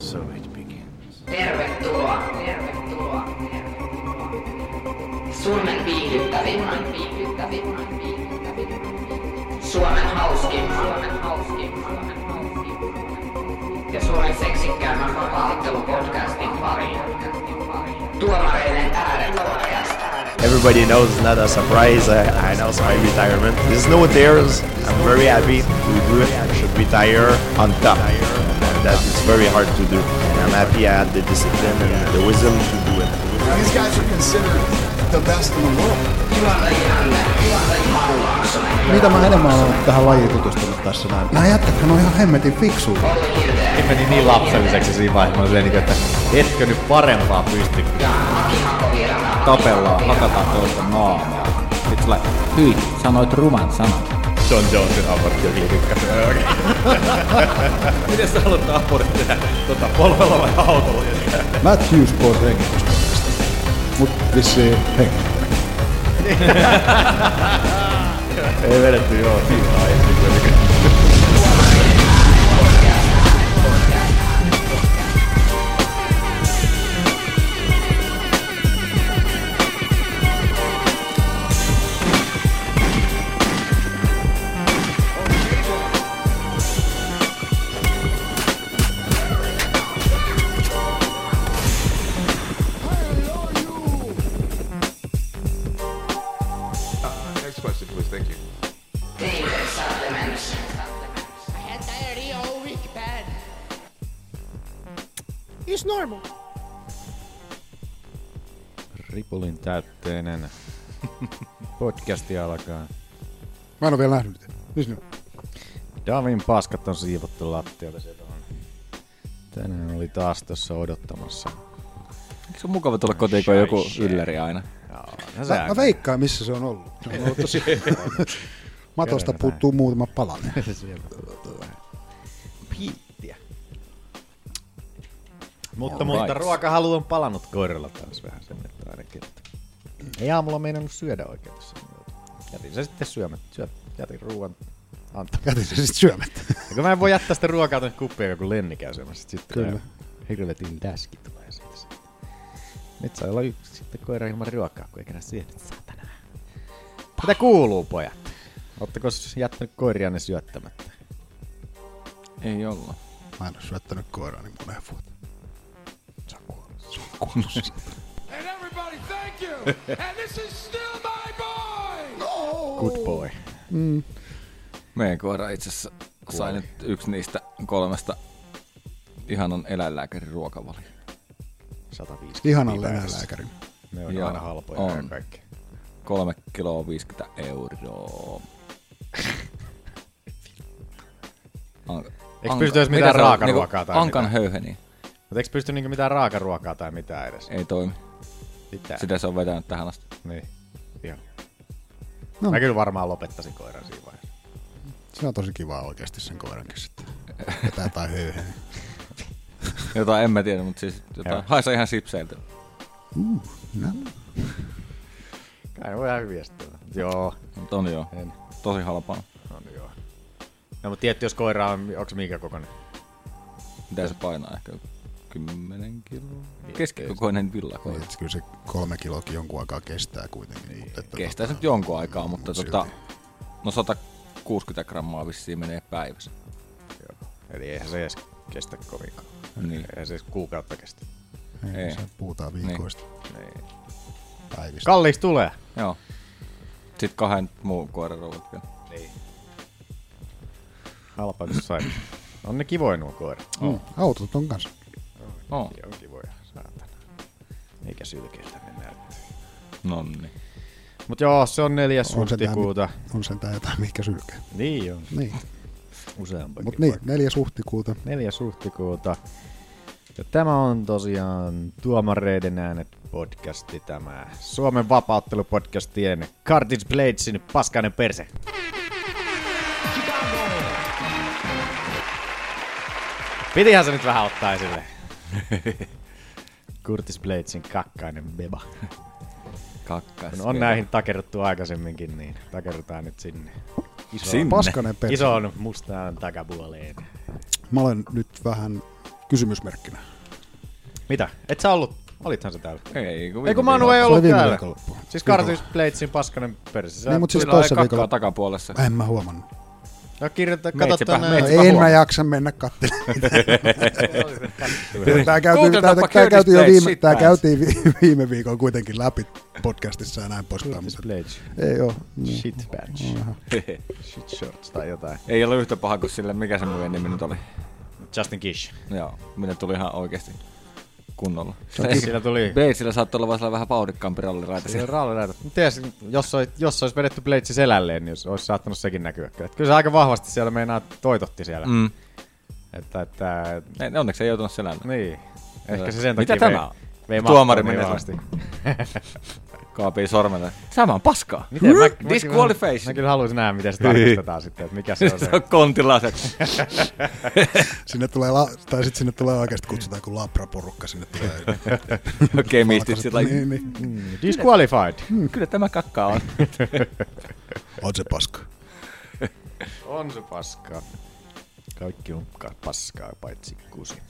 So it begins. Tervetuloa, tervetuloa, tervetuloa. Suomen viihdyttävimmän, viihdyttävimmän, viihdyttävimmän. Suomen hauskin, Suomen hauskin, Suomen hauskin. Ja Suomen seksikkäämmän vapauttelupodcastin pariin. Tuomareiden ääret korkeasta. Everybody knows it's not a surprise. I, I announced my retirement. There's no tears. I'm very happy to do it. I should retire on top. That is very hard to do. And I'm happy I had the discipline and the wisdom to do it. These guys are considered the best in the world. Mitä mä enemmän olen tähän lajiin tutustunut tässä näin. Nämä jätkäthän on ihan hemmetin fiksu. meni niin lapselliseksi siinä vaiheessa, mä olin silleen, niinku, että etkö nyt parempaa pysty tapellaan, hakataan toista naamaa. Sitten sulle, hyi, sanoit ruman sanan. John Jonesin abortti oli ykkösen. Miten sä haluat abortin tehdä? Tota, polvella vai autolla? Matt Hughes pois hengityspelistä. Mut vissiin henki. Ei vedetty joo, siinä aiemmin kuitenkin. Next question, please. Thank you. David Supplements. had diarrhea all week, bad. It's normal. Ripulin täytteinen podcasti alkaa. Mä en ole vielä nähnyt niitä. Siis nyt. Davin paskat on siivottu lattialta sieltä on. Tänään oli taas tuossa odottamassa. Eikö se ole mukava tulla kotiin, kun on joku ylläri aina? Joo, no Mä, mä veikkaan, missä se on ollut. Se on ollut tosi... Matosta Kerran puuttuu muutama palanen. piittiä. Mutta, All mutta right. ruokahalu on palannut koirilla taas vähän sen, että ainakin. Että ei aamulla meinannut syödä oikein tässä. Jätin se sitten syömät. Syöt, jätin ruoan antamaan. Jätin se sitten syömättä. Ja kun mä en voi jättää sitä ruokaa tänne kuppiin, kun lenni käy syömässä. Sitten Kyllä. tulee Hirvetin läski tulee siitä. sitten. Nyt saa olla yksi sitten koira ilman ruokaa, kun ei kerran syönyt satana. Mitä kuuluu, pojat? Ootteko jättänyt koirianne syöttämättä? Ei olla. Mä en ole syöttänyt koiraani moneen vuoteen. Se on kuollut. Se on kuollut. And everybody, thank you. and this is still my boy. Good boy. Meidän koira itse asiassa sai nyt yksi niistä kolmesta ihanan eläinlääkärin ruokavali. 150. Ihanan lääkärin. Ne on Joo, aina halpoja on. on. kaikki. Kolme kiloa 50 euroa. Anka, Eikö pysty edes mitään mitä se on? Niinku raakaruokaa tai Ankan mitään? höyheni. Mutta eikö pysty niinku mitään raakaruokaa tai mitään edes? Ei toimi. Mitään. Sitä se on vetänyt tähän asti. Niin. Joo. No. No. Mä kyllä varmaan lopettaisin koiran siinä vaiheessa. Se on tosi kiva oikeasti sen koiran sitten. Vetää tai höyheen. Jotain en mä tiedä, mutta siis Joo. jotain. Haisee ihan sipseiltä. No. Kai ne voi ihan hyviä sitten. olla. Joo. Mutta on joo. En. Tosi halpaa. No niin joo. No mutta tietty jos koira on, onks minkä kokoinen? Mitä se painaa? Ehkä 10 kiloa. Keskikokoinen villakoira. Että kyllä se kolme kiloakin jonkun aikaa kestää kuitenkin. Niin. Mutta että Kestää se nyt jonkun aikaa, mutta Mut tota, silti. no 160 grammaa vissiin menee päivässä. Joo. Eli eihän se edes kestä kovinkaan. Niin. Eihän se edes kuukautta kestä. Ei, Ei. Se puhutaan viikoista Niin. päivistä. Kalliiksi tulee. Joo. Sitten kahden muun koiran ruuat vielä. Niin. Halpa kun sai. On ne kivoja nuo koirat. Oh, Mm, autot on kanssa. No, Joo, kivoja, saatana. Eikä sylkeiltä ne näyttää. no niin. Mut joo, se on 4. On sentään- huhtikuuta. On sentään jotain, mikä sylkee. Niin on. Niin. Useampakin. Mutta niin, paikka. 4. huhtikuuta. 4. huhtikuuta. Ja tämä on tosiaan Tuomareiden äänet podcasti, tämä Suomen vapauttelupodcastien Cartridge Bladesin paskainen perse. Pitihän se nyt vähän ottaa esille. Curtis Bladesin kakkainen beba. Kakkas. No on näihin takerruttu aikaisemminkin, niin takerrutaan nyt sinne. Sinne. Paskanen perse. Isoon mustaan takapuoleen. Mä olen nyt vähän kysymysmerkkinä. Mitä? Et sä ollut? Olithan sä täällä. Ei, kun, Ei kun viime Manu viikolla- ei Se oli ollut viime täällä. viikonloppu. Siis Karsis Pleitsin paskanen persi. Sä Niin, mut siis Sillä oli toissa kakkaa viikolla. takapuolessa. En mä huomannut. no, kirjoita, Meitsipä- katsotaan nää. No, meitsipä en mä huomannut. jaksa mennä katselemaan. Tämä käytiin, Googletapa tää, tää käytiin jo Curtis viime, Blades, tää shit käytiin vi- viime viikolla kuitenkin läpi podcastissa ja näin poistaa, Curtis mutta Pledge. ei oo. Niin. Shit patch. Shit shorts tai jotain. Ei ole yhtä paha kuin sille, mikä se muiden nimi nyt oli. Justin Kish. Joo, minne tuli ihan oikeesti kunnolla. Sillä tuli. Beitsillä saattoi olla vaan sellainen vähän vauhdikkaampi ralliraita. Siinä siellä. ralli näytät. Mut Ties, jos, olis, jos olisi vedetty Blades selälleen, niin olisi saattanut sekin näkyä. kyllä. Et kyllä se aika vahvasti siellä meinaa toitotti siellä. Mm. Mm. Että, että, Ei, Onneksi ei joutunut selälle. niin. Ehkä se sen Mitä takia tämä on? vei, vei Tuomari mattoon niin menee vahvasti. Kaapii sormella. Tämä on paskaa. Miten? Mä, mä, Disqualification. Mä, mä kyllä haluaisin nähdä, miten se tarkistetaan sitten, että mikä se on se. Se on kontilaiset. Sinne tulee, la- tai sit sinne tulee oikeasti kutsutaan kuin labraporukka sinne tulee. Kemistit sillä lailla. niin, niin. Disqualified. Kyllä tämä kakka on. On se paska. On se paskaa. Kaikki on ka- paskaa paitsi kusi.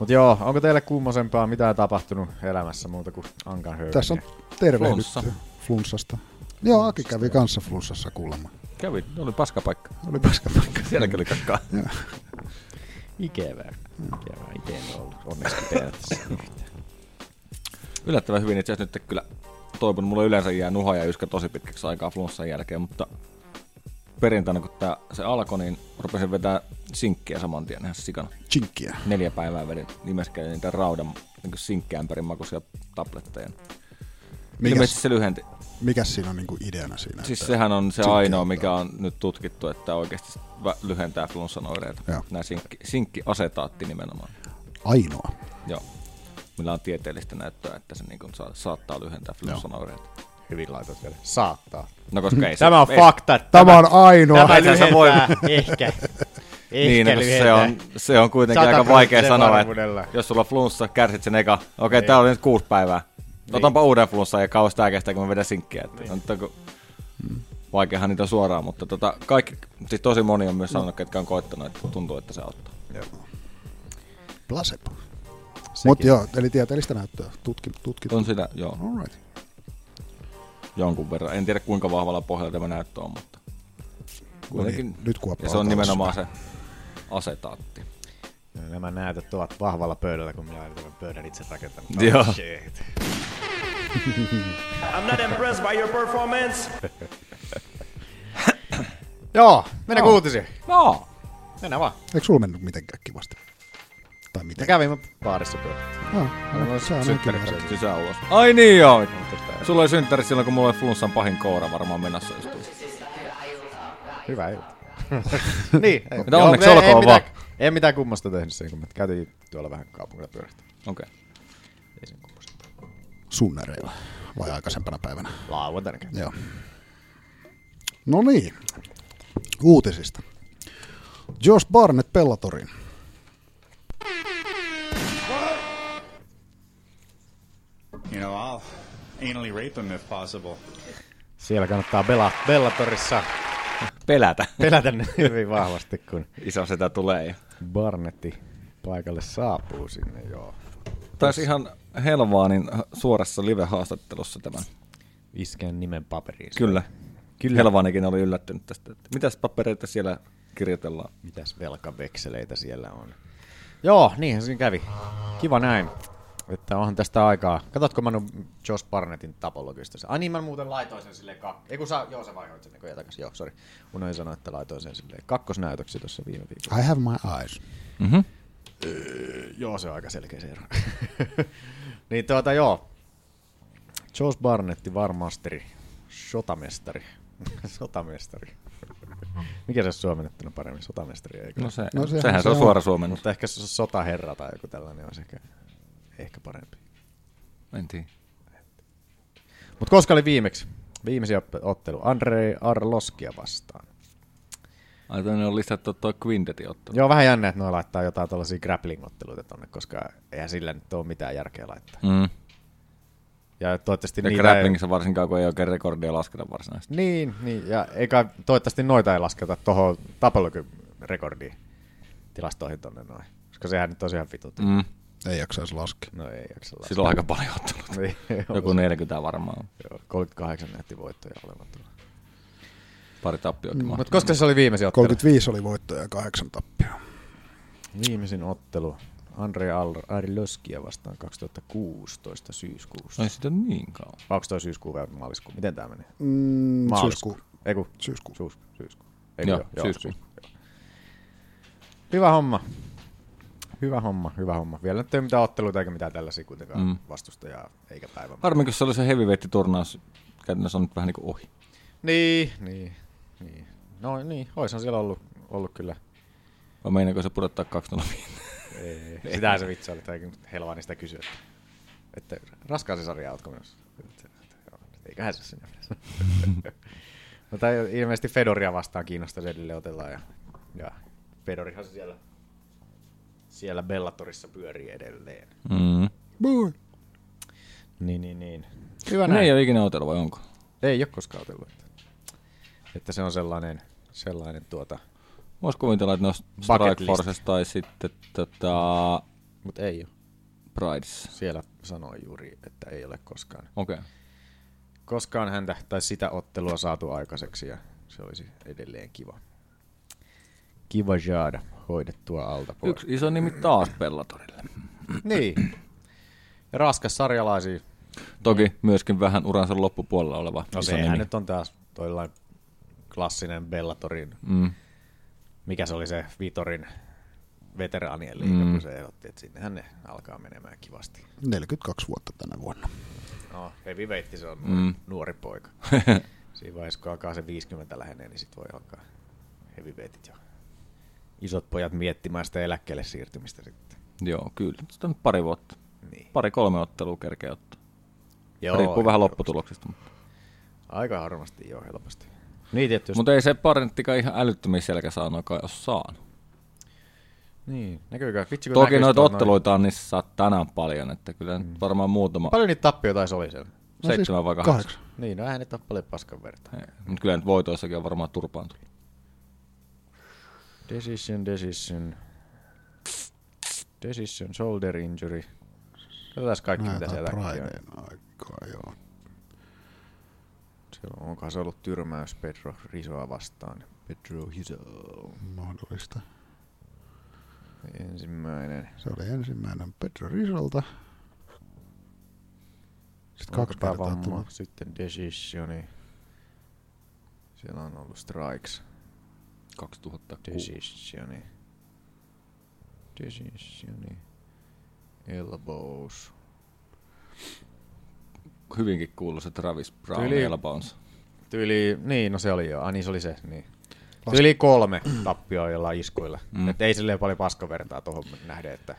Mut joo, onko teille kummosempaa mitään tapahtunut elämässä muuta kuin Ankan höyrä? Tässä on tervehdytty Flunssa. flunssasta. Joo, Aki kävi kanssa flunssassa kuulemma. Kävi, oli paskapaikka. Oli paska paikka. Sielläkin oli kakkaa. Mm. Ikävää. Ikävää. Itse en ollut. Onneksi teillä tässä. Yllättävän hyvin itse asiassa nyt kyllä toipunut. Mulla yleensä jää nuha ja yskä tosi pitkäksi aikaa flunssan jälkeen, mutta perjantaina kun tää, se alkoi, niin rupesin vetää sinkkiä saman tien ihan sikana. Chinkkiä. Neljä päivää vedin nimeskäin niitä raudan niin sinkkiä ympäri makuisia tabletteja. Ilmeisesti Mikäs, se lyhenti. mikäs siinä on niinku ideana siinä? Siis että- sehän on se sinkkiä ainoa, ottaa. mikä on nyt tutkittu, että oikeasti vä- lyhentää flunssan oireita. Joo. Nämä sinkki, sinkkiasetaatti nimenomaan. Ainoa. Joo. Millä on tieteellistä näyttöä, että se niin saa, saattaa lyhentää flunssan oireita. Hyvin laitat vielä. Saattaa. No koska ei se, Tämä on ei, fakta. että Tämä on ainoa. Tämä Eihän sä lyhentää. voi- Ehkä. Niin, Ehkä no, kun se, on, se on kuitenkin aika vaikea Sataprosenttisen sanoa, varmuudella. Niin. että jos sulla on flunssa, kärsit sen eka. Okei, okay, tää oli nyt kuusi päivää. Otanpa uuden flunssan ja kauas tää kestää, kun mä vedän sinkkiä. Että, niin. on, kun, vaikeahan niitä on suoraan, mutta tota, kaikki, siis tosi moni Mm. on myös sanonut, ketkä on koittanut, että tuntuu, että se auttaa. Placebo. Mutta joo, eli tieteellistä näyttöä. Tutki, tutkittu. On sitä, joo, Alright. jonkun verran. En tiedä kuinka vahvalla pohjalla tämä näyttö on, mutta kuitenkin. No niin, nyt kuoppa ja se on alkaa nimenomaan se asetaatti. No, nämä näytöt ovat vahvalla pöydällä, kun minä olen tämän pöydän itse rakentanut. Joo. shit. I'm not impressed by your performance. Joo, mennään no. uutisiin. No, Mennään vaan. Eikö sulla mennyt mitenkään kivasti? Tai Me miten? kävimme baarissa pyörällä. Ah, Mulla on se on synttärit näkymässä. sisään ulos. Ai niin joo. Sulla oli synttäri silloin, kun mulla oli flunssan pahin koura varmaan menossa. Just. Hyvä ilta. niin. ei- Mutta joo, onneksi ei- olkoon ei mitään- vaan. En mitään kummasta tehnyt sen, kun me käytiin tuolla vähän kaupungilla pyörähtämässä. Okei. Okay. Ei sen kummasta. Sunnareilla. Vai aikaisempana päivänä. Lauantaina käytiin. Joo. No niin. Uutisista. Josh Barnett Pellatorin. You know, I'll anally rape him if possible. Siellä kannattaa Bella, Bellatorissa Pelätä. pelätä ne hyvin vahvasti, kun Iso sitä tulee. Barnetti paikalle saapuu sinne, joo. Taisi ihan Helvaanin suorassa live-haastattelussa tämän. Isken nimen paperiin. Kyllä. Kyllä. Helvaanikin oli yllättynyt tästä. Että mitäs papereita siellä kirjoitellaan? Mitäs velkavekseleitä siellä on? Joo, niinhän siinä kävi. Kiva näin. Että onhan tästä aikaa. Katsotko Manu Josh Barnettin tapologista? Ai niin, mä muuten laitoin sen silleen kak... Ei kun sä, joo sä vaihoit sen näköjään takas. Joo, sori. Unoin sanoa, että laitoin sen silleen kakkosnäytöksi tuossa viime viikolla. I have my eyes. Joo, se on aika selkeä se ero. niin tuota joo. Josh Barnetti, varmasteri, sotamestari. sotamestari. Mikä se on suomennettuna paremmin? Sotamestari, eikö? No, se, No no sehän se sehän, sehän se on on. suora suomennus. Mutta ehkä se on sotaherra tai joku tällainen olisi ehkä, ehkä parempi. En tiedä. Mutta koska oli viimeksi? Viimeisin op- ottelu Andrei Arloskia vastaan. Ai tuonne on listattu toi Quintetin ottelu. Joo, vähän jännä, että noi laittaa jotain tällaisia grappling-otteluita tonne, koska eihän sillä nyt ole mitään järkeä laittaa. Mm. Ja toivottavasti Ja Niin niitä grapplingissa varsinkaan, kun ei oikein rekordia lasketa varsinaisesti. ei... Niin, niin, ja eikä, toivottavasti noita ei lasketa tuohon tapolokyrekordiin tilastoihin tonne noin. Koska sehän nyt on ihan vitu. Mm. Ei jaksaisi laskea. No ei jaksa laskea. Sillä on aika paljon ottanut. Niin, on Joku se. 40 varmaan. Joo, 38 nähti voittoja olevan tuolla. Pari tappiokin Mutta Mm, koska se oli viimeisin ottelu? 35 oli voittoja ja kahdeksan tappia. Viimeisin ottelu Andre Al- Arilöskiä vastaan 2016 syyskuussa. Ei sitä niin kauan. Vai Onko toi syyskuu vai maaliskuu? Miten tämä meni? Mm, Maaliskuu. syyskuu. Ei kun Syyskuu. syys, syyskuu. Joo, syyskuu. Joo. Hyvä homma. Hyvä homma, hyvä homma. Vielä nyt ei ole mitään otteluita eikä mitään tällaisia kuitenkaan mm. Mm. vastustajaa eikä päivän. Harmi, kun se oli se heavyweight-turnaus. Käytännössä on nyt vähän niin kuin ohi. Niin, niin, niin. No niin, oishan siellä ollut, ollut kyllä. Vai meinaako se pudottaa 2-0? Ei, Sitähän se vitsaili, tai helvaa niistä kysyä. Että, että raskaan se sarja ootko myös? Eiköhän se sinne Mutta ilmeisesti Fedoria vastaan kiinnostaisi edelleen otellaan. Ja, ja Fedorihan se siellä, siellä Bellatorissa pyörii edelleen. Mm. Boy. Niin, niin, niin. Hyvä Ne näin. ei ole ikinä otellut, vai onko? Ei ole koskaan otellut. Että, että se on sellainen, sellainen tuota, Voisi kuvitella, että ne olisi Bucket Strike list. Forces tai sitten tota, mutta ei ole. Prideissa. Siellä sanoi juuri, että ei ole koskaan Okei. koskaan häntä tai sitä ottelua saatu aikaiseksi ja se olisi edelleen kiva. Kiva saada hoidettua alta pois. Yksi iso nimi taas Bellatorille. Niin. Ja raskas sarjalaisia. Toki myöskin vähän uransa loppupuolella oleva No iso sehän nimi. nyt on taas toillain klassinen Bellatorin, Mm. mikä se oli se Vitorin veteraanien liiga, mm. kun se ehdotti, että sinnehän ne alkaa menemään kivasti. 42 vuotta tänä vuonna. No, heavyweight se on mm. Mm. nuori poika. Siinä vaiheessa, kun alkaa se 50 lähenee, niin sit voi alkaa heavyweightit jo. Isot pojat miettimään sitä eläkkeelle siirtymistä sitten. Joo, kyllä. Sitä on nyt pari vuotta. Niin. Pari-kolme ottelua kerkeä ottaa. Riippuu vähän lopputuloksesta. Aika harvasti joo, helposti. Niin tietysti. Mut... Mutta ei se parenttikaan ihan älyttömiä selkäsaanoikaan ole saanut. Niin, näkyykö? Vitsi, kun no Toki näkyisi noita tuolla otteluita on niissä satanaan paljon, että kyllä mm. varmaan muutama, niin. Paljon niitä tappioita taisi oli siellä. no seitsemän siis vai kahdeksan. Niin, no eihän ne tappalee paskan verta. Mutta kyllä nyt voitoissakin on varmaan turpaan tullut. Decision, decision. Decision, shoulder injury. Katsotaan kaikki, mitä Näitä siellä äkkiä on. Prideen aikaa, joo. Se on- Onkohan se ollut tyrmäys Pedro Risoa vastaan? Pedro Riso. Mahdollista. Ensimmäinen. Se oli ensimmäinen Pedro Risolta. Sitten Onko kaksi tää kertaa vamma? tullut. Sitten decisioni. Siellä on ollut strikes. 2006. Decisioni. Decisioni. Elbows. Hyvinkin kuuluisa Travis Brown Tyli- Tyli. Elbounce. Tyyli, niin no se oli jo, ah, niin se oli se, niin. Tyyli kolme tappioa jollain iskuilla. Mm. Mm. Et ei silleen paljon paskavertaa tuohon nähden, että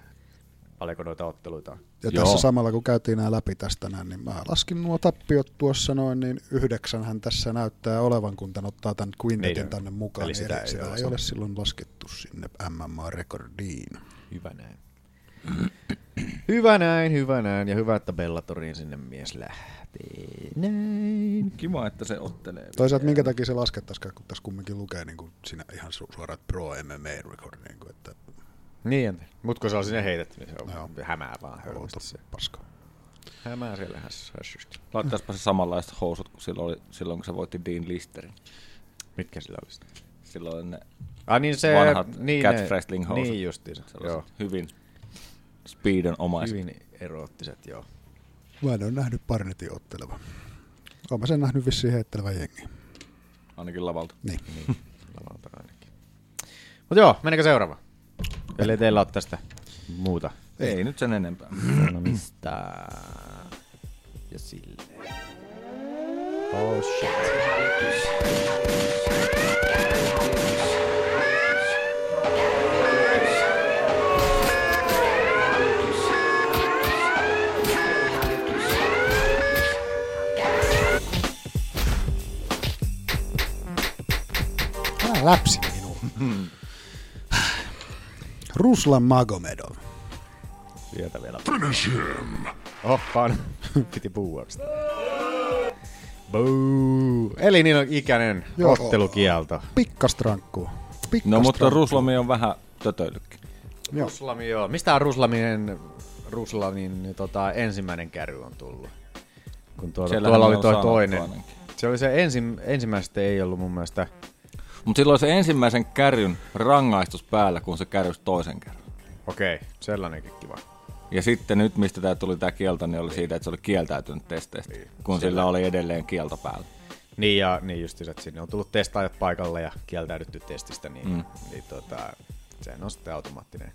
paljonko noita otteluita on. Ja Joo. tässä samalla kun käytiin nämä läpi tästä näin, niin mä laskin nuo tappiot tuossa noin, niin yhdeksänhän tässä näyttää olevan, kun tän ottaa tämän Quintetin Niin, tänne mukaan. eli niin sitä sitä, ei ei, sitä ole ei ole sanottu. silloin laskettu sinne MMA-rekordiin. Hyvä näin. hyvä näin, hyvä näin. Ja hyvä, että Bellatoriin sinne mies lähtee. Näin. Kiva, että se ottelee. Toisaalta minkä takia se laskettaisiin, kun tässä kumminkin lukee niin kuin siinä ihan su- suorat pro mma record niin kuin, että Niin, mut kun se on sinne heitetty, niin se on Joo. hämää vaan outo hölmästi se. paska. Hämää siellä häs- hässysti. Laittaispa se samanlaiset housut kuin silloin, oli, silloin kun se voitti Dean Listerin. Mitkä sillä olisi? Silloin ne Ah niin se... vanhat niin, cat ne- wrestling housut. Niin justiinsa, joo. Sellaiset hyvin speedon omaiset. Hyvin eroottiset, joo. Mä en ole nähnyt Barnettin otteleva. Oon mä sen nähnyt vissiin heittelevä jengi. Ainakin lavalta. Niin. Lavalta ainakin. Mut joo, meneekö seuraava? Eli teillä on tästä muuta. Ei, Ei nyt sen enempää. sanomista. Ja sille. Oh shit. Älä läpsi minua. Ruslan Magomedov. Sieltä vielä. Oh, pan. Piti puhua. Boo. Eli niin on ikäinen Joo. ottelukielto. Pikkastrankku. No, No mutta Ruslomi on vähän tötöillytkin. Joo. Ruslami, joo. Mistä Ruslaminen, Ruslanin tota, ensimmäinen käry on tullut? Kun tuolla, Siellähän tuolla oli on tuo saanut toinen. toinenkin. Se oli se ensi, ensimmäistä ei ollut mun mielestä. Mutta silloin se ensimmäisen kärryn rangaistus päällä, kun se kärrysi toisen kerran. Okei, okay, sellainenkin kiva. Ja sitten nyt, mistä tämä tuli tämä kielto, niin oli siitä, että se oli kieltäytynyt testeistä, kun sillä oli edelleen kielto päällä. Niin ja niin just, että sinne on tullut testaajat paikalle ja kieltäydytty testistä, niin, mm. niin tota, sehän on sitten automaattinen.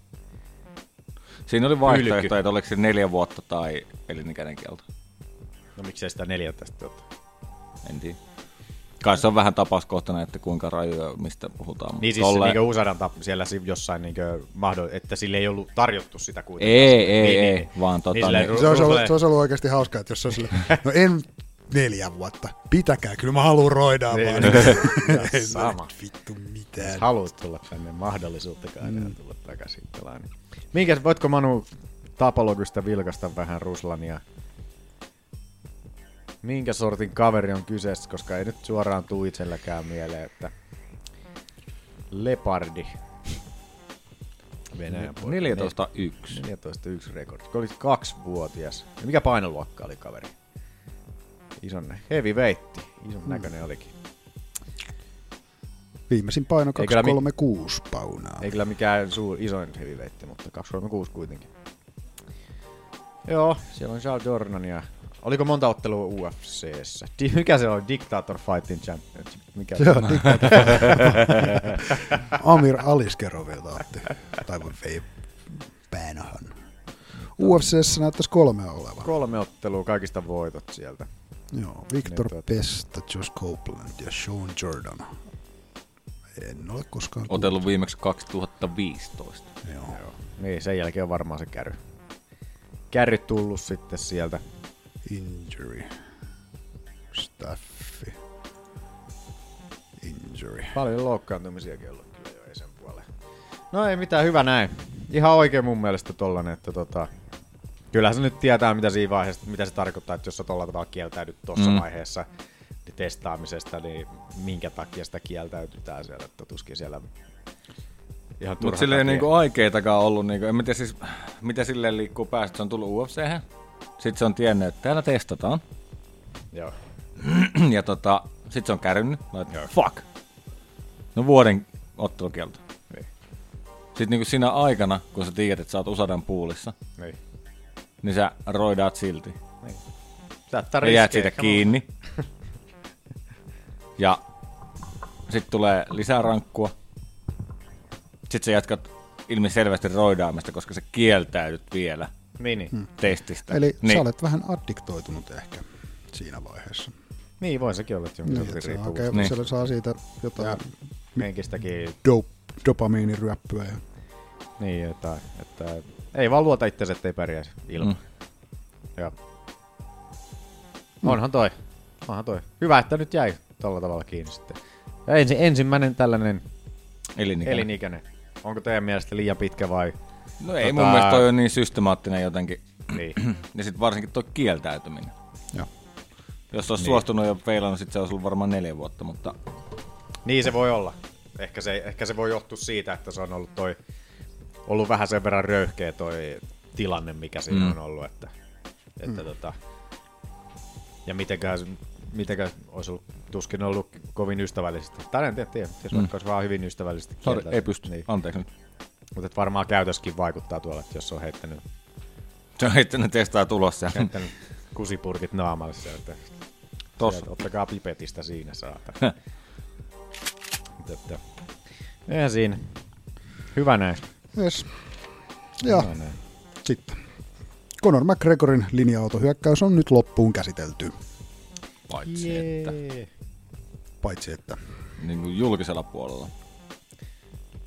Siinä oli vaihtoehto, Hylky. että oliko se neljä vuotta tai elinikäinen kielto. No miksei sitä neljättä sitten ota? En tiedä. Kai se on vähän tapauskohtainen, että kuinka rajoja, mistä puhutaan. mut Niin siis Tolle... tolleen- niin Usadan tap, siellä si- jossain niin mahdoll, että sille ei ollut tarjottu sitä kuitenkaan. Ei, Niin, ei, niin, ei, niin. vaan tota... silleen niin- ru- Se olisi, ollut, Tulee. se olisi ollut oikeasti hauskaa, että jos se olisi silleen, no en neljä vuotta, pitäkää, kyllä mä haluan roidaan Niin, vaan. niin. Ei Sama. nyt vittu mitään. haluat tulla tänne mahdollisuuttakaan mm. tulla takaisin pelaan. niin. Minkäs, voitko Manu Tapologista vilkasta vähän Ruslania? Minkä sortin kaveri on kyseessä, koska ei nyt suoraan tuu itselläkään mieleen, että Lepardi. Venäjän poika. 14.1. 14.1 rekordi. Kun olit kaksivuotias. Ja mikä painoluokka oli kaveri? Isonne. Heavyweight. Ison näköinen olikin. Viimeisin paino Ei kyllä mi- 236 paunaa. Ei kyllä mikään suur, isoin heavyweight, mutta 236 kuitenkin. Joo, siellä on Charles Jordan ja... Oliko monta ottelua UFCssä? Di- mikä se on? Dictator Fighting Championship? Mikä se on? Amir Aliskerovilta otti, tai vei päänahan. UFCssä näyttäisi kolme olevan. Kolme ottelua, kaikista voitot sieltä. Joo, Victor Niin, tuota. Pesta, Josh Copeland ja Sean Jordan. En ole koskaan Otellut viimeksi 2015. kuullut. Joo. Niin, sen jälkeen on varmaan se käry. Käry tullut sitten sieltä. Injury. Staffi. Injury. Paljon loukkaantumisiakin ollut kyllä jo ei sen puoleen. No ei mitään, hyvä näin. Ihan oikein mun mielestä tollanen, että tota, kyllähän se nyt tietää mitä siinä vaiheessa, mitä se tarkoittaa, että jos sä tolla tavalla kieltäydyt tuossa mm. vaiheessa niin testaamisesta, niin minkä takia sitä kieltäytytään siellä, että tuskin siellä ihan turha Mutta sillä ei takia. niinku aikeitakaan ollut, niinku, en mä tiedä siis, mitä silleen liikkuu päästä, se on tullut ufc sitten se on tiennyt, että täällä testataan, Joo. ja tota, sitten se on kärrynyt, mä oon, että fuck, no vuoden ottelukielto. Niin. Sitten niinku sinä aikana, kun sä tiedät, että sä oot Usadan puulissa, Niin. niin sä roidaat silti. Sä et tää Sä jäät riskejä, siitä come on. kiinni. Ja sitten tulee lisää rankkua. Sitten sä jatkat ilmi selvästi roidaamista, koska sä kieltäydyt vielä Niin, niin. Hmm. testistä. Eli niin. sä niin, olet vähän addiktoitunut ehkä siinä vaiheessa. niin voi sekin olla, että jonkin Niin, niin, että se riippuu hakee, Niin. niin. siellä saa siitä jotain henkistäkin dop, dopamiiniryöppyä. Ja Niin, että, että ei vaan luota itseäsi, ettei pärjäisi ilman. Mm. Joo. Onhan toi. Onhan toi. Hyvä, että nyt jäi tällä tavalla kiinni sitten. Ja ensi, ensimmäinen tällainen elinikäinen. elinikäinen. Onko teidän mielestä liian pitkä vai? No ei, mun Tota- mielestä toi on niin systemaattinen jotenkin. Niin. Ja sitten varsinkin toi kieltäytyminen. Joo. Jos olisi niin. suostunut ja feilannut, sitten se olisi ollut varmaan neljä vuotta, mutta niin se voi olla. Ehkä se, ehkä se voi johtua siitä, että se on ollut toi ollut vähän sen verran röyhkeä toi tilanne, mikä siinä mm. on ollut. Että, että mm. tota, ja mitenkään, se- mitenkään olisi ollut, tuskin ollut kovin ystävällisesti. Tai en tiedä, tiedä. Siis mm. vaikka olisi vaan hyvin ystävällisesti. Sorry, kieltäytynyt, ei pysty. Ah. Niin. Anteeksi nyt. Mutta et varmaan käytöskin vaikuttaa tuolla, että jos on heittänyt, Se on heittänyt testaa tulossa. heittänyt kusipurkit naamalle sieltä, että Tossa. Ottakaa pipetistä siinä saata. Mutta, eihän siinä. Hyvä näin. Yes. ja Hyvä näin. sitten. Conor McGregorin linja-autohyökkäys on nyt loppuun käsitelty. Paitsi että Paitsi että... niin kuin julkisella puolella.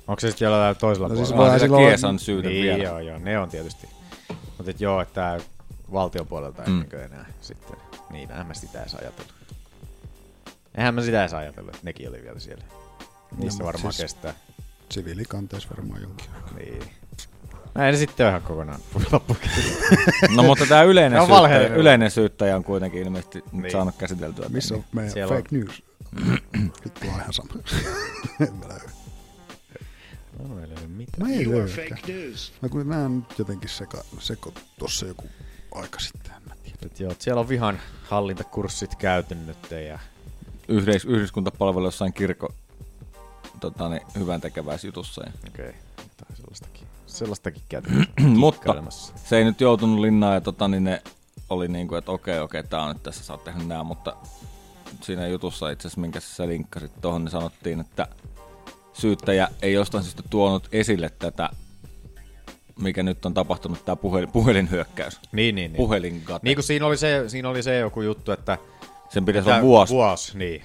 Onko se sitten jollain toisella No siis puolella? Vaan Vaan silloin- Kiesan syytä niin, vielä. Joo, joo, ne on tietysti. Mutta et joo, että valtion puolelta ei Mm. mm. enää sitten. Niin, eihän mä sitä edes ajatellut. Eihän mä sitä edes ajatellut, että nekin oli vielä siellä. Niissä mut varmaan siis- siis... kestää. Siviilikanteessa varmaan jonkin. Niin. Näin ne sitten on ihan kokonaan loppu. No mutta tämä Ne yleinen, on syyttäjä, valheellinen. yleinen syyttäjä on kuitenkin ilmeisesti niin. Niin. saanut käsiteltyä. Missä on meidän Siellä on. Siellä fake on. news? Vittu on ihan sama. En mä löydä. No, ei löydy mitään. Mä ei You are löydäkään. fake news. Mä kun mä en jotenkin seka, seko tuossa joku aika sitten. en mä tiedä. Nyt joo, siellä on vihan hallintakurssit käyty nyt ja Yhdys, yhdyskuntapalvelu jossain kirkko tota, niin, hyvän tekeväisjutussa. Ja. okei, okay. sellaistakin, sellaistakin käyty. Mutta kikkailemassa. se ei nyt joutunut linnaan ja tota, niin ne oli niin kuin, että okei, okei, tää on nyt tässä, sä oot tehnyt nää, mutta siinä jutussa itse asiassa, minkä sä linkkasit tuohon, niin sanottiin, että syyttäjä ei jostain syystä tuonut esille tätä, mikä nyt on tapahtunut, tämä puhelin, puhelinhyökkäys. Niin, niin, niin. Puhelinkate. Niin kuin siinä oli se, siinä oli se joku juttu, että Sen pitäisi Tää- olla vuosi. Vuosi, niin.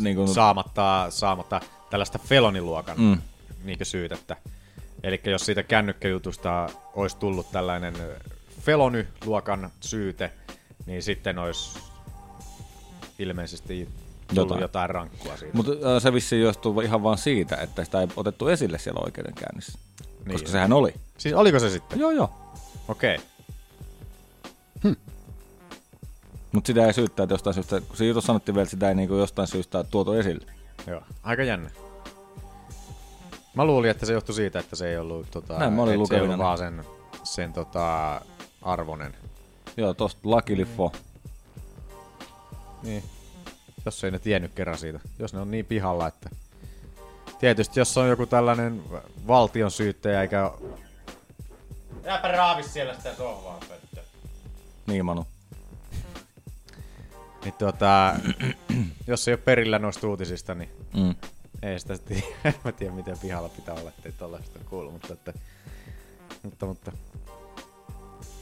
niin kuin, Saamatta, saamatta tällaista feloniluokan Mm. mm. niinkö syytettä. Eli jos siitä kännykkäjutusta olisi tullut tällainen felonyluokan syyte, niin sitten olisi ilmeisesti tullut Jotain. jotain, jotain rankkua siitä. Mutta äh, se vissiin johtuu ihan vaan siitä, että sitä ei otettu esille siellä oikeudenkäynnissä. Niin, Niin. koska sehän oli. Siis oliko se sitten? Joo, joo. Okei. Okay. Mutta sitä ei syyttää että jostain syystä, kun se jutus sanottiin vielä, että sitä ei niinku jostain syystä tuotu esille. Joo, aika jännä. Mä luulin, että se johtui siitä, että se ei ollut, tota, Näin mä olin että se ei ollut lukevinani. vaan sen, sen tota, arvonen. Joo, tosta lakiliffo. Niin. Jos ei ne tiennyt kerran siitä. Jos ne on niin pihalla, että... Tietysti jos on joku tällainen valtion syyttäjä eikä... Jääpä raavis siellä sitä sohvaa, pöttö. Niin, Manu. Niin tuota, jos ei ole perillä noista uutisista, niin Mm. ei sitä sitten, en mä tiedä miten pihalla pitää olla, ettei tollaista ole kuullut, mutta, että, mutta, mutta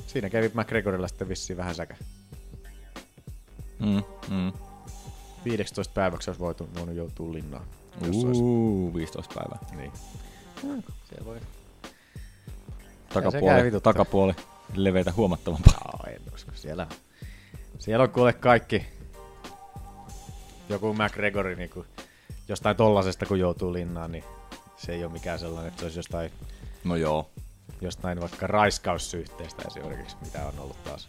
siinä kävi McGregorilla sitten vissiin vähän säkä. Mm. Mm. 15 päiväksi olisi voitu, voinut joutua linnaan. Jos olisi. Uuu, 15 päivää. Niin. Se voi. käy Takapuoli, vituttaa. takapuoli leveitä huomattavan paljon. Aa, en usko. Siellä, siellä on kuule kaikki. Joku McGregori niin kuin, jostain tollasesta, kun joutuu linnaan, niin se ei ole mikään sellainen, että se olisi jostain, No joo. jostain vaikka raiskaussyytteestä esimerkiksi, mitä on ollut taas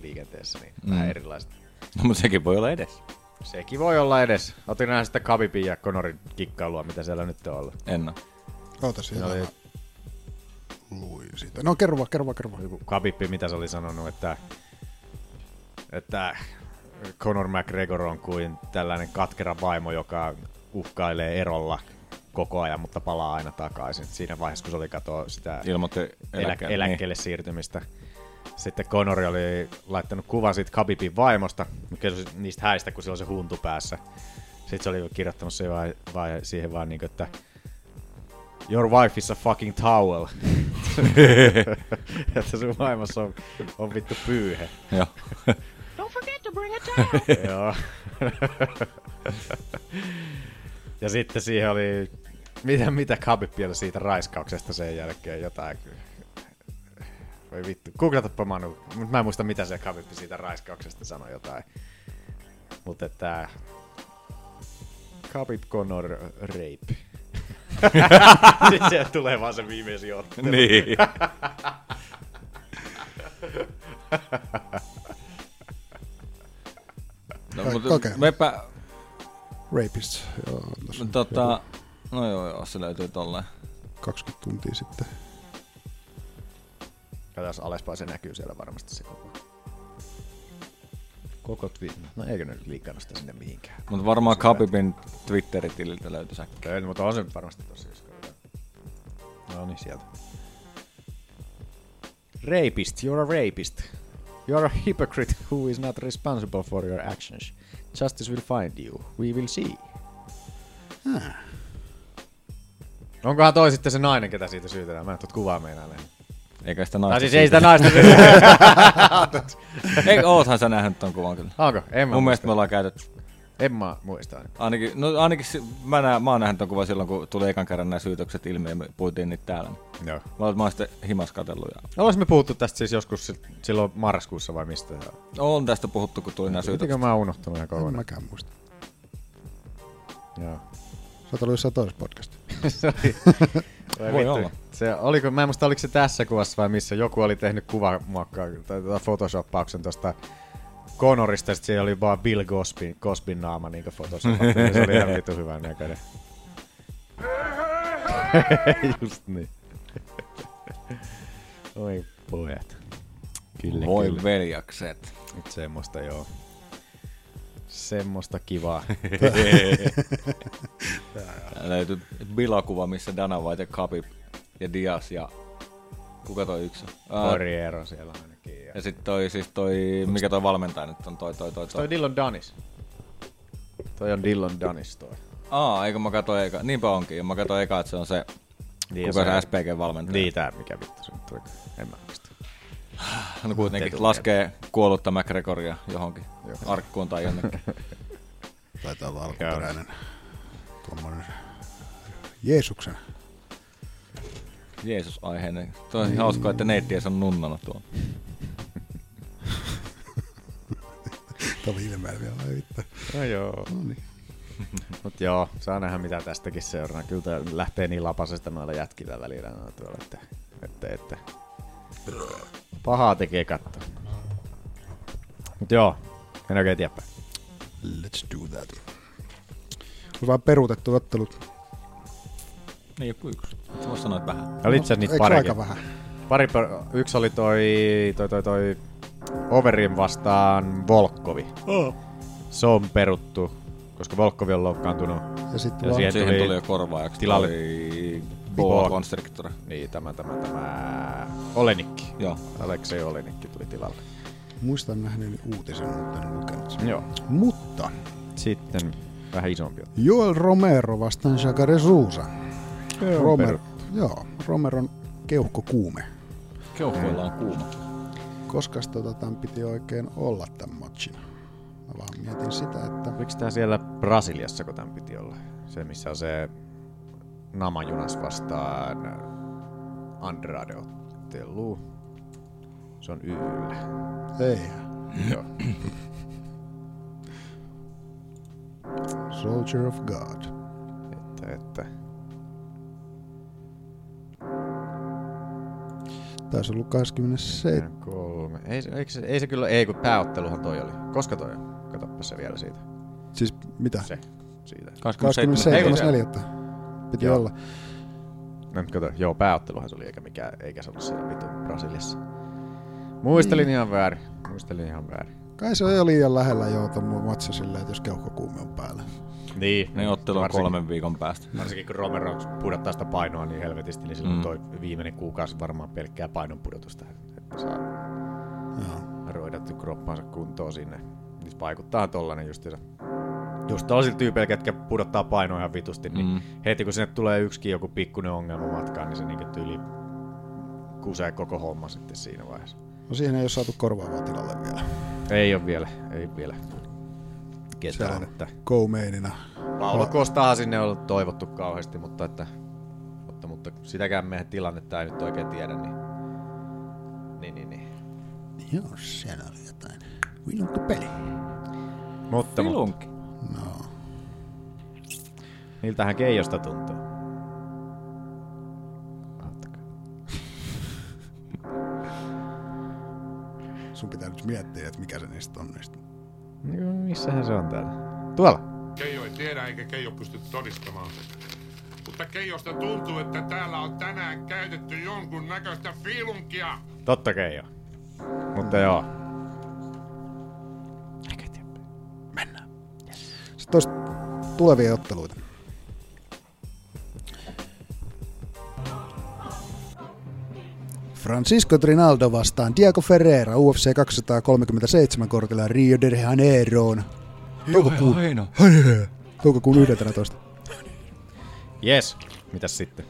liikenteessä, niin mm. vähän erilaiset. No, mutta sekin voi olla edes. Sekin voi olla edes. Otin näin sitä Khabibin ja Conorin kikkailua, mitä siellä nyt on ollut. En oo. Oota siellä. oli- Oli... Luin siitä. No kerro vaan, kerro vaan, kerro vaan. joku Khabib, mitä se oli sanonut, että, että Conor McGregor on kuin tällainen katkera vaimo, joka uhkailee erolla koko ajan, mutta palaa aina takaisin. Siinä vaiheessa, kun se oli katoa sitä Ilmoitti eläkkeelle, eläkkeelle. eläkkeelle niin. siirtymistä. Sitten Conor oli laittanut kuvan siitä Khabibin vaimosta, mikä oli niistä häistä, kun sillä on se huntu päässä. Sitten se oli kirjoittanut se vai, vai, siihen vaan niin kuin, että Your wife is a fucking towel. että sun vaimossa on, on vittu pyyhe. Niin. Joo. Don't forget to bring a towel. Joo. ja sitten siihen oli, mitä, mitä Khabib vielä siitä raiskauksesta sen jälkeen jotain. Voi vittu, googlatapa Manu, mutta mä en muista mitä se Khabib siitä raiskauksesta sanoi jotain. Mutta että Khabib Connor rape. sitten sieltä tulee vaan se viimeisiä ottelu. niin. No, mutta Kokeilu. mepä, Rapist. Joo, tossa on tota, no joo, joo, se löytyy tolleen. joku 20 tuntia sitten. Katsotaan alaspäin, se näkyy siellä varmasti se koko. Koko twi- No eikö ne liikannut sitä sinne mihinkään? Mutta varmaan Khabibin Twitter-tililtä löytyi säkki. Ei, niin, mutta on se nyt varmasti tosi jos No niin, sieltä. Rapist, you're a rapist. You're a hypocrite who is not responsible for your actions. Justice will find you. We will see. Onkohan toi sitten se nainen, ketä siitä syytetään? Mä en tuot kuvaa meinaa näin. Eikä sitä naista. Tai siis ei sitä naista syytetä. Ei, oothan sä nähnyt ton kuvan kyllä. Onko? En mä Mun mielestä muista. me ollaan käytetty. En mä muista. Ainakin, no ainakin se- mä, nä, mä oon nähnyt ton kuvan silloin, kun tuli ekan kerran nämä syytökset ilmi ja me puhuttiin niitä täällä. Joo. Mä oon, mä oon sitten himas katsellut. Ja... Olisimme puhuttu tästä siis joskus si- silloin marraskuussa vai mistä? On tästä puhuttu, kun tuli nämä Mitenkö syytökset. mä oon unohtanut ihan En kokonaan? mäkään muista. Joo. Sä oot ollut jossain toisessa podcastissa. se oli, Voi Voi vittu. olla. Se, oliko, mä en muista, oliko se tässä kuvassa vai missä. Joku oli tehnyt kuvamuokkaa tai tota photoshoppauksen tuosta Conorista, ja sit siellä oli vaan Bill Cosbyn, niinku Cosbyn naama niin photoshopattu. ja se oli ihan vittu hyvän näköinen. Just niin. Oi pojat. Kyllä, Voi kyllä. veljakset. Nyt semmoista joo. Semmoista kivaa. Täällä löytyy bilakuva, missä Dana White ja Kapi ja Dias ja... Kuka toi yksi on? Ää, Corriero siellä ainakin. Ja. Ja sitten toi, siis toi, mikä toi valmentaja nyt on, toi, toi, toi, toi. Toi Dillon Danis. Toi on Dillon Danis toi. Aa, eikö mä katso eka, niinpä onkin, ja mä katso eka, että se on se, Niin, kuka se SPG valmentaja. Niin, tää mikä vittu se nyt oli. En mä muista. Hän No, kuitenkin Etukäteen. laskee kuollutta McGregoria johonkin arkkuun tai jonnekin. Taitaa olla alkuperäinen tuommoinen Jeesuksen. Jeesus-aiheinen. Toi on hauskaa, että neittiä on nunnana tuo. Tämä oli ilmeellä vielä. ei vittu. niin. No joo. Mut joo, saa nähdä mitä tästäkin seuraa. Kyllä tää lähtee niin lapasesta noilla jätkillä välillä noilla tuolla, että, että, että. Pahaa tekee katto. Mut joo, en oikein tiedä. Let's do that. On vaan peruutettu ottelut. Niin, joku yksi. Sä vois sanoa, että vähän. Oli itse niitä Eikö parikin. aika vähän? Pari, per- yksi oli toi, toi, toi, toi Overin vastaan Volkovi. Oh. Se on peruttu, koska Volkovi on loukkaantunut. Ja sitten Ja vaan siihen Siihen tuli, tuli jo korvaajaksi. tilalle- Tuli Boa Boa. Constrictor. Niin, tämä, tämä, tämä Olenikki. Joo. Aleksei Olenikki tuli tilalle. muistan nähneeni uutisen, mutta en lukenut sen. Joo. Mutta Sitten vähän isompi. juttu. Joel Romero vastaan Jacare Sousa. Romero, peruttu. joo, Romeron keuhkokuume. Keuhkoilla on kuuma. Koska tota, tämän piti oikein olla tämän matchin? Mä vaan mietin sitä, että Oliko tää siellä Brasiliassa, kun tämän piti olla? Se, missä on se Namajunas vastaan Andrade ottelu. Se on yllä. ei. Joo. Soldier of God. Että, että. Taisi ollut 27. Kolme. Ei, se- eikö se, ei se kyllä, ei kun pääotteluhan toi oli. Koska toi on? Katoppa se vielä siitä. Siis mitä? Se. Siitä. 27.4. Piti Joo. olla. No, nyt kato, joo, pääotteluhan se oli, eikä, mikä, eikä se ollut siellä vitu Brasiliassa. Muistelin mm. ihan väärin. Muistelin ihan väärin. Kai se on jo liian lähellä joo tuon matcha silleen, että jos keuhkokuume on päällä. Niin. Ne ottelu on kolmen viikon päästä. Varsinkin kun Romero pudottaa sitä painoa niin helvetisti, niin silloin Mm. mm. toi viimeinen kuukausi varmaan pelkkää painon pudotusta, että saa Joo. roidattu kroppansa kuntoon sinne. Niin vaikuttaa tollanen justiinsa. Just tollasil tyypeillä, ketkä pudottaa painoa ihan vitusti, niin Mm. mm. heti kun sinne tulee yksikin joku pikkuinen ongelma matkaan, niin se niinku tyyli kusee koko homma sitten siinä vaiheessa. No siihen ei ole saatu korvaavaa tilalle vielä. Ei ole vielä, ei vielä. Ketään, että... Koumeinina. Paulo Kostahan sinne on ollut toivottu kauheasti, mutta, että, mutta, mutta sitäkään meidän tilannetta ei nyt oikein tiedä, niin, niin, niin, niin. Joo, siellä oli jotain. Vilunko peli. Mutta, mutta Vilunki. miltähän Keijosta tuntuu? Sun pitää nyt miettiä, että mikä se niistä on niistä. No, missähän se on täällä? Tuolla. Keijo ei tiedä eikä Keijo pysty todistamaan. Mutta Keijosta tuntuu, että täällä on tänään käytetty jonkun näköistä filunkia. Totta kai joo. Mutta joo. Sitten olisi tulevia otteluita. Francisco Trinaldo vastaan Diego Ferreira UFC 237 kortilla Rio de Janeiroon Joo, aina. toukokuun 11. Yes. Mitäs sitten?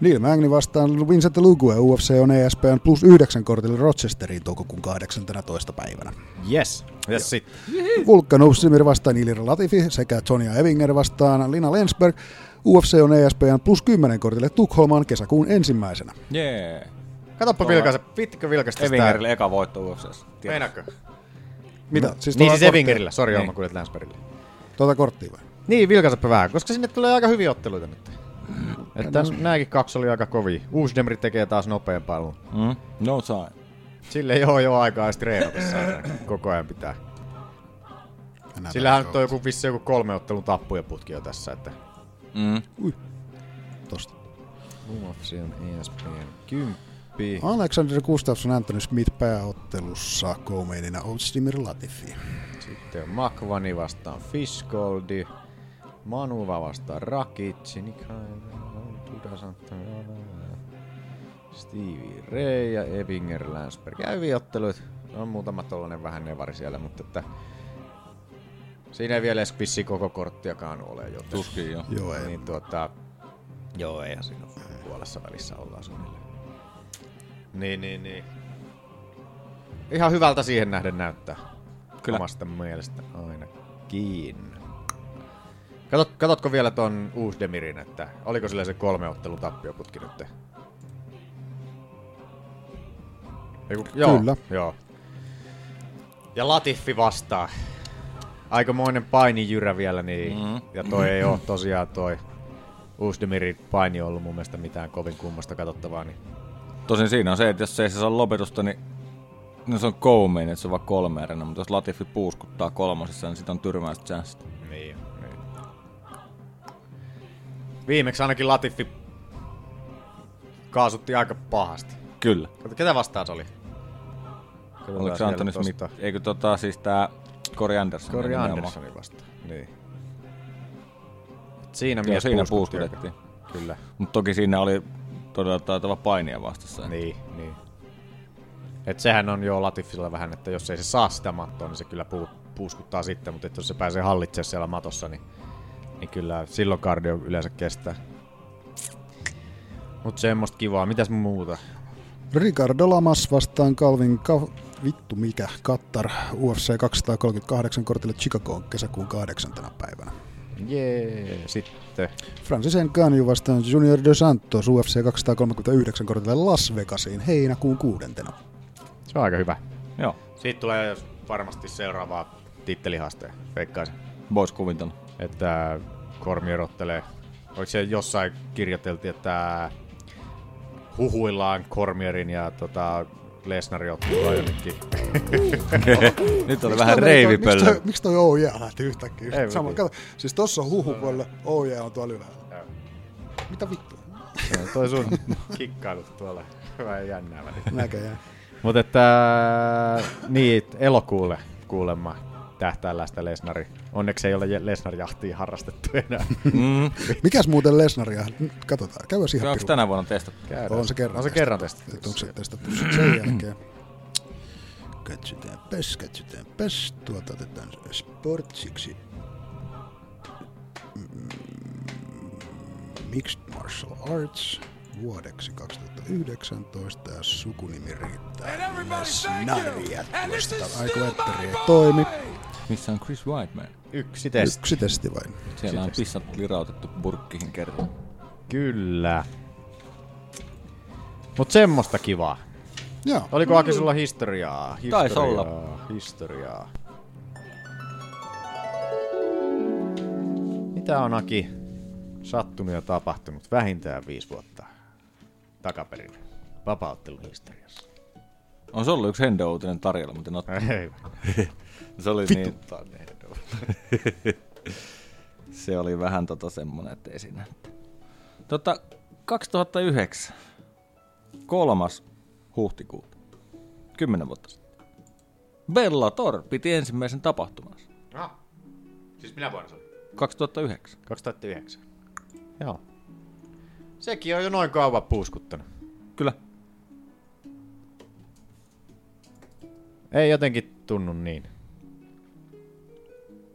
Neil Magni vastaan Vincent Lugue UFC on E ESPN plus 9 kortilla Rochesteriin toukokuun 18. päivänä. Yes. Mitäs sitten? Vulkan Usimir vastaan Ilir Latifi sekä Tonia Evinger vastaan Lina Lensberg. UFC on E ESPN plus 10 kortille Tukholmaan kesäkuun ensimmäisenä. Jee. Katoppa vilkaista, vittikö vilkaista Evingerille eka voitto UFCs. Meinaatko? Mitä? Siis Niin tuota siis korttia- Evingerillä, sori Niin. niin. mä kuulet Länsbergille. Tuota korttia vai? Niin, vilkaisepä vähän, koska sinne tulee aika hyviä otteluita nyt. Että nääkin kaksi oli aika kovia. Uusdemri tekee taas nopean paluun. Mm? No sign. Sille ei oo jo aikaa edes treenata saatana. Koko ajan pitää. Sillähän nyt on joku, vissi joku kolme ottelun tappuja putki jo tässä, että Mm. Tosta. UFC on ESPN 10. Alexander Gustafsson Anthony Smith pääottelussa koomeenina Ozdemir Latifi. Sitten on Makvani vastaan Fiskoldi. Manuva vastaan Rakic. Nikhail. Stevie Ray ja Evinger Länsberg. Ja hyviä otteluita. On No, muutama tollanen vähän nevari siellä, mutta että siinä ei vielä edes vissi koko korttiakaan ole. Joten, Tuskin joo. Joo, ei. Niin tuota, joo, eihän siinä ole. puolessa välissä ollaan suunnilleen. Niin, niin, niin. Ihan hyvältä siihen nähden näyttää. Kyllä. Omasta mielestä ainakin. Katot, katotko vielä ton Uusdemirin, että oliko sillä se kolme ottelun tappioputki nyt? Eiku, joo, Kyllä. Joo. Ja Latifi vastaa. Aikamoinen painijyrä vielä, niin. Mm. Ja toi ei oo tosiaan toi Uusdemirin paini ollut mun mielestä mitään kovin kummasta katsottavaa, niin Tosin siinä on se, että jos ei se saa lopetusta, niin no se on koumein, että se on vaan kolme eränä, mutta jos Latifi puuskuttaa kolmosessa, niin sit on tyrmäistä chanssit. Niin, niin. Viimeksi ainakin Latifi kaasutti aika pahasti. Kyllä. Kato, Ketä vastaan se oli? Katsotaan Oliko se siellä Anthony tosta. Smith? Eikö tota siis tää Corey Anderson? Corey nimenomaan. Andersoni vastaan. Niin. Siinä Joo, mies siinä puuskutti aika- puuskutettiin. Kyllä. Mutta toki siinä oli todella taitava painia vastassa. Niin, niin. Et sehän on jo Latifilla vähän, että jos ei se saa sitä mattoa, niin se kyllä puu, puuskuttaa sitten, mutta jos se pääsee hallitsemaan siellä matossa, niin, niin kyllä silloin kardio yleensä kestää. Mut semmoista kivaa. Mitäs muuta? Ricardo Lamas vastaan Calvin Ka- vittu mikä, Kattar UFC 238 kortille Chicagoon kesäkuun kahdeksantena päivänä. Jee, sitten. Francis Ngannou vastaan Junior Dos Santos UFC 239 kortille Las Vegasiin heinäkuun kuudentena. Se on aika hyvä. Joo, Siitä tulee varmasti seuraavaa tittelihaasteen, veikkaisin. vois kuvintana. Että Kormi erottelee. Oliko se jossain kirjoiteltiin, että huhuillaan Kormierin ja tota Lesnarin ottelua jonnekin. Nyt oli Miksi toi vähän veikkaa- Miksi reivipöllö. toi, miksi toi oh yeah lähti yhtäkkiä? Ei mä Sama, tiedä. kato, siis tossa on huhupöllö, oh yeah on tuolla ylhäällä. Mitä vittu? Se on toi sun kikkailut tuolla. Vähän jännää välillä. Näköjään. Mutta että niin, elokuulle kuulemma tähtää sitä Lesnari. Onneksi ei ole je- Lesnar-jahtia harrastettu enää. Mikäs muuten Lesnaria? Katsotaan, käydään Se ihan onko tänä vuonna testattu? Käydään. On se kerran On se testattu. kerran testattu. Että onko se testattu sit sen jälkeen? Katsotaan päs, katsotaan päs. Tuolta otetaan sportsiksi. Mm, Mixed Martial Arts vuodeksi 2019 ja sukunimi And riittää everybody thank you. Snaria And this is tuosta. Aiku still letteri ei my toimi. boy. Missä on Chris Whiteman? Yksi testi. Yksi testi vain. Siellä on pissat lirautettu burkkiin kerran. Kyllä. Mut semmoista kivaa. Joo. Oliko Aki sulla historiaa? historiaa Taisi olla. Historiaa. Mitä on Aki sattunut ja tapahtunut vähintään viisi vuotta takaperin vapauttelun historiassa? On se ollut yksi Hendo-uutinen tarjolla, mutta en ottanut. Ei. Se oli niin, se oli vähän tota semmonen, että ei siinä. Tota, 2009, kolmas huhtikuuta, kymmenen vuotta sitten. Bellator piti ensimmäisen tapahtumansa, No. Siis minä vuonna se oli? 2009. 2009. Joo. Sekin on jo noin kauan puuskuttanut. Kyllä, Ei jotenkin tunnu niin.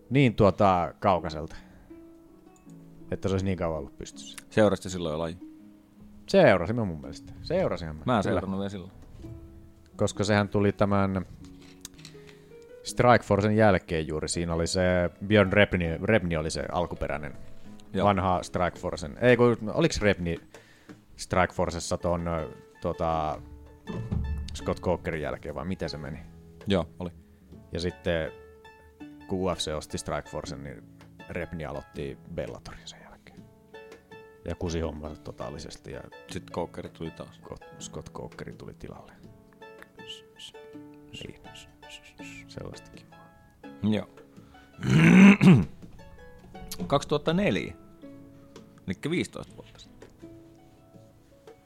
Niin tuota kaukaiselta. Että se olisi niin kauan ollut pystyssä. seurasti silloin jo laji. Seurasimme mun mielestä. Seurasimme. Mä en seurannut vielä silloin. Koska sehän tuli tämän Strike Forcen jälkeen juuri. Siinä oli se Björn Repni, Repni oli se alkuperäinen Joo. Joo. vanha Strike Forcen. Ei kun, oliks Repni Strike Forcessa ton ö, tota, Scott Cokerin jälkeen vai miten se meni? Joo, oli. Ja sitten kun UFC osti Strikeforcen, niin Repni aloitti Bellatorin sen jälkeen. Ja kusi hommansa totaalisesti ja Sitten Koukkeri tuli taas. Scott, Scott Cokerin tuli tilalle. Niin. Sellaistakin. Joo. 2004, eli 15 vuotta sitten.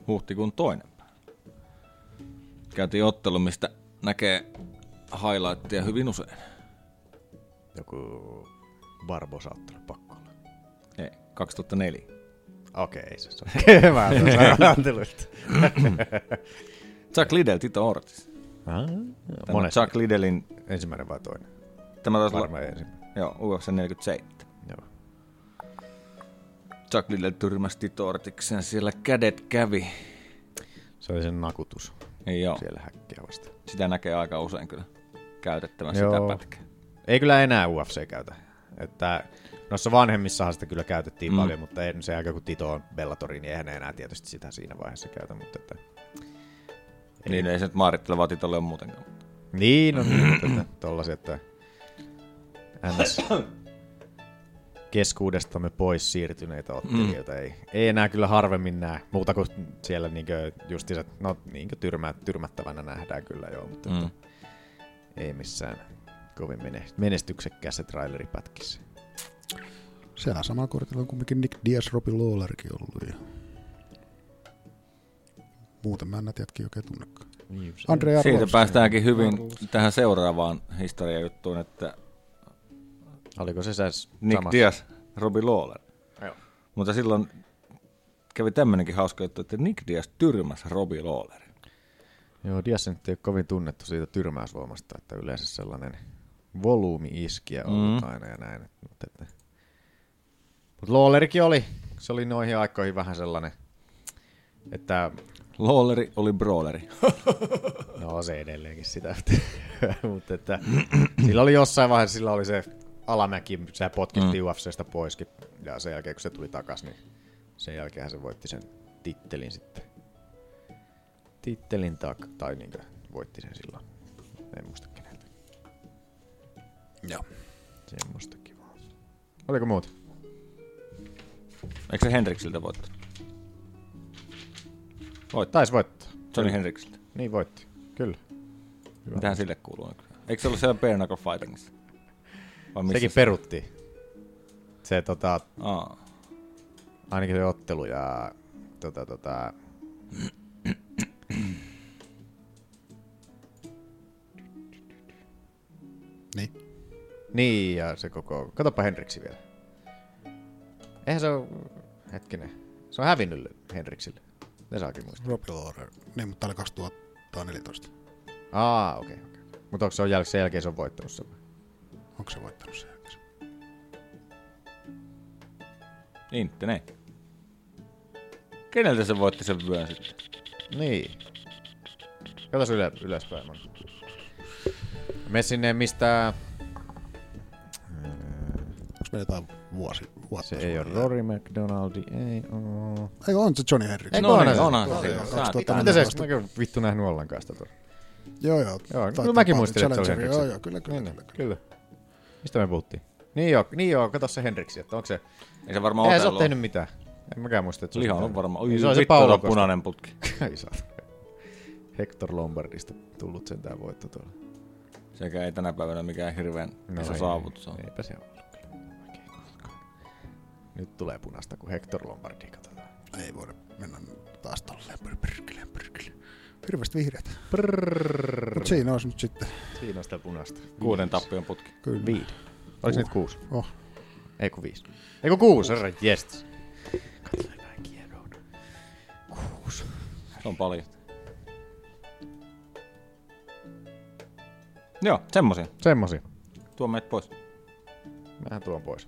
huhtikuun toinen päivä. Käytiin ottelu, mistä näkee highlightia hyvin usein. Joku Barbosa ottelu pakko olla. Ei, 2004. Okei, ei se ole. Mä en saa antelusta. Chuck Liddell, Tito Ortiz. Tämä Monesti. Chuck Liddellin, Ensimmäinen vai toinen? tämä taisi olla, Varmaan ensimmäinen. joo, UFC 47. Joo. Chuck Liddell tyrmäsi Tito Ortizin, siellä kädet kävi. Se oli sen nakutus Joo, siellä häkkiä vasta. sitä näkee aika usein kyllä käytettävän sitä Joo. pätkää. Ei kyllä enää UFC käytä. Että noissa vanhemmissahan sitä kyllä käytettiin Mm. mm. paljon, mutta ei, se aika kun Tito on Bellatori, niin eihän ne enää tietysti sitä siinä vaiheessa käytä. Mutta että... Ei. Niin ei se nyt maarittelevaa Titolle ole muutenkaan. Niin on, mutta että tollasia, että ns. keskuudestamme pois siirtyneitä ottelijoita. Mm. Ei, ei enää kyllä harvemmin näe, muuta kuin siellä niinkö justiinsa, no niinkö tyrmä, tyrmättävänä nähdään kyllä joo, mutta mm. Mm. ei missään kovin mene, menestyksekkäässä traileripätkissä. Sehän sama kortilla on kumminkin Nick Diaz, Robbie Lawlerkin ollut. Ja... Muuten mä en näitä jätkiä oikein tunnekaan. Andrea Siitä Arlovski. päästäänkin hyvin tähän seuraavaan historiajuttuun, että Oliko se säs Nick samassa? Diaz, Robbie Lawler. Joo. Mutta silloin kävi tämmöinenkin hauska juttu, että Nick Diaz tyrmäsi Robbie Lawlerin. Joo, Diaz nyt ei ole kovin tunnettu siitä tyrmäysvoimasta, että yleensä sellainen volyymi-iskiä on ollut Mm. mm. aina ja näin. Mutta että... Mut Lawlerikin oli, se oli noihin aikoihin vähän sellainen, että Lawleri oli brawleri. no se edelleenkin sitä, mutta että sillä oli jossain vaiheessa, sillä oli se alamäki, se potkittiin mm. UFCstä poiskin ja sen jälkeen kun se tuli takas, niin sen jälkeen se voitti sen tittelin sitten. Tittelin tak, tai niinkö voitti sen silloin. En muista keneltä. Joo. Semmoista kivaa. Oliko muuta? Eikö se Henriksiltä voittanut? Taisi voittaa. Se oli Henriksiltä. Niin voitti, kyllä. Mitähän sille kuuluu? nykyään? Eikö se ollut siellä Bare Knuckle Fightingissa? Vai missä Sekin se- peruttiin. Se tota, Aa, ainakin se ottelu ja tota, tota, Niin. niin ja se koko, katsopa Henriksi vielä. Eihän se ole, hetkinen, se on hävinnyt Henriksille. Ne saakin muistaa. Robbie Lawler. Niin, mutta tämä oli 2014. Aa, okei. Okay, okay. Mutta onko se on jäl- sen jälkeen se on voittanut sen? Onko se voittanut sen jälkeen? Intinen. niin, Keneltä se voitti sen vyön sitten? Niin. Katas ylö, ylöspäin. Manu. Me sinne mistä... Onko meillä jotain vuosi, vuotta? Se ei ole Rory McDonaldi, ei oo. Eikö on se Johnny Henrik? Ei, No onhan niin, se. onhan Joo, se. joo, Saat- 2000. Mitä se? Mä en vittu nähnyt ollenkaan sitä tuolla. Joo, joo. Joo, Taitaa kyllä mäkin olla muistelin, että se oli Challenger. Joo, Henriksen. joo, kyllä, kyllä. Niin, kyllä, kyllä. kyllä. Mistä me puhuttiin? Niin joo, niin joo kato se Henriksi, että onko se... Ei se varmaan Eihän se ole otellut. tehnyt mitään. En mäkään muista, että se olisi Liha on mitään. varmaan. Niin, Oi, se on se vittu, tuolla Paulo on punainen putki. Ei saa. Hector Lombardista tullut sentään voitto tuolla. Sekä ei tänä päivänä mikään hirveän no iso ei, saavutus on. Eipä se ollut kyllä. Oikein koskaan. Nyt tulee punasta, kun Hector Lombardi katsotaan. Ei voida mennä taas tolleen. Pyr- Pyrkille, pyrkille. Hirveästi vihreät. Prrrr. Mut siinä olisi nyt sitten. Siinä on sitä punasta. Kuuden tappion putki. Kyllä. Viiden. Oliko nyt kuusi? Oh. Ei kun viisi. Ei kun kuusi, herra jest. Katsotaan näin kieroon. Kuusi. Se on paljon. Joo, semmosia. Semmosia. Tuo meidät pois. Mähän tuon pois.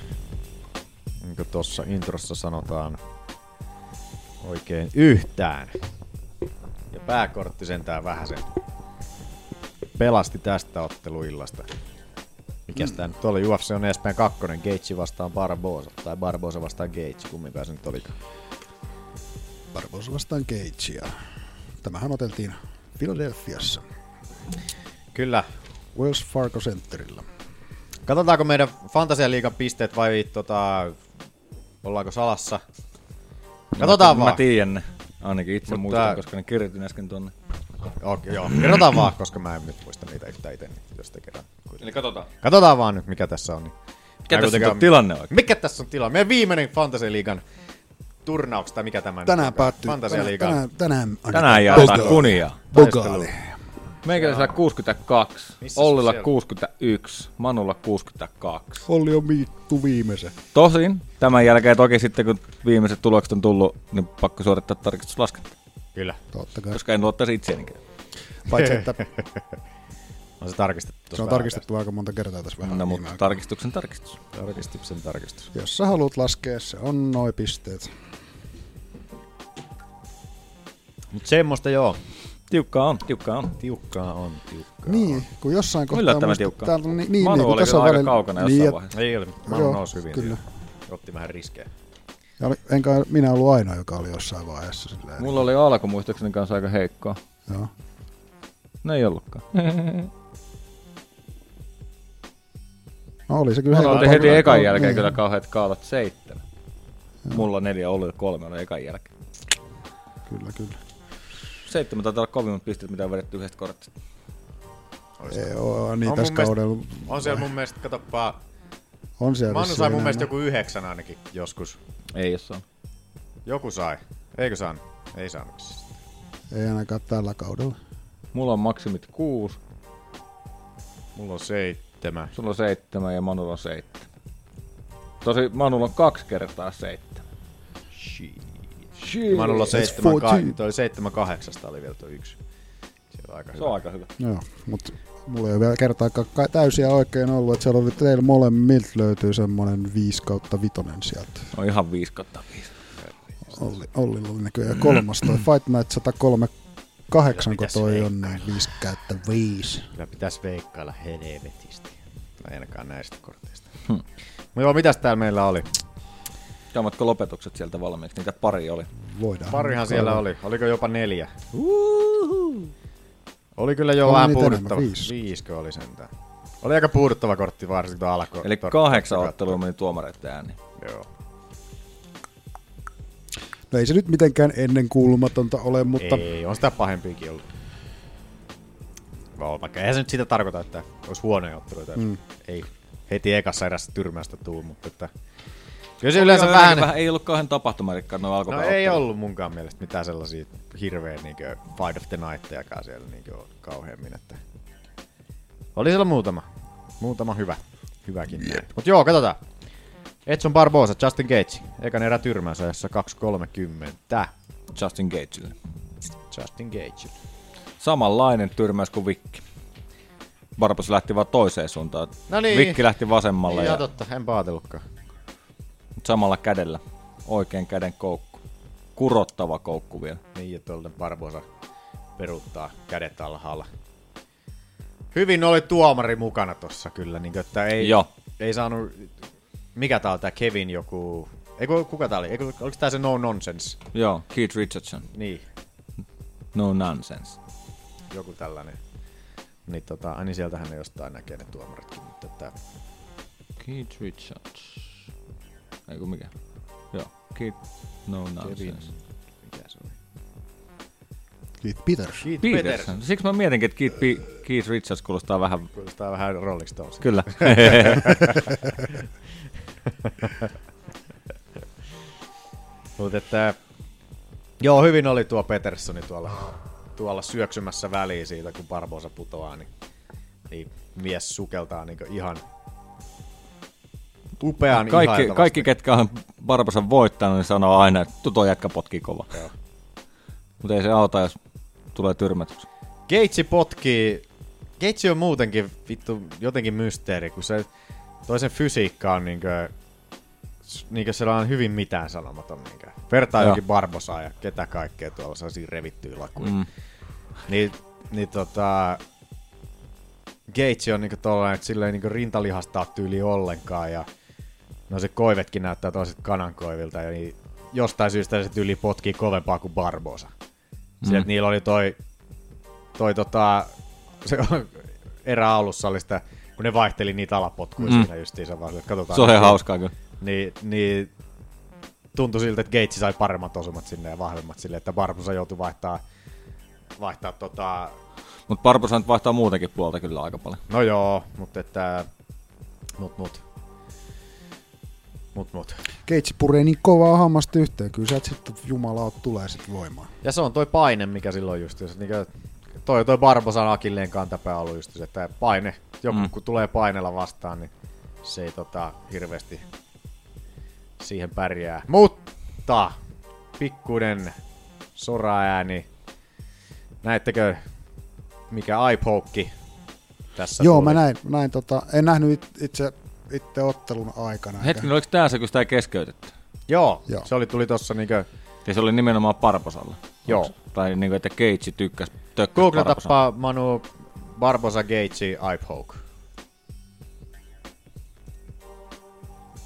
Niin kuin tuossa introssa sanotaan oikein yhtään. Ja pääkortti sentään vähän sen pelasti tästä otteluillasta. Mikäs mm. tää nyt oli? UFC on Espanjan kakkonen, Gage vastaan Barbosa. Tai Barbosa vastaan Gage, kumminkaan se nyt olikaan. Barbosa vastaan Cagea. Tämähän oteltiin Philadelphiassa, Kyllä. Wells Fargo Centerillä. Katsotaanko meidän Fantasialiigan pisteet vai tota, ollaanko salassa? Katsotaan mä, vaan. Mä tiedän ne. Ainakin itse Mutta- Mutta... muistan, koska ne kirjoitin äsken tuonne. Okei, joo. Kerrotaan vaan, koska mä en nyt muista niitä yhtään itse, niin jos te kerran. Eli katsotaan. Katsotaan vaan nyt, mikä tässä on. Niin. Mikä Mä tässä kuitenkaan- on tilanne oikein? Mikä tässä on tilanne? Meidän viimeinen Fantasialiigan turnaus, tai mikä tämä Tänään nyt onkaan? päättyy. Fantasialiigan. Tänään, tänään, Tänään jaetaan Bogaali. kunia. Bogaali. Meikäläisellä 62, Missä se Ollilla siellä? 61, Manulla 62. Olli on miittu viimeisen. Tosin tämän jälkeen toki sitten kun viimeiset tulokset on tullut, niin pakko suorittaa tarkistuslaskenta, Kyllä. Totta kai. koska en luottaisi itseänikään. Paitsi, että On se tarkistettu. se on vähän tarkistettu aika monta kertaa tässä vähän No, viime mutta aikoina. tarkistuksen tarkistus. tässä. Tarkistuksen tarkistus. Jos sä haluat laskea, se on noi pisteet. Mut semmoista joo. Tiukkaa on, tiukkaa on. Tiukkaa on, tiukkaa Niin, kun jossain kohtaa... Yllättävän musta- tiukkaa. Täällä on niin, niin, Manu niin, kun oli tässä kyllä on aika välillä- kaukana niin, jossain ja- vaiheessa. Ei ole. Mä Joo, oon nousi hyvin. kyllä. Niin, siinä. Otti vähän riskejä. Ja enkä minä ollut aina, joka oli jossain vaiheessa. Silleen. Mulla oli alku muistaakseni kanssa aika heikkoa. Joo. No ei ollutkaan. No oli se kyllä Mä helppo. otin heti ekan Niin. jälkeen kyllä kauheat kaalat seitsemän. Mulla neljä, Ollilla kolme oli ekan jälkeen. Kyllä, kyllä. Seitsemän taitaa olla kovimmat pisteet, mitä on vedetty yhdestä kortista. Ei oo, niin On tässä No, mun mielestä- kaudella On siellä mun mielestä, katoppa, on siellä Manu sai vissiin mun mielestä enemmän. joku yhdeksän ainakin joskus. Ei jos on. Joku sai. Eikö saanut? Ei saanut. siis. Ei ainakaan tällä kaudella. Mulla on maksimit kuusi, Mulla on seitsemän. sulla on seitsemän ja Manulla on seitsemän. Tosi Manulla on kaksi kertaa seitsemän. Shit. Manulla on It's seitsemän, ka- 14. toi seitsemän kahdeksasta oli vielä toi yksi. Se on aika Se on hyvä. aika hyvä. No Joo, mutta mulla ei ole vielä kertaakaan ka- täysiä oikein ollut, että siellä oli teillä molemmilta löytyy semmoinen 5 kautta vitonen sieltä. On ihan 5 kautta 5. Olli, Ollilla oli näköjään kolmas toi Fight Night 138, kun Pitäis toi on niin 5 käyttä 5. Kyllä pitäis veikkailla helvetisti. Tai ainakaan näistä korteista. Hm. Hmm. No joo, mitäs täällä meillä oli? Saamatko lopetukset sieltä valmiiksi? Niitä pari oli. Voidaan. Parihan siellä oli. Oliko jopa neljä? Oli kyllä Oli jo vähän niitä puuduttava. enemmän, viisi. Viisikö oli sentään. Oli aika puuduttava kortti varsinkin tuo alkoi. Eli kahdeksan ottelua meni tuomareiden ääni. Joo. No ei se nyt mitenkään ennen kuulumatonta ole, mutta ei. Ei, on sitä pahempiakin ollut. Vaan vaikka eihän se nyt sitä tarkoita, että olisi huonoja otteluita. Mm. Ei heti ekassa erässä tyrmästä tuu, mutta että... Kyllä se yleensä Oli ainakin vähän... vähän... Ei ollut kauhean tapahtumarikkaan noin No alkupäivät. ei ollut munkaan mielestä mitään sellaisia hirveä niinkö Fight of the Night-jakaan siellä niinkö kauheammin, että... Oli siellä muutama. Muutama hyvä. Hyväkin. Yep. Mut joo, katsotaan. Edson Barbosa, Justin Gage. Ekan erä tyrmäys ajassa 2.30. Justin Gageille. Justin Gage. Samanlainen tyrmäys kuin Vikki. Barbos lähti vaan toiseen suuntaan. No niin. Vikki lähti vasemmalle Joo, ja totta. En paatelutkaan. samalla kädellä. Oikean käden koukku. Kurottava koukku vielä. Niin, ja tuolta Barbosa peruuttaa kädet alhaalla. Hyvin oli tuomari mukana tossa kyllä, niin että ei, Joo. ei saanut... Mikä tää on tää Kevin joku... Eikö, kuka tää oli? Eikö, oliko tää se no nonsense? Joo, Keith Richardson. Niin, No nonsense. joku tällainen. Niin tota, aina sieltähän ne jostain näkee ne tuomaritkin, mutta että... Keith Richards. Ei kun mikä? Joo, Keith... No nonsense. Mikä se oli? Keith Peters. Keith Peterson. Peterson. Siksi mä mietinkin, että Keith, Pe- Keith Richards kuulostaa vähän... Kuulostaa vähän Rolling Stones. Kyllä. Mutta että... Joo, hyvin oli tuo Peterssoni tuolla, tuolla syöksymässä väliin siitä, kun Barbosa putoaa, niin, niin mies sukeltaa niin ihan upean kaikki, ihailtavasti. kaikki, ketkä on Barbosan voittanut, niin sanoo aina, että tuto jätkä potki kova. Mutta ei se auta, jos tulee tyrmätyksi. Gaitsi potkii. Gaitsi on muutenkin vittu jotenkin mysteeri, kun se toisen fysiikka on niinkö, niinkö sellainen hyvin mitään sanomaton. Niinkö. Vertaa Joo. jokin Barbosaa ja ketä kaikkea tuolla sellaisia revittyjä lakuja. Mm. Niin, niin tota, Gage on niinku tollanen, että sillä ei niinku rintalihastaa tyyli ollenkaan ja no se koivetkin näyttää toiset kanankoivilta ja niin jostain syystä se tyyli potkii kovempaa kuin Barbosa. Mm. Mm. Sieltä niillä oli toi, toi tota, se on erä alussa oli sitä, kun ne vaihteli niitä alapotkuja mm. Mm. siinä justiinsa vaan, sille, että katsotaan. Se on ihan Niin- hauskaa kyllä. Niin, niin tuntui siltä, että Gates sai paremmat osumat sinne ja vahvemmat sille, että Barbosa joutui vaihtaa, vaihtaa tota, Mutta Barbosa nyt vaihtaa muutenkin puolta kyllä aika paljon. No joo, mutta että... Mut, mut. Mut, mut. Keitsi puree niin kovaa hammasta yhteen, kyllä sieltä sitten jumalaut tulee sitten voimaan. Ja se on toi paine, mikä silloin just, jos niinku, toi, toi Barbosan akilleen kantapää ollut just, että paine, joku mm. Mm. kun tulee painella vastaan, niin se ei tota, hirveästi siihen pärjää. Mutta pikkuinen soraääni. Näettekö, mikä iPoke tässä Joo, tuli? mä näin, näin tota, en nähnyt it- itse, itse ottelun aikana. eikä- no. Hetken, oliko tää se, kun sitä ei keskeytetty? Joo, Joo. se oli, tuli tossa niinku niinkö... Ja se oli nimenomaan Parposalla. Joo. Onks- Tai niinku, että Cage tykkäs tökkäs Google Barbosan. tappaa Manu Barbosa Gage Ipoke.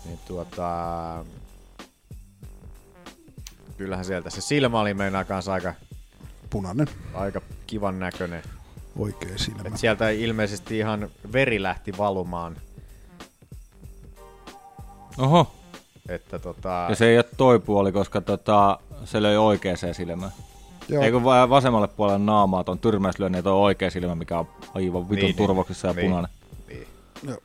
Niin tuota... Kyllähän sieltä se silmä oli meinaa kanssa aika, Punainen, aika kivan näköinen. oikea silmä. Et sieltä ilmeisesti ihan veri lähti valumaan. Oho. Että tota... Ja se ei ole toi puoli, koska tota, se löi oikeaan silmään. Joo. Joo. Ei kun va- vasemmalle puolelle naamaa ton tyrmäyslyönnin ja toi oikea silmä, mikä on aivan vitun Niin, niin, turvoksissa ja niin. niin. punainen. Niin. Joo.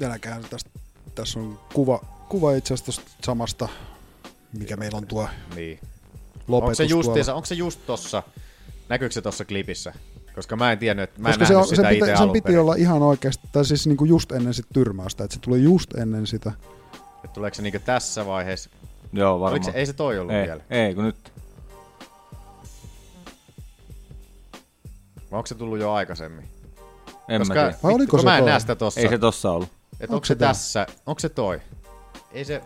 Jälkeen tästä, tässä on kuva, kuva itse asiassa tosta samasta, mikä meillä on tuo Niin. Onko lopetus se, tuolla. justiinsa, onko se just tossa? Näkyykö se tossa klipissä? Koska mä en tiennyt, että mä en Koska Koska se, nähnyt se, sitä itse on, se piti, sen alun piti perin. olla ihan oikeasti, tai siis niinku just ennen sitä tyrmäystä, että se tuli just ennen sitä. Et Tuleeko se niinku tässä vaiheessa? Joo, varmaan. Oliko se, ei se toi ollut ei, vielä. Ei, kun nyt. Vai onko se tullut jo aikaisemmin? En Koska- Koska... mä tiedä. Vai Vittu, oliko kun se mä en toi? näe sitä tossa. Ei se tossa ollut. Et onko se tää? tässä? Onko se toi? Ei se...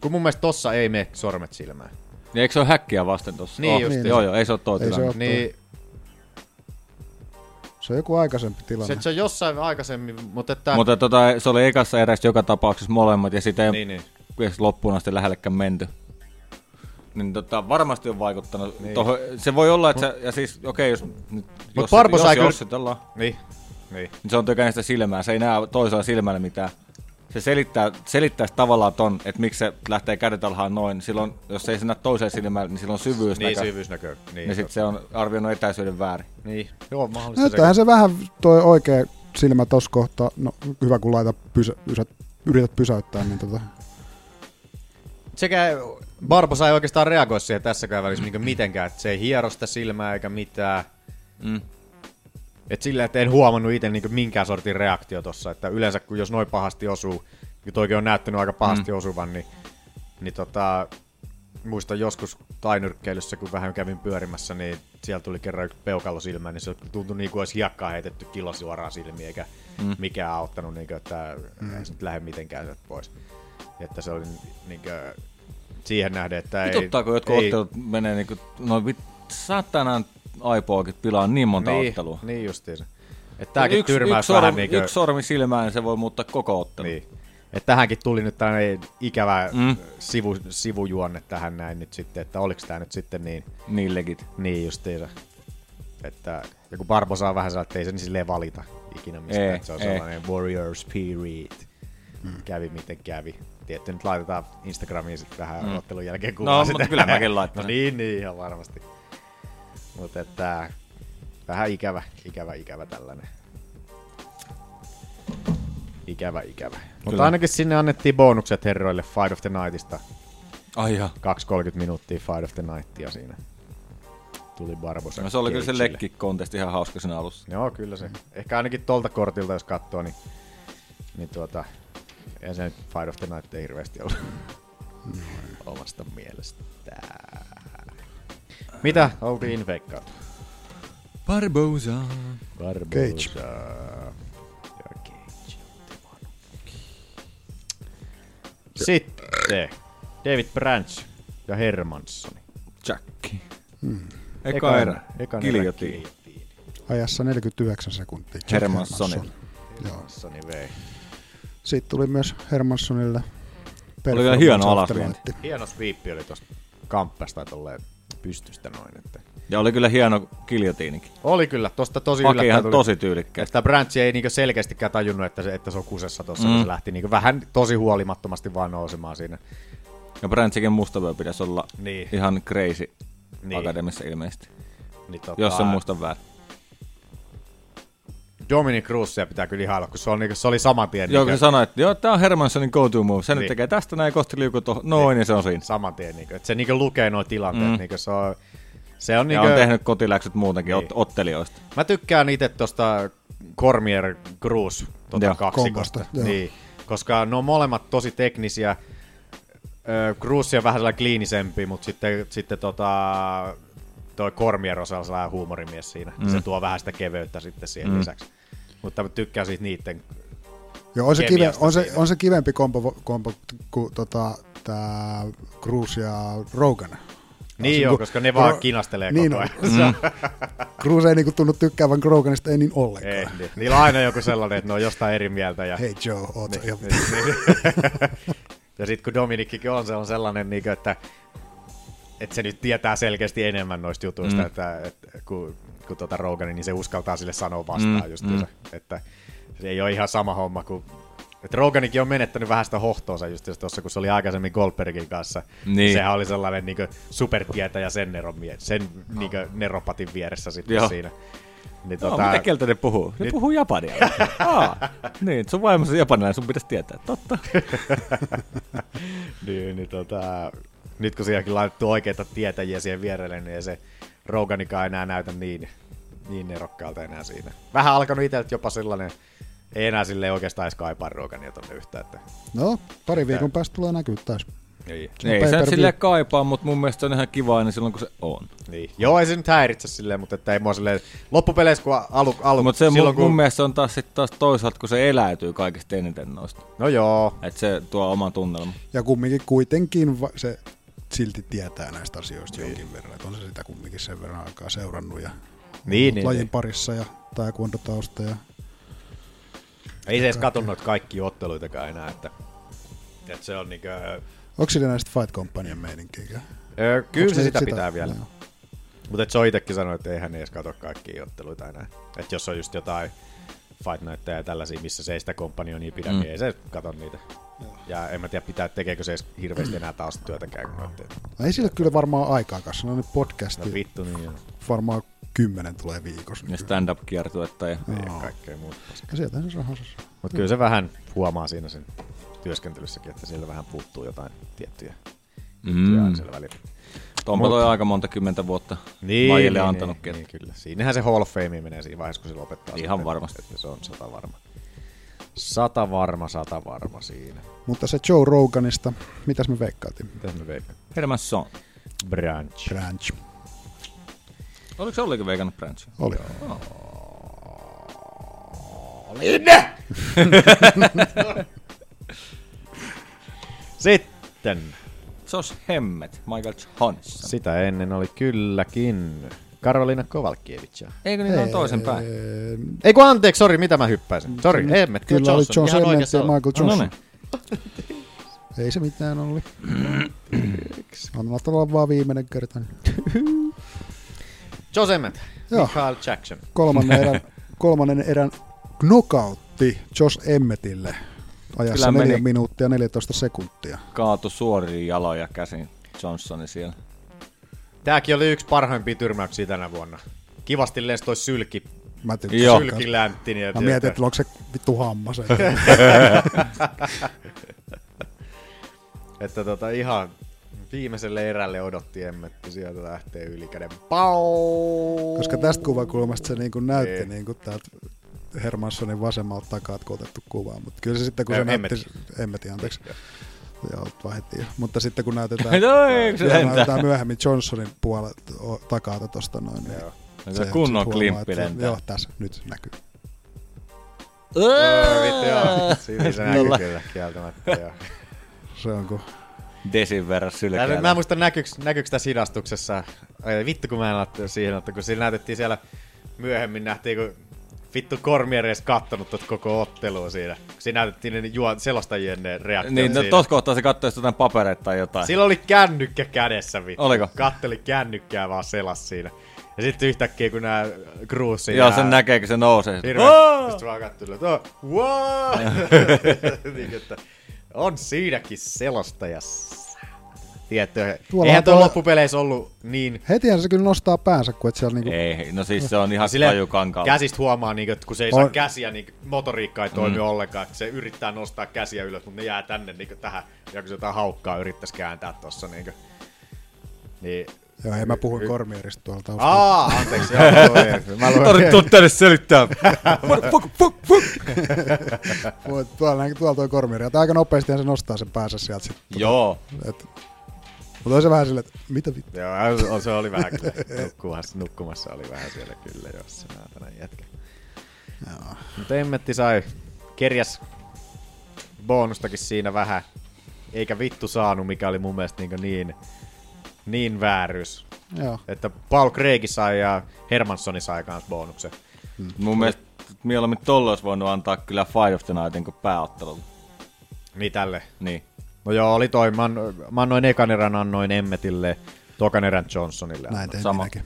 Kun mun mielestä tossa ei mene sormet silmään. Niin, eikö se ole häkkiä vasten tossa? Niin oh, just. niin. Joo, joo, ei se ole toi Ei se tilanne. ole. Niin, Se on joku aikaisempi se, tilanne. se on jossain aikaisemmin, mutta että... Mutta tota, se oli ekassa erässä joka tapauksessa molemmat ja sitä ei Niin, niin. edes loppuun asti lähellekään menty. Niin tota, varmasti on vaikuttanut. Niin. Niin. Toho, se voi olla, että se, ja siis okei, okay, jos, nyt, jos, Barbo jos, sai jos, kyllä- jos, jos, Niin, niin. niin se on tykännyt sitä silmää. Se ei näe toisella silmällä mitään. Se selittää, selittäisi tavallaan ton, että miksi se lähtee kädet alhaan noin. Silloin, jos ei se näe toisella silmällä, niin silloin syvyys Niin, näkö. syvyysnäkö. Niin, Ja sitten se on arvioinut etäisyyden väärin. niin. Joo, mahdollista Näyttäähän No, se vähän toi oikea silmä tossa kohtaa. No hyvä kun laita pysä, pysä, yrität pysäyttää, niin tota. Sekä Barbosa ei oikeastaan reagoi siihen tässäkään välissä niin mitenkään, että se ei hiero sitä silmää eikä mitään. Mm. Et sillä, että en huomannut itse niin minkään sortin reaktio tossa, että yleensä kun jos noin pahasti osuu, ja toikin on näyttänyt aika pahasti mm. osuvan, niin, niin tota, muistan joskus tainyrkkeilyssä, kun vähän kävin pyörimässä, niin siellä tuli kerran yksi peukalo silmään, niin se tuntui niin kuin olisi hiekkaa heitetty kilo suoraan silmiin, eikä mm. mikään auttanut, niin kuin, että mm. ei se nyt lähde mitenkään sieltä pois. Että se oli niin kuin, siihen nähden, että ei... Vituttaako jotkut ei- ottelut menee niinku, noin vit, satanaan aipoakin pilaa niin monta niin, ottelua. Niin justiinsa. Että tämäkin yksi, tyrmäys yksi, vähän sormi, niin yksi sormi silmään, niin se voi muuttaa koko ottelu. Niin. Et tähänkin tuli nyt tällainen ikävä mm. Mm. sivu, sivujuonne tähän näin nyt sitten, että oliko tämä nyt sitten niin, Niin legit. niin justiinsa. Että joku Barbosa on vähän sellainen, että ei se niin silleen valita ikinä mistään, Ei, että se on ei. sellainen warrior spirit. Mm. Kävi miten kävi. Tietty nyt laitetaan Instagramiin sitten tähän mm. ottelun jälkeen kuvaa No, sitä. mutta kyllä mäkin laittelen. No niin, niin ihan varmasti. Mutta että vähän ikävä, ikävä, ikävä tällainen. Ikävä, ikävä. Mutta Kyllä. ainakin sinne annettiin bonukset herroille Fight of the Nightista. Ai jaa. 2.30 minuuttia Fight of the Nightia siinä. Tuli Barbosa. No, se oli kyllä se Cageille. lekki-kontesti ihan hauska siinä alussa. Joo, kyllä se. Ehkä ainakin tolta kortilta, jos katsoo, niin, niin tuota, ei se nyt Fight of the Night ei hirveästi ollut Mm. omasta mielestä. Mitä oltiin veikkaat? Barbosa. Barbosa. Cage. Ja Cage. Äh. Sitten David Branch ja Hermanssoni. Jack. Eka erä. ekan Kiljotiin. kiljotiini. ajassa 49 sekuntia. Jack Hermanssonin. Hermansson. Hermanssoni niin vei. Siitä tuli myös Hermanssonille Oli kyllä hieno performance alasvienti. afterlight. Hieno sviippi oli tuossa kamppasta tai tolleen pystystä noin. Että. Ja oli kyllä hieno kiljotiinikin. Oli kyllä, tosta tosi Paki yllättäen ihan tuli. tosi tyylikkä. Että Branchi ei niinku selkeästikään tajunnut, että se, että se on kusessa tuossa, mm. kun Mm. se lähti niinku vähän tosi huolimattomasti vaan nousemaan siinä. Ja Brantsikin mustavöö pitäisi olla Niin. ihan crazy Niin. niin. Akademissa ilmeisesti. Niin tota- Jos en muista väärin. Dominic Cruzia pitää kyllä ihailla, kun se, on, niinku, se oli saman tien. Joo, kun niinku- se sanoi, että joo, tää on Hermanssonin go-to move. Se niin. Niin. nyt tekee tästä näin, kohti liukuu tuohon. Noin, niin. ja se on siinä. Saman tien, niinku, että se niinku lukee nuo tilanteet. Mm. Mm. Niinku, se on, se on, Ja niinku, on tehnyt kotiläksyt muutenkin Niin. niin. ottelijoista. Mä tykkään itse tuosta Cormier Cruz tota Joo. kaksikosta. Kombosta, joo. Niin, koska ne on molemmat tosi teknisiä. Ö, Cruz on vähän sellainen kliinisempi, mutta sitten, sitten tota, toi Cormier on sellainen huumorimies siinä. Mm. Se Mm. tuo vähän sitä keveyttä sitten siihen mm. Mm. lisäksi. Mutta mä tykkään siitä niiden Joo, on se, kive, kemiasta on, se, siinä. on se kivempi kompo, kompo kuin tota, tämä Cruz ja Rogan. No, niinku Niin joo, koska ne vaan kinastelee niin koko on. ajan. Cruz ei niinku tunnu tykkäävän Roganista, ei niin ollenkaan. Ei, niin. Niillä on aina joku sellainen, että ne on jostain eri mieltä. Ja... Hei Joe, oot sä niin, ihan- niin. Ja sitten kun Dominikkikin on, se on sellainen, niin kuin, että, että se nyt tietää selkeästi enemmän noista jutuista, mm. Mm. että, että kun, kun tuota Roganin, niin se uskaltaa sille sanoa vastaan mm. Mm, just mm. että se ei ole ihan sama homma kuin että Roganikin on menettänyt vähän sitä hohtoonsa just tuossa, kun se oli aikaisemmin Goldbergin kanssa. Niin. Sehän oli sellainen niin supertietäjä sen, neron mie- sen niin neropatin vieressä sitten Joo. siinä. Niin, Joo, mitä kieltä ne puhuu? Ne puhuu japania. Aa, niin, sun vaimosi on japanilainen, sun pitäisi tietää. Totta. niin, niin tota, nyt kun siihenkin laitettu oikeita tietäjiä siihen vierelle, niin ei se Roganikaan enää näytä niin, niin nerokkaalta enää siinä. Vähän alkanut itseltä jopa sellainen, ei enää sille oikeastaan edes kaipaa Rogania tonne yhtään. Että, No, pari viikon päästä tulee näkyy taas. Ei. on Ei se nyt pay-per-view. silleen kaipaa, mutta mun mielestä se on ihan kiva aina silloin, kun se on. Niin. Joo, ei se nyt häiritse silleen, mutta että ei mua silleen, loppupeleissä kun alu, alu Mutta se silloin mun, kun... mun kun... mielestä on taas, sit taas toisaalta, kun se eläytyy kaikista eniten noista. No joo. Et se tuo oman tunnelman. Ja kumminkin kuitenkin va- se silti tietää näistä asioista niin. jonkin verran. Että on se sitä kumminkin sen verran aikaa seurannut ja Niin, ollut niin, lajin niin. parissa ja taekwondotausta. Ja... Ei se edes katsonut noita kaikkia otteluitakaan enää, että, että se on niinkö... Onko siinä näistä Fight Companyan meininkiä? Öö, kyllä Onks se ne sitä, sitä? pitää vielä. Mutta se on itsekin sanonut, että eihän ne edes kato kaikkia otteluita enää. Että jos on just jotain Fight Nightteja ja tällaisia, missä se ei sitä kompanionia pidä, mm. Mm. niin ei se kato niitä. Ja en mä tiedä, pitää, tekeekö se edes hirveästi enää taustatyötäkään. Kun noitten. No ei sillä kyllä varmaan aikaa kanssa. No ne podcastit. No vittu, niin joo. Varmaan kymmenen tulee viikossa. niin Ja stand-up-kiertuetta ja... Joo. Ja kaikkea muuta. Ja sieltä se rahansa saa. Mutta kyllä se vähän huomaa siinä sen työskentelyssäkin, että siellä vähän puuttuu jotain tiettyjä juttuja mm. siellä välillä. Tompa Mut- toi aika monta kymmentä vuotta Niin, lajille niin, antanutkin. Niin, kyllä. Siinähän se Hall of Fame menee siinä vaiheessa, kun se lopettaa. Ihan varmasti. Että se on sata varma. Sata varma, sata varma siinä. Mutta se Joe Roganista, mitäs me veikkaatiin? Mitäs me veikkaan? Hermansson. Branch. Branch. Oliko se Ollikin veikannut Branch? Oli. Linne! Sitten. Sos Hemmet, Michael Johnson. Sitä ennen oli kylläkin Karolina Kovalkiewicz. Eikö niin, ne on toisen päin? Ei kun anteeksi, sori, mitä mä hyppäisin. Sori, Kyllä Emmet, kyllä oli Johnson. Johnson, ihan Emmett oikeassa ja olet. Michael No, no Johnson. niin. Ei se mitään oli. Anna olla vaan viimeinen kerta. niin- Jose Emmet, Joo. Michael Jackson. Kolmannen erän, kolmannen erän knockoutti Josh Emmetille ajassa Kyllä meni. 4 minuuttia 14 sekuntia. Kaatu suoriin jaloja käsin Johnsoni siellä. Tääkin oli yksi parhaimpia tyrmäyksiä tänä vuonna. Kivasti lensi toi sylki. Mä tykkään. Joo. Sylki läntti. Niin Mä mietin, että onko se vittu hammas. että tota ihan viimeiselle erälle odotti emmetti sieltä lähtee ylikäden. Pau! Koska tästä kuvakulmasta se niin kuin näytti Niin. niin kuin täältä Hermanssonin vasemmalta takaa että kun otettu kuvaa, mutta kyllä se sitten kun Ei, se näytti, Emmett. emmeti anteeksi, joo, vaihdettiin jo. mutta sitten kun näytetään, No, eikö se joo, lentää? näytetään myöhemmin Johnsonin puolelta o- takaa tuosta noin, niin No, se kunnon sit klimppi että se- lentää. Joo, tässä nyt näkyy. Öö, vittu, joo. Siinä se näkyy kyllä kieltämättä. Joo. Se on kuin Desin verran Tää, mä en sylkeä. muista näkyykö, näkyykö tässä hidastuksessa, Ai, vittu kun mä en ole siihen, että kun siinä näytettiin siellä myöhemmin nähtiin, kun vittu kormi ei edes kattonut tot koko ottelua siinä. Siinä näytettiin ne juon, selostajien ne reaktiot Niin, no siinä. tossa kohtaa se katsoi jotain papereita tai jotain. Sillä oli kännykkä kädessä vittu. Oliko? Katteli kännykkää vaan selas siinä. Ja sitten yhtäkkiä kun nää Cruise Joo, sen näkee, kun se nousee. Hirveä. Oh! Sitten vaan katteli, että oh, wow! niin, että on siinäkin selostajassa. Tiedätkö, Tuolla eihän on tuo tuolla- loppupeleissä ollut niin... Hetihän se kyllä nostaa päänsä, kun et siellä niinku... Ei, no siis se on ihan Silleen tajukankalla. Käsistä huomaa, niin, että kun se ei saa On. käsiä, niin motoriikka ei toimi Mm. mm. ollenkaan. että Se yrittää nostaa käsiä ylös, mutta ne jää tänne niin tähän. Ja kun se jotain haukkaa yrittäisi kääntää tossa. Niin, kuin, niin Joo, hei, mä puhuin Kormierista tuolta taustalla. Aa, anteeksi. Joo, joo, mä luulen- Tarvit tulla tänne selittää. Fuck, fuck, fuck, fuck. Voi, tuolla, näin- tuolla toi Kormieri. Ja tää aika nopeasti se nostaa sen päänsä sieltä sit. Joo. Et, mutta on se vähän silleen, että mitä vittu. Joo, se oli vähän kyllä. Nukkumassa, nukkumassa oli vähän siellä kyllä, jos se tänään jätkä. Joo. Mutta Emmetti sai kerjas bonustakin siinä vähän. Eikä vittu saanut, mikä oli mun mielestä niin, niin, niin vääryys. Joo. Että Paul Craig sai ja Hermanssoni sai kans bonuksen. Mun mielestä mieluummin tolle olisi voinut antaa kyllä Fight of the Nightin kuin pääottelulla. Niin tälle. Niin. No joo, oli toi. Mä, annoin- mä annoin ekan erän, annoin Emmetille, tokan erän Johnsonille. Näin tein minäkin.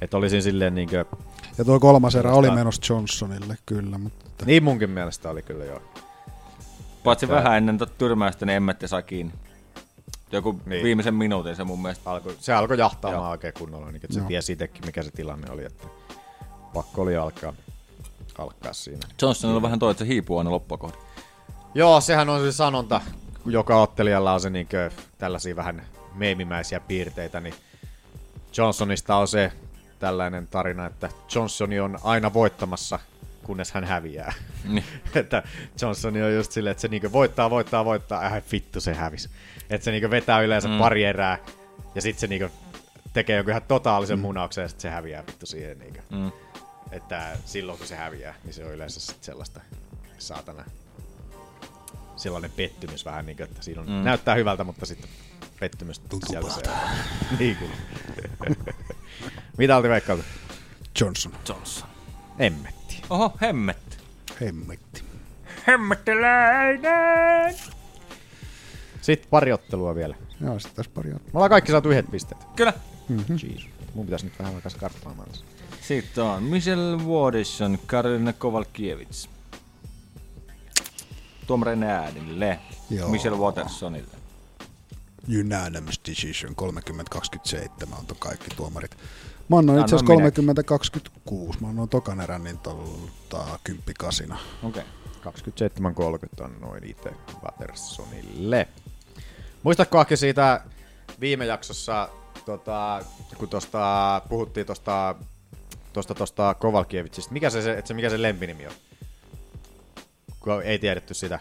Että olisin silleen niinkö... Ja tuo kolmas erä oli Muistaa. menossa Johnsonille, kyllä. Mutta Niin munkin mielestä oli kyllä joo. Paitsi Tää- vähän ennen tot tyrmäystä, niin emmetti saa kiinni. Joku Niin. viimeisen minuutin se mun mielestä. Alkoi, se alkoi jahtaamaan Joo. oikein kunnolla, niin että se Joo. tiesi itsekin, mikä se tilanne oli, että pakko oli alkaa, alkaa siinä. Johnson Niin. on vähän toi, että se hiipuu aina loppua kohti. Joo, sehän on se sanonta, joka ottelijalla on se niin tällaisia vähän meemimäisiä piirteitä, niin Johnsonista on se tällainen tarina, että Johnsoni on aina voittamassa, kunnes hän häviää. Niin. että Johnsoni on just silleen, että se niinku voittaa, voittaa, voittaa, äh vittu se hävis. Että se niinku vetää yleensä Mm. mm. pari erää, ja sitten se niinku tekee jonkun ihan totaalisen mm. munauksen, ja sitten se häviää vittu siihen. Niinku. Mm. Että silloin kun se häviää, niin se on yleensä sit sellaista saatana sellainen pettymys vähän niin kuin, että siinä on, Mm. mm. näyttää hyvältä, mutta sitten pettymys sieltä seuraa. niin kyllä. Mitä oltiin veikkailtu? Johnson. Johnson. Emmetti. Oho, hemmetti. Hemmetti. Hemmettiläinen! Sitten pari ottelua vielä. Joo, sitten tässä pari ottelua. Me ollaan kaikki saatu yhdet pisteet. Kyllä. Mhm. Jeez. Mun pitäisi nyt vähän alkaa skarppaamaan tässä. Sitten on Michelle Wardison, Karolina Kovalkiewicz. Tuomarin äänille. Joo. Michelle Watersonille. Unanimous decision 30-27 on to kaikki tuomarit. Mä annoin itse Annoin asiassa 30-26. Mä annoin tokan erän niin tuolta kymppikasina. Okei. 27.30 on noin itse Wattersonille. Muistatko Aki siitä viime jaksossa, tota, kun tosta, puhuttiin tuosta tosta, tosta Kovalkievitsistä, mikä se, se, et se, mikä se lempinimi on? Kun ei tiedetty sitä.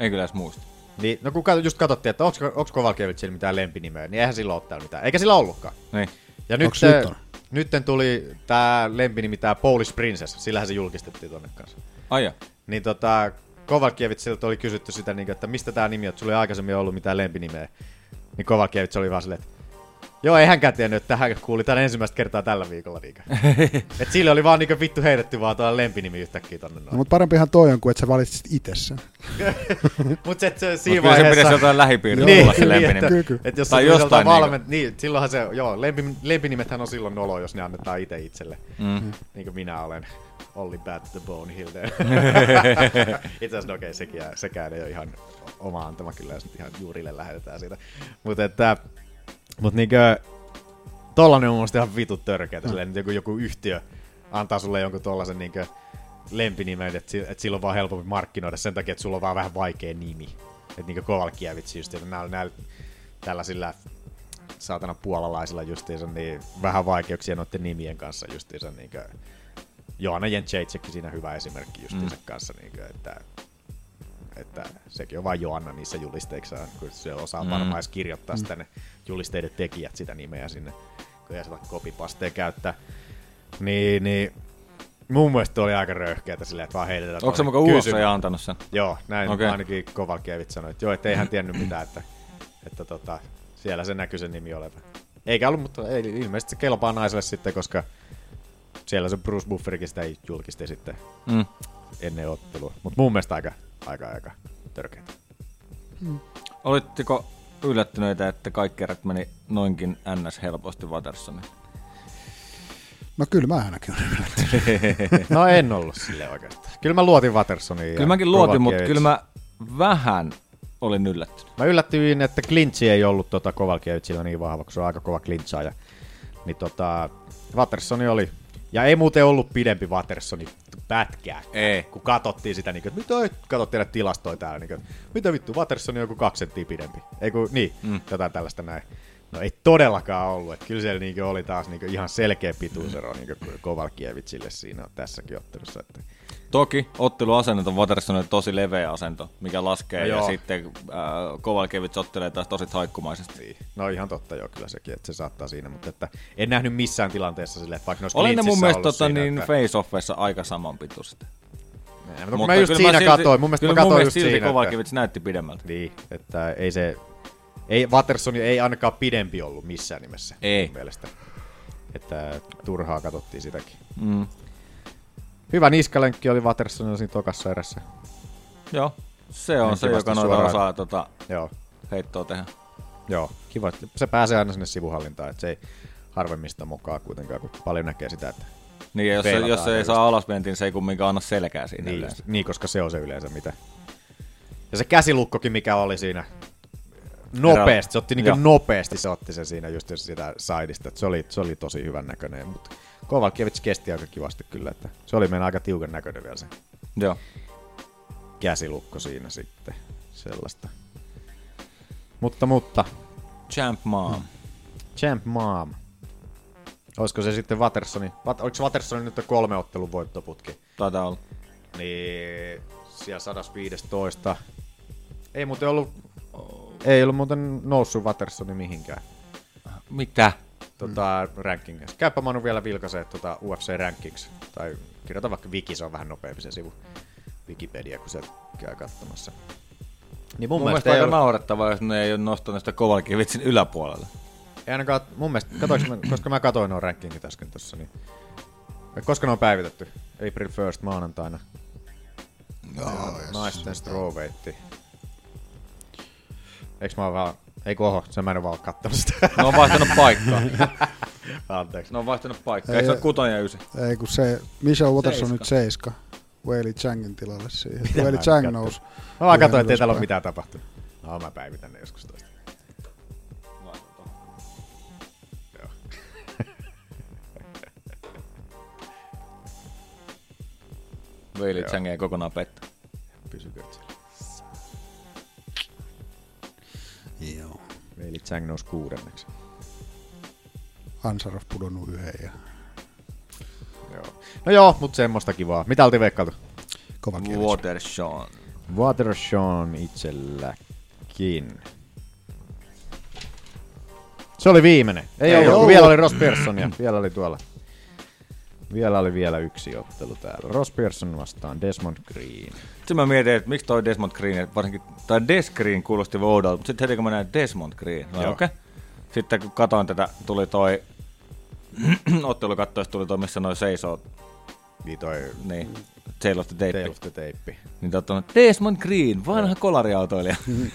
Ei kyllä edes muista. Niin, no kun kat- just katsottiin, että onko Kovalkievitsillä mitään lempinimeä, niin eihän sillä ole täällä mitään. Eikä sillä ollutkaan. Niin. Ja nyt, Onks nyt on? nytten tuli tämä lempinimi, tämä Polish Princess. Sillähän se julkistettiin tonne kanssa. Ai ja. Niin tota, Kovalkievitsilta oli kysytty sitä, niin, että mistä tämä nimi on, että sulla ei aikaisemmin ollut mitään lempinimeä. Niin Kovalkievits oli vaan silleen, että joo, ei hänkään tiennyt, että hän kuuli tämän ensimmäistä kertaa tällä viikolla. Niin. Et sille oli vaan niin vittu heitetty vaan tuolla lempinimi yhtäkkiä tonne No, mutta parempihan toi on kuin, että sä valitsit itse sen. Mutta se, se siinä kyllä se vaiheessa... pitäisi jotain lähipiiriä niin, olla se niin, lempinimi. Että, Kyllä, kyllä. että jos Tai tai jostain jostain valmen, niin, niin, silloinhan se, joo, lempi, lempinimethän on silloin nolo, jos ne annetaan itse itselle. Mm. Mm. Niin kuin minä olen. Olli Bad the Bone Hilden. Itse asiassa no okei, sekin, sekään ei ole ihan oma antama kyllä, jos nyt ihan juurille lähetetään siitä. Mutta että, mut niinkö, tollanen on mun mielestä ihan vitut törkeetä, silleen, että joku, joku yhtiö antaa sulle jonkun tollasen niinkö lempinimen, että, si- että sillä on vaan helpompi markkinoida sen takia, että sulla on vaan vähän vaikea nimi. Että niinkö Kovalkievits just, että näillä, näillä tällaisilla saatana puolalaisilla justiinsa niin vähän vaikeuksia noiden nimien kanssa justiinsa niinkö Joana Jentsejtsekki siinä hyvä esimerkki justiinsa Mm. kanssa niinkö, että että sekin on vain Joanna niissä julisteiksaan, kun se osaa Mm. mm. varmaan edes kirjoittaa Mm. sitä ne julisteiden tekijät sitä nimeä sinne, kun ei sitä kopipasteja käyttää. Niin, niin mun mielestä toi oli aika röhkeätä silleen, että vaan heitetään Onko se tuonne muka E? USA kysymys. ja antanut sen? Joo, näin Okei. okay. ainakin Kovalkiewicz sanoi, että joo, että ei hän tiennyt mitään, että, että tota, siellä se näkyy se nimi olevan. Eikä ollut, mutta ei, ilmeisesti se kelpaa naiselle sitten, koska siellä se Bruce Bufferikin sitä julkisti sitten Mm. ennen ottelua. Mutta mun mielestä aika, aika, aika törkeitä. Olitteko yllättyneitä, että kaikki erät meni noinkin ns. helposti Wattersonin? No kyllä mä ainakin olen yllättynyt. no en ollut sille oikeastaan. Kyllä mä luotin Wattersoniin. ja Kyllä mäkin luotin, mutta Kovalkievicin. kyllä mä vähän olin yllättynyt. Mä yllättyin, että klintsi ei ollut tota Kovalkievitsillä niin vahva, kun se on aika kova klintsaaja. Niin tota, Wattersoni oli, ja ei muuten ollut pidempi Wattersoni pätkää. Ei. Kun katsottiin sitä, niin kuin, että mitä, katsottiin näitä tilastoja täällä, niin kuin, että mitä vittu, Wattersoni on joku kaksi senttiä pidempi. Ei kun, niin, mm. jotain tällaista näin. No ei todellakaan ollut, että kyllä siellä niin oli taas niin ihan selkeä pituusero niin Kovalkievitsille siinä tässäkin ottelussa. Että Toki otteluasennot on Wattersonille tosi leveä asento, mikä laskee, No ja joo. sitten äh, Kovalkevits ottelee taas tosi haikkumaisesti. No ihan totta joo, kyllä sekin, että se saattaa siinä, mutta että en nähnyt missään tilanteessa sille, että vaikka ne olisi Oli ne mun Lintsissä mielestä ollut tota, siinä, niin että- face-offissa aika samanpituiset. Mutta kun mä just kyllä siinä silti- katoin, mun mielestä kyllä mä katoin just silti siinä, Kovalkevits näytti pidemmältä. Niin, että ei se, ei, Watterson ei ainakaan pidempi ollut missään nimessä. Ei. Mun mielestä. Että turhaa katsottiin sitäkin. Mm. Hyvä niskalenkki oli Wattersonilla siinä tokassa erässä. Joo, se on se, Kivasti joka noita suoraan. osaa tota, Joo. heittoa tehdä. Joo, kiva. että Se pääsee aina sinne sivuhallintaan, että se ei harvemmista mukaan kuitenkaan, kun paljon näkee sitä, että Niin, ja jos, se, peilataan jos se ei just. saa alasmentin, niin se ei kumminkaan anna selkää siinä Niin, yleensä. just, niin, koska se on se yleensä mitä. Ja se käsilukkokin, mikä oli siinä nopeasti, se otti Joo. niin nopeasti, se otti se siinä just sitä sideista, että se oli, se oli tosi hyvän näköinen, mutta Kovalkiewicz kesti aika kivasti kyllä, että se oli meidän aika tiukan näköinen vielä se Joo. käsilukko siinä sitten, sellaista. Mutta, mutta. Champ Mom. Champ Mom. Olisiko se sitten Wattersoni? Wat, oliko Wattersoni nyt kolme ottelun voittoputki? Taitaa olla. Niin, siellä 115. Ei muuten ollut, ei ollut muuten noussut Wattersoni mihinkään. Mitä? Tota, rankingissa. Käypä Manu vielä vilkaisee tota UFC rankings. Tai kirjoita vaikka Wiki, se on vähän nopeampi se sivu. Wikipedia, kun se käy katsomassa. Niin mun, Mun mielestä ei aika ollut- naurettavaa, jos ne ei ole nostanut sitä Kovalkevitsin yläpuolelle. Ei ainakaan, mun mielestä, katoinko mä, koska mä katoin nuo rankingit äsken tossa, niin... Koska ne on päivitetty? April 1st maanantaina. Joo, Naisten strawweightti. Eiks mä oon vaan... Ei kun oho, sen mä en oo vaan kattonut sitä. Ne on vaihtanut paikkaa. Anteeksi. Ne on vaihtanut paikkaa. Eikö se ole kutonen ja ysi? Ei kun se, Michelle Waters on Seiska. nyt seiska. Whaley Changin tilalle siihen. Mitä Whaley mä Chang katsoin? nousi. No Mä vaan katsoin, ettei ylöspäin. täällä oo mitään tapahtunut. No mä päivitän ne joskus toista. Joo. Veili Joo. Chang ei kokonaan pettä. Pysykö siellä? Joo. Veili Chang nousi kuudenneksi. Ansarov pudonnut yhden ja Joo. No joo, mutta semmoista kivaa. Mitä oltiin veikkailtu? Water Sean. Watershawn itselläkin. Se oli viimeinen. Ei, Ei ollut, kun ollut. vielä oli Ross Pearson ja vielä oli tuolla. Vielä oli vielä yksi ottelu täällä. Ross Pearson vastaan Desmond Green. Sitten mä mietin, että miksi toi Desmond Green, että varsinkin, tai Des Green kuulosti oudolta, mutta sitten heti kun mä näin Desmond Green, mä Joo. okei. Okay. Sitten kun katsoin tätä, tuli toi ottelu kattoista tuli toi, missä noin seisoo. Niin toi... Niin. Tail of the Tape. Tail of the Tape. Niin totta, Desmond Green, vanha kolariautoilija.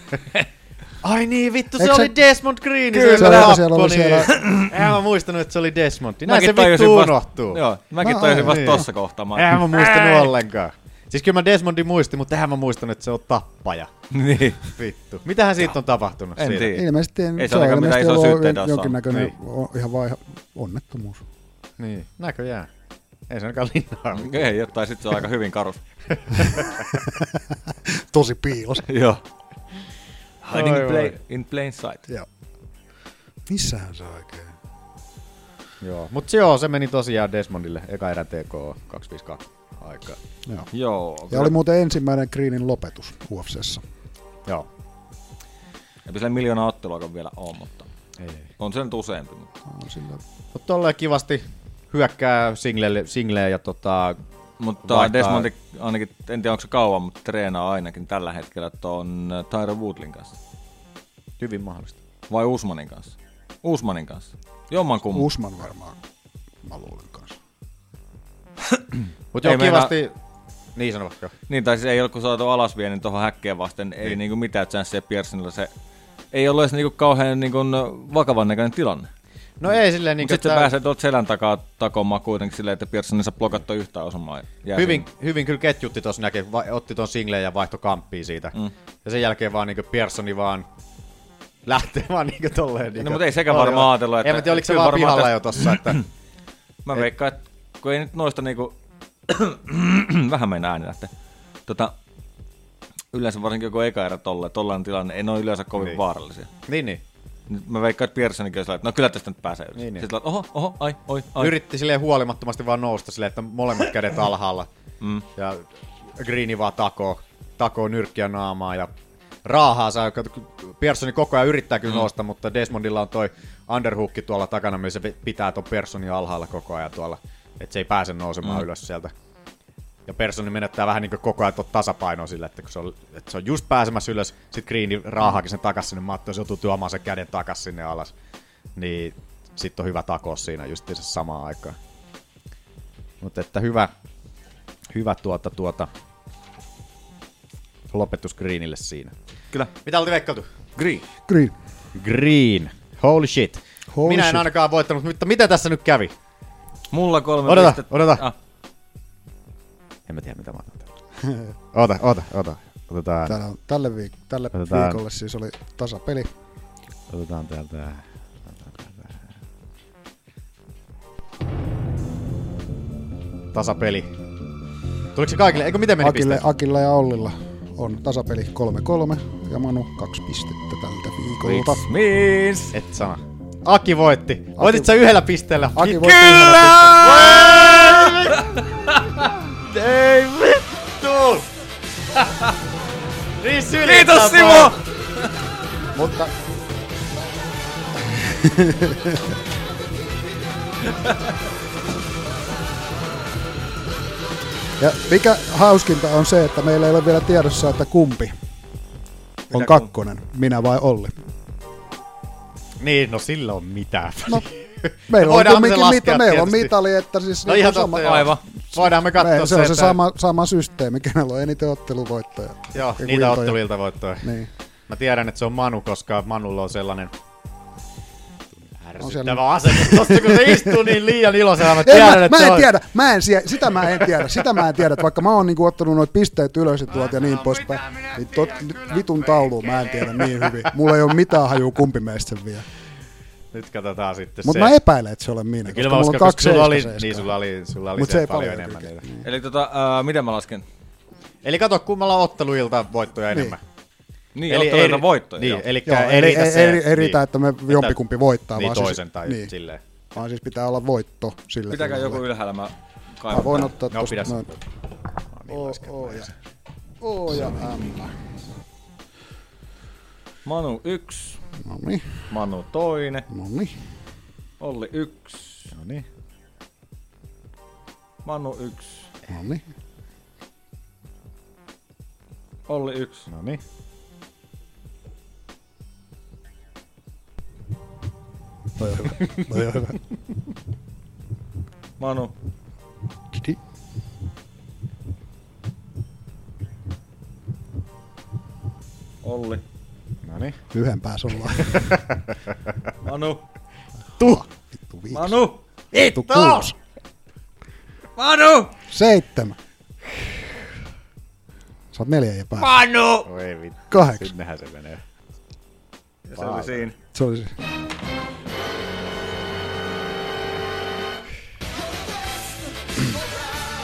Ai niin, vittu, se, Eikö se- oli Desmond Green. Kyllä, se oli joka happo, siellä oli niin. siellä- Eihän mä muistanut, että se oli Desmond. Näin Mäkin se tajusin vittu vasta- unohtuu. joo, mäkin tajusin vasta tossa kohtaa. Mä- Eihän mä muistanut Ää. ollenkaan. Siis kyllä mä Desmondin muistin, mutta eihän mä muistanut, että se on tappaja. Niin. Vittu. Mitähän siitä on tapahtunut? En siinä? tiedä. Ilmeisesti en, Ei se on ainakaan mitään ilmeisesti isoja ollut syytteitä ole jonkinnäköinen saanut. o- ihan vaan ihan onnettomuus. Niin, näköjään. Ei se ainakaan linnaa. Ei, jotain sitten se on aika hyvin karus. Tosi piilos. Joo. Hiding Ai in plain, voi. niin in plain sight. Joo. Missähän se oikein? Joo, mutta joo, se meni tosiaan Desmondille. Eka erä TK 252 aikaa. Joo. Joo. Ja oli muuten ensimmäinen Greenin lopetus UFCssä. Joo. Eipä sillä miljoonaa otteluakaan vielä ole, mutta Ei. on se nyt useampi. Mutta. On sillä... Mutta tolleen kivasti hyökkää singlelle, singleen ja tota... Mutta Desmondi ainakin, en tiedä onko se kauan, mutta treenaa ainakin tällä hetkellä tuon Tyro Woodlin kanssa. Hyvin mahdollista. Vai Usmanin kanssa? Usmanin kanssa. Jomman kumman. Usman varmaan, mä luulen kanssa. Mutta joo, kivasti... Niin sanovat, joo. Niin, tai siis ei ole kun saatu alas vielä, niin tuohon häkkeen vasten ei niin. niinku mitään chanssia Pearsonilla. Se ei ollut edes niinku kauhean niinku vakavan näköinen tilanne. No ei silleen niin Mutta sitten se pääsee tuolta selän takaa takomaan kuitenkin silleen, että Pearson ei saa blokattua yhtään osumaa. Jää hyvin, sinne. hyvin kyllä ketjutti tuossa näkee, va- otti ton singleen ja vaihtoi kamppiin siitä. Mm. Ja sen jälkeen vaan niinku Pearsoni vaan lähtee vaan niinku tolleen. Niinku, mutta No, ei sekään varmaan ajatellut, että... että- En mä tiedä, oliko se kyllä vaan varmaan pihalla tästä- jo tossa, että... Mä Et- veikkaan, että kun ei nyt noista niinku... vähän mennä äänillä, että... Tota, yleensä varsinkin kun eka erä tolle, tollainen tilanne, ei ne ole yleensä kovin Niin. vaarallisia. Niin, niin. Nyt mä veikkaan, että Pearsonikin on sellainen, että no kyllä tästä nyt pääsee yli. Niin, niin. Sitten oho, oho, ai, oi, ai. Ai. Yritti silleen huolimattomasti vaan nousta silleen, että molemmat kädet alhaalla. Mm. Ja Greeni vaan takoo, takoo nyrkkiä naamaa ja raahaa saa. Personi koko ajan yrittää kyllä mm. nousta, mutta Desmondilla on toi underhookki tuolla takana, missä se pitää ton Personi alhaalla koko ajan tuolla. Että se ei pääse nousemaan Mm. mm. ylös sieltä. Ja Personi menettää vähän niin kuin koko ajan tuota tasapainoa sillä, että kun se on, että se on just pääsemässä ylös, sit Greeni raahaakin sen takas sinne mattoon, se joutuu tuomaan sen käden takas sinne alas. Niin sitten on hyvä takoa siinä justiinsa samaan aikaan. Mutta että hyvä, hyvä tuota, tuota, lopetus Greenille siinä. Kyllä. Mitä oltiin veikkailtu? Green. Green. Green. Holy shit. Holy Minä en shit. ainakaan voittanut, mutta mitä tässä nyt kävi? Mulla kolme Odota, pistettä. odota. Ah, En mä tiedä, mitä mä otan. täältä. Ota, ota, ota. Otetaan, Täällä on, tälle, viik- tälle Otetaan. viikolle siis oli tasapeli. otetaan täältä. Tasapeli. Tuliko se kaikille? Eikö miten meni Akille, pisteet? Akilla ja Ollilla on tasapeli 3-3 ja Manu kaksi pistettä tältä viikolta. It's means. Et sana. Aki voitti. Voitit sä yhdellä pisteellä. Niin Aki Ki- voitti yhdellä pisteellä. Ei vittu! niin sylittää Kiitos toi. Simo! Mutta Ja mikä hauskinta on se, että meillä ei ole vielä tiedossa, että kumpi on kakkonen, minä vai Olli. Niin, no sillä on mitään. No, Meillä on Voidaan me se kumminkin laskea mita, meillä on tietysti. mitali, että siis No niinku ihan sama, totta, joo. Aivan. Voidaan me katsoa me, se on se että- sama, sama systeemi, kenellä on eniten otteluvoittoja. Joo, Eiku niitä iltoja. otteluilta voittoja. Niin. Mä tiedän, että se on Manu, koska Manulla on sellainen siellä- ärsyttävä asenne. Tosta kun se istuu niin liian iloisena, mä En, tiedän, mä, että mä se en on... tiedä, mä en, sie- sitä mä en tiedä, sitä mä en tiedä, että vaikka mä oon niinku ottanut noit pisteet ylös ja tuot ja niin poispäin, niin tot, nyt vitun tauluun mä en tiedä niin hyvin. Mulla ei ole mitään hajua kumpi meistä sen vie. Nyt katsotaan sitten Mutta se. mä epäilen, että se olen minä, Kyllä mä koska mulla uskon, on koska kaksi sulla seiska, oli, seiskaa. niin, sulla oli, sulla oli Mut se ei paljon paljon enemmän. kyllä. niitä. Eli tota, äh, miten mä lasken? Eli kato, kummalla on otteluilta voittoja Niin. enemmän. Niin, eli, otteluita voittoja. Niin, joo. eli Joo, ei, ei, riitä ei, se, ei, ei riitä, niin. että me jompikumpi voittaa, Niin vaan toisen tai niin, silleen. vaan siis pitää olla voitto sille. Pitäkää joku yllä. ylhäällä, mä Mä kaivan. voin ottaa No, pidä niin tosta se. noin. O, O ja, o ja M. Manu yksi, Noniin, Manu toinen, noniin. Olli yksi, No niin. Manu yksi, No niin. Olli yksi, No niin. Toi on hyvä. Toi on hyvä. Manu, Kidi. Olli, No niin. Yhden päässä ollaan. Manu, Vittu viisi. Manu, Vittu kuusi. Manu, Seitsemän. Sä oot neljä ja päässä. Manu! Oi vittu. Kahdeksan. Sinnehän se menee. Ja se oli siinä. Se oli se.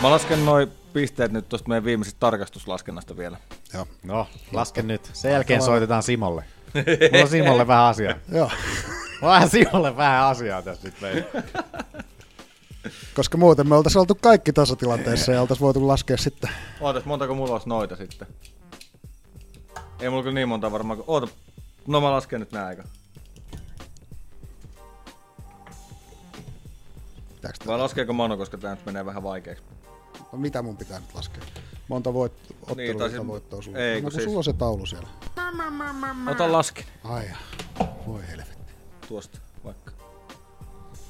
Mä lasken noin pisteet nyt tosta meidän viimeisestä tarkastuslaskennasta vielä. Joo. No, laske nyt. Sen jälkeen soitetaan Simolle. Mulla on Simolle vähän asiaa. Joo. Mulla on Simolle vähän asiaa tässä nyt meillä. Koska muuten me oltais oltu kaikki tasatilanteessa ja oltais voitu laskea sitten. Ootas, montako mulla olisi noita sitten? Ei mulla kyllä niin monta varmaan, kun... Oota, no mä lasken nyt nää, eikö? Pitääks tää- Vai laskeeko Manu, koska tää nyt menee vähän vaikeaksi? No, mitä mun pitää nyt laskea? Monta voit, ottelua Niin, niin, tai siis, siis- voittoa sulla. ei, kun no, kun siis- sulla on se taulu siellä. Ota lasken. Ai, voi helvetti. Tuosta, vaikka.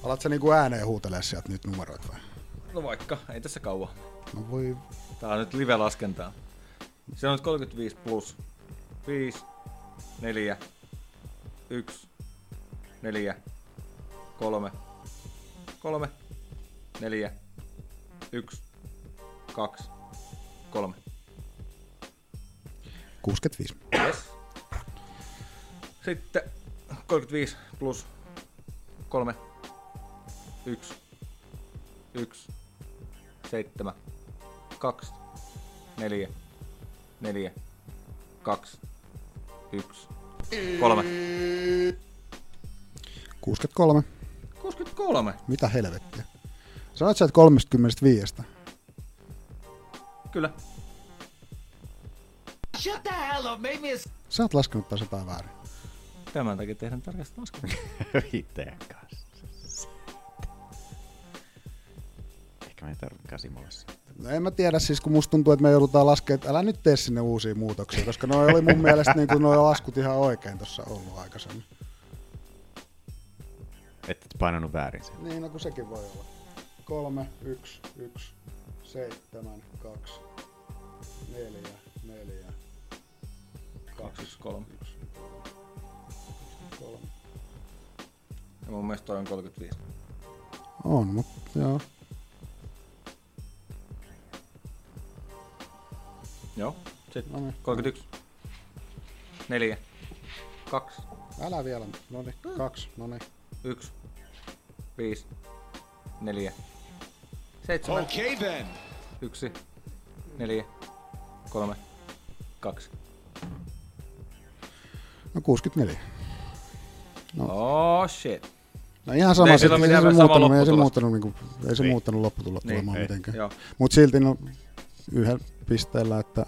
Alat sä niinku ääneen huutelee sieltä nyt numeroit vai? No vaikka, ei tässä kauan. No voi... Tää on nyt live-laskentaa. Se on nyt 35 plus 5, 4, 1, 4, 3, 3, 4, 1, 2, 3. 65. Yes. Sitten 35 plus 3, 1, 1, 7, 2, 4, 4, 2, 1, 3. 63. 63? Mitä helvettiä? Sanoit sä, että 35. Kyllä. Shut the hell up, make me a... Sä oot laskenut taas jotain väärin. Tämän takia tehdään tarkasti laskelmia. Viiteen kanssa. Ehkä mä en tarvitse kasimolla No en mä tiedä, siis kun musta tuntuu, että me joudutaan laskemaan, että älä nyt tee sinne uusia muutoksia, koska noi oli mun mielestä niin kuin noi laskut ihan oikein tuossa ollut aikaisemmin. Et painanut väärin sen. Niin, no kun sekin voi olla. 3, 1, 1, 7, 2, 4, 4, 2, 3. Ja mun mielestä toi on 35. On, mutta joo. Joo. No Sitten niin. 31. 4. 2. Älä vielä. No niin, kaksi. No niin. 1. 5. 4. 7. Okay then. 1. 4. 3. 2. No 64. No. Oh shit. No ihan sama, Ei ei, se, sillä ole ei, mitään se samaa muuttanut, ei se lopputulosta. muuttanut, niin kuin, ei se Niin. muuttanut lopputulotulemaa Niin, ei, joo. mitenkään. Mutta silti no, yhden pisteellä, että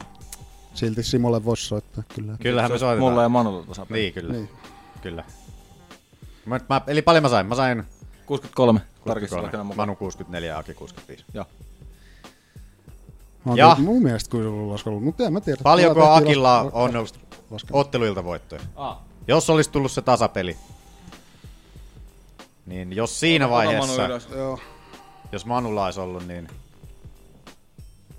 silti Simolle voisi soittaa kyllä. Kyllähän me soitetaan. Mulla ja Manulla tuossa. Niin, kyllä. Niin. Niin. kyllä. Mä, mä, eli paljon mä sain? Mä sain 63. 63. Tarkistuslakena mukaan. Manu 64 ja Aki 65. Joo. Mä oon Ja- tehnyt- Mun mielestä kyllä ollut laskellut, mutta en mä tiedä. Paljonko Mulla tehtiin Akilla las- on laskelma. otteluilta voittoja? Ah. Jos olisi tullut se tasapeli, niin jos siinä Ota Manu vaiheessa, ylös. Joo, jos Manulla olisi ollut, niin...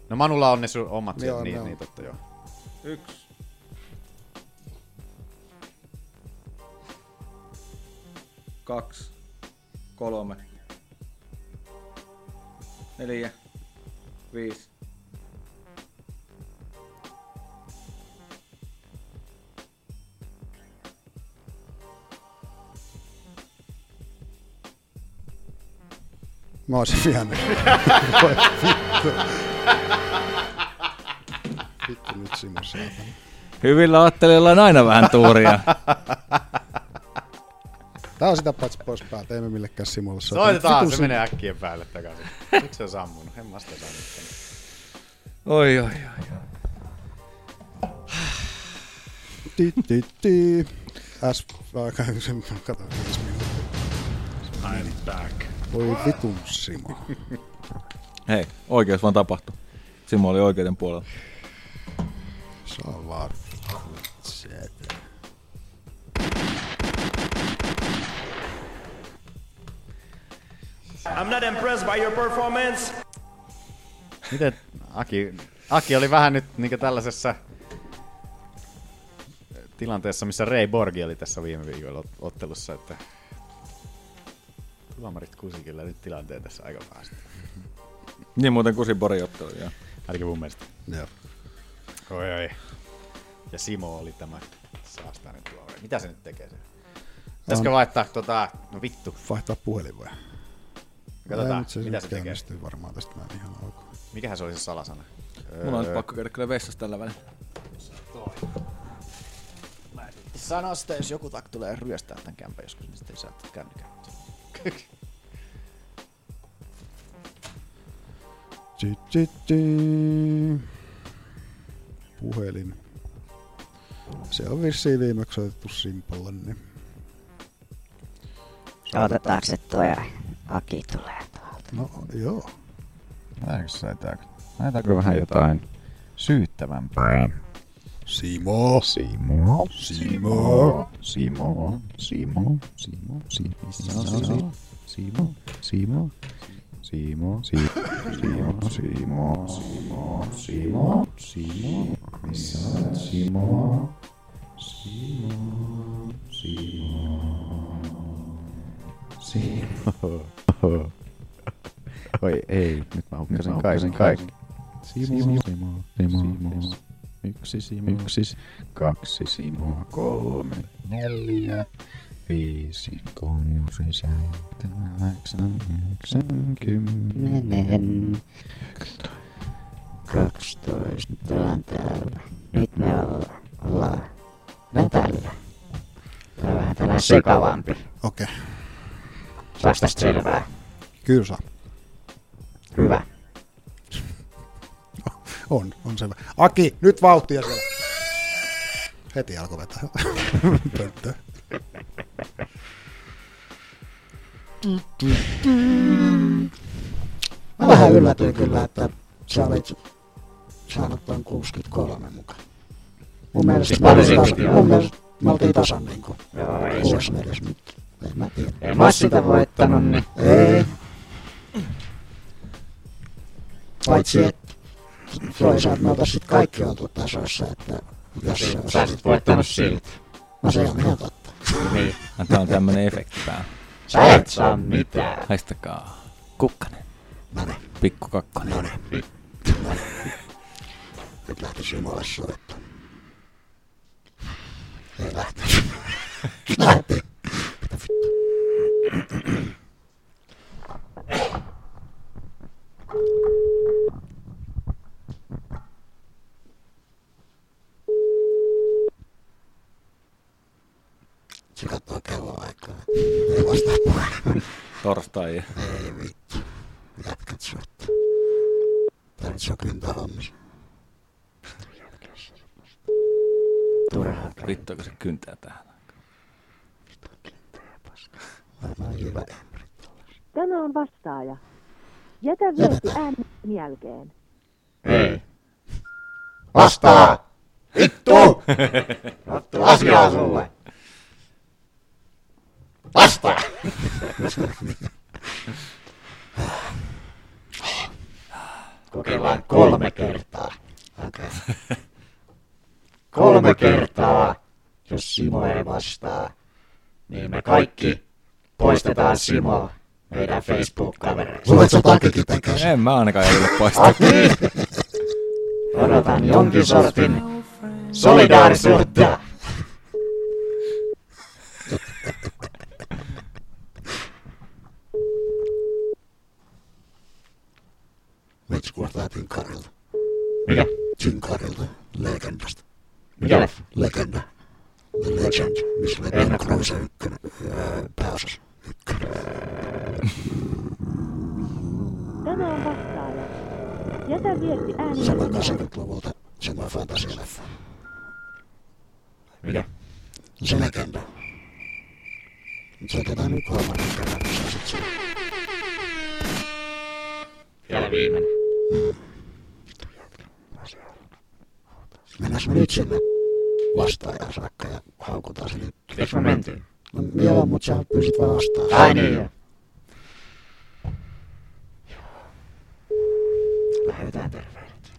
No Manulla on ne sun omat Joo, sieltä, ne niin, on. niin totta joo. 1. Kaksi. Kolme. Neljä. Viisi. mä oisin vienyt. Voi vittu. Vittu nyt Simo saatana. Hyvillä ajattelijoilla on aina vähän tuuria. Tää on sitä paitsi pois päältä, ei me millekään Simolle soiteta. Soitetaan, Vittu se Simo. menee äkkiä päälle takaisin. Miksi se on sammunut? En mä sitä saanut. oi, oi, oi. Ti, ti, ti. S... Aika sen... Kato, viisi minuuttia. I'm back. Voi vitun Simo. Hei, oikeus vaan tapahtui. Simo oli oikeuden puolella. Saa vaan. Shit. I'm not impressed by your performance. Miten Aki, Aki oli vähän nyt niin tällaisessa tilanteessa, missä Ray Borgi oli tässä viime viikolla ot- ottelussa, että tuomarit kusi kyllä nyt tilanteen tässä aika pahasti. Niin muuten kusin pari ottelua. joo. Ainakin mun mielestä. Joo. Oi, oi. Ja Simo oli tämä saastainen tuomari. Mitä se nyt tekee? se? Pitäisikö vaihtaa tota, no vittu, Vaihtaa puhelin vai? Ei, katsotaan, mut se mitä nyt se tekee. käynnistyy varmaan tästä näin ihan alkuun. Mikähän se oli se salasana? Mulla on nyt Öö, pakko käydä kyllä vessassa tällä välillä. Sano sitten, jos joku tak tulee ryöstää tämän kämpän joskus, niin sitten ei saa kännykää. Tsi, tsi, tsi. Puhelin. Se on vissiin viimeksi soitettu Simpalle, niin... Odotetaanko, että tuo Aki tulee tuolta? No, joo. Laitetaanko vähän jotain syyttävämpää? Simo! Simo! Simo! Simo! Simo! Simo! Simo! Simo! Simo! Simo! Siimo, Siimo, Siimo, Siimo, Siimo, Siimo, Siimo, missä olet Siimo? Siimo, Siimo, Siimo. Oi ei, nyt mä hukkasin Nyt mä kaiken, hukkasin kaiken. Simo, Simo, Simo, Simo. Yksi Simo. Yksi, s- kaksi Simoa, kolme, neljä, viisi, kuusi, seitsemän, kahdeksan, yhdeksän, kymmenen. Kaksitoista tilanteella. Nyt me olla- ollaan metallilla. Tää on vähän tällainen sekavampi. Okei. Saaks tästä selvää? Kyllä saa. Hyvä. On, on selvä. Aki, nyt vauhtia siellä. Heti alkoi vetää pönttöä. Mä vähän yllätyin kyllä, että sä olit saanut ton 63 mukaan. Mun mielestä mä olin, mun mielestä me oltiin tasan niinku. Joo, ei se. En mä tiedä. En mä oo sitä voittanut, niin. Ei. Paitsi, että toisaalta me oltais sit kaikki oltu tasoissa, että jos sä olisit voittanut silti. No se on ihan totta. Niin. Tämä on tämmönen efekti päällä. Sä et saa mitään. Haistakaa. Kukkanen. Noniin. Pikku kakkonen. Noniin. Nyt lähtis Jumala soittaa. Ei lähtis. Lähti. Mitä vittu? Se kattoo kelloaikaa. Ei vastaa puhelimeen. Torstai. Ei vittu. Jatkat soittaa. Tää nyt sokinta hommas. Turhaa. Vittuako se kyntää tähän? Varmaan hyvä. Tämä on vastaaja. Jätä viesti äänen jälkeen. Ei. Vastaa! Vittu! Vittu asiaa sulle! Vastaa! Kokeillaan kolme kertaa. Okei. Kolme kertaa, jos Simo ei vastaa, niin me kaikki poistetaan Simo meidän Facebook-kavereista. En mä ainakaan ei ole poistaa. Odotan jonkin sortin solidaarisuutta. Miksi kuulostaa Tynkarilta? Mikä? Tynkarilta, legendasta. Mikä leffa? Legenda. The Legend, missä oli Enno Kruise ykkönen öö, pääosassa. Tämä on vastaaja. Jätä viesti äänen Sama jälkeen. 80-luvulta, semmoinen fantasialeffa. Mikä? Se legenda. Se otetaan nyt kolmannen kerran, kun sä sit sen. Vielä viimeinen. Mennään sun nyt sinne vastaajaan saakka ja haukutaan se nyt. Eiks me mentiin? No, joo, mut sä pysit vaan vastaan. Ai niin, joo. Lähetään terveilet.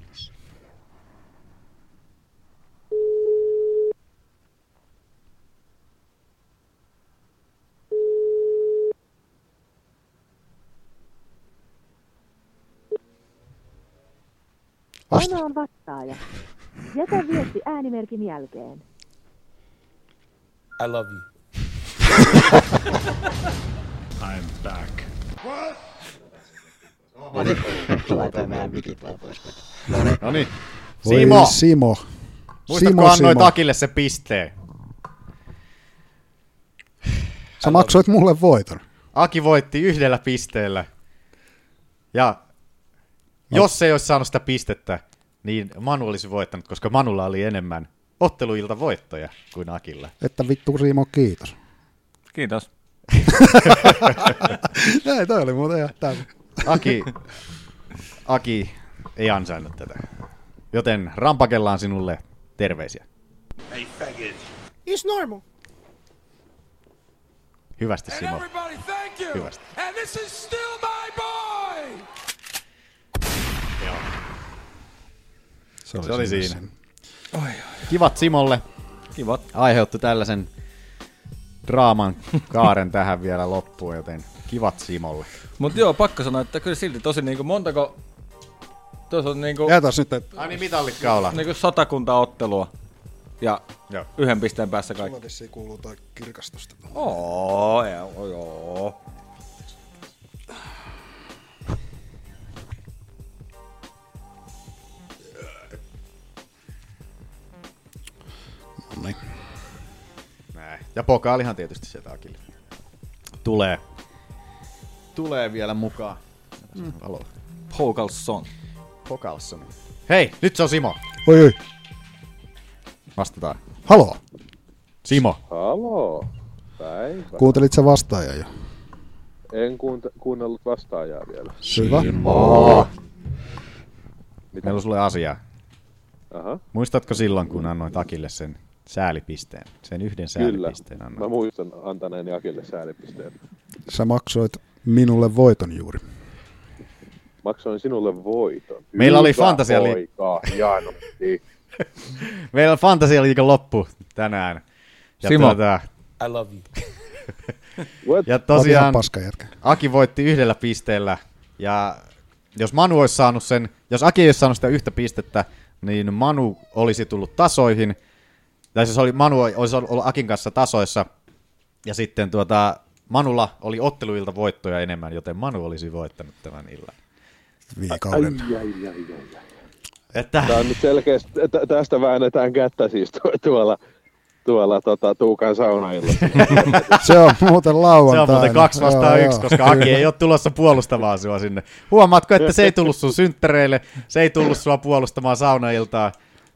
Tämä on vastaaja. Jätä viesti äänimerkin jälkeen. I love you. I'm back. Laitoin meidän mikit vaan pois. No niin. Voi Simo! Simo. Muistatko Simo, annoit Simo. Akille se pisteen? Sä maksoit mulle voiton. Aki voitti yhdellä pisteellä. Ja jos ei olisi saanut sitä pistettä, niin Manu olisi voittanut, koska Manulla oli enemmän otteluilta voittoja kuin Akilla. Että vittu Simo, kiitos. Kiitos. Näin, toi oli muuten ihan täysin. Aki, Aki ei ansainnut tätä. Joten rampakellaan sinulle terveisiä. Hey, faggot. It's normal. Hyvästi Simo. Everybody, thank you. Hyvästi. And this is still my boy. Se oli, se oli siinä. Oi, oi. Kivat Simolle. Kivat. Aiheutti tällaisen draaman kaaren tähän vielä loppuun, joten kivat Simolle. Mutta joo, pakko sanoa, että kyllä silti tosi niinku montako... Tuossa on niinku... Jätäs nyt, että... Ai niin, mitallit kaulaa. Niinku satakunta ottelua. Ja Joo. yhden pisteen päässä kaikki. Sulla vissiin kuuluu toi kirkastusta. Oo, joo, joo. Noniin. Näin. Ja pokaalihan tietysti sieltä Akille. Tulee. Tulee vielä mukaan. Mm. Alo. Pokalson. Pokalson. Hei, nyt se on Simo. Oi, oi. Vastataan. Haloo. Simo. Haloo. Päivä. Kuuntelit sä vastaaja jo? En kuunte- kuunnellut vastaajaa vielä. Hyvä. Meillä on sulle asiaa. Aha, Muistatko silloin, kun annoin Takille sen säälipisteen? Sen yhden kyllä. säälipisteen Mä annoin. muistan antaneeni Akille säälipisteen. Sä maksoit minulle voiton juuri. Maksoin sinulle voiton. Meillä oli Hyvä fantasiali- poika, hienosti. Meillä on Fantasia loppu tänään. tuota- Simo. I love you. What? Ja Oot ihan tosiaan paska jätkä. Aki voitti yhdellä pisteellä. Ja jos Manu olisi saanut sen, jos Aki ei olisi saanut sitä yhtä pistettä, niin Manu olisi tullut tasoihin. Tai siis oli, Manu olisi ollut Akin kanssa tasoissa. Ja sitten tuota, Manulla oli otteluilta voittoja enemmän, joten Manu olisi voittanut tämän illan. Viikauden. Ai, ai, ai, ai, ai. Että, No Tää on nyt selkeästi, tä- tästä väännetään kättä siis tu- tuolla, tuolla tota, Tuukan saunailla. Se on muuten se lauantaina. on muuten kaksi vastaan Joo, yksi, joo. koska Aki ei ole tulossa puolustamaan sua sinne. Huomaatko, että se ei tullut sun synttereille, se ei tullut sua puolustamaan saunailtaan.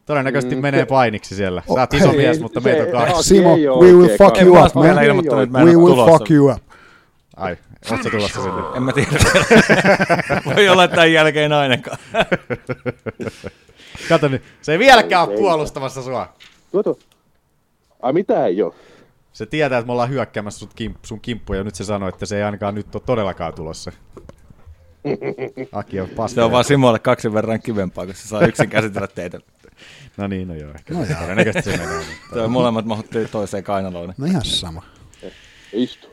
Todennäköisesti Mm, menee se- painiksi siellä. Sä oot Oh, iso hei, mies, mutta se- Oh. meitä on kaksi. Aki Simo, ei oo we will oikein fuck kaksi. you mä up, oon vielä man. ilmoittanut, että mä en We oo will tulossa. fuck you up. Ai, oot sä tulossa sinne? En mä tiedä. Voi olla, että tämän jälkeen ainakaan. Kato nyt, se ei vieläkään ole puolustamassa sua. Kato. Ai mitä ei oo? Se tietää, että me ollaan hyökkäämässä sut kim, sun kimppuja, ja nyt se sanoi, että se ei ainakaan nyt ole todellakaan tulossa. Aki on paska. Se on vaan Simolle kaksin verran kivempaa, kun se saa yksin käsitellä teitä. No niin, no joo. Ehkä no se todennäköisesti se menee. mutta- Toi molemmat mahtuu toiseen kainaloon. No ihan sama. Istu.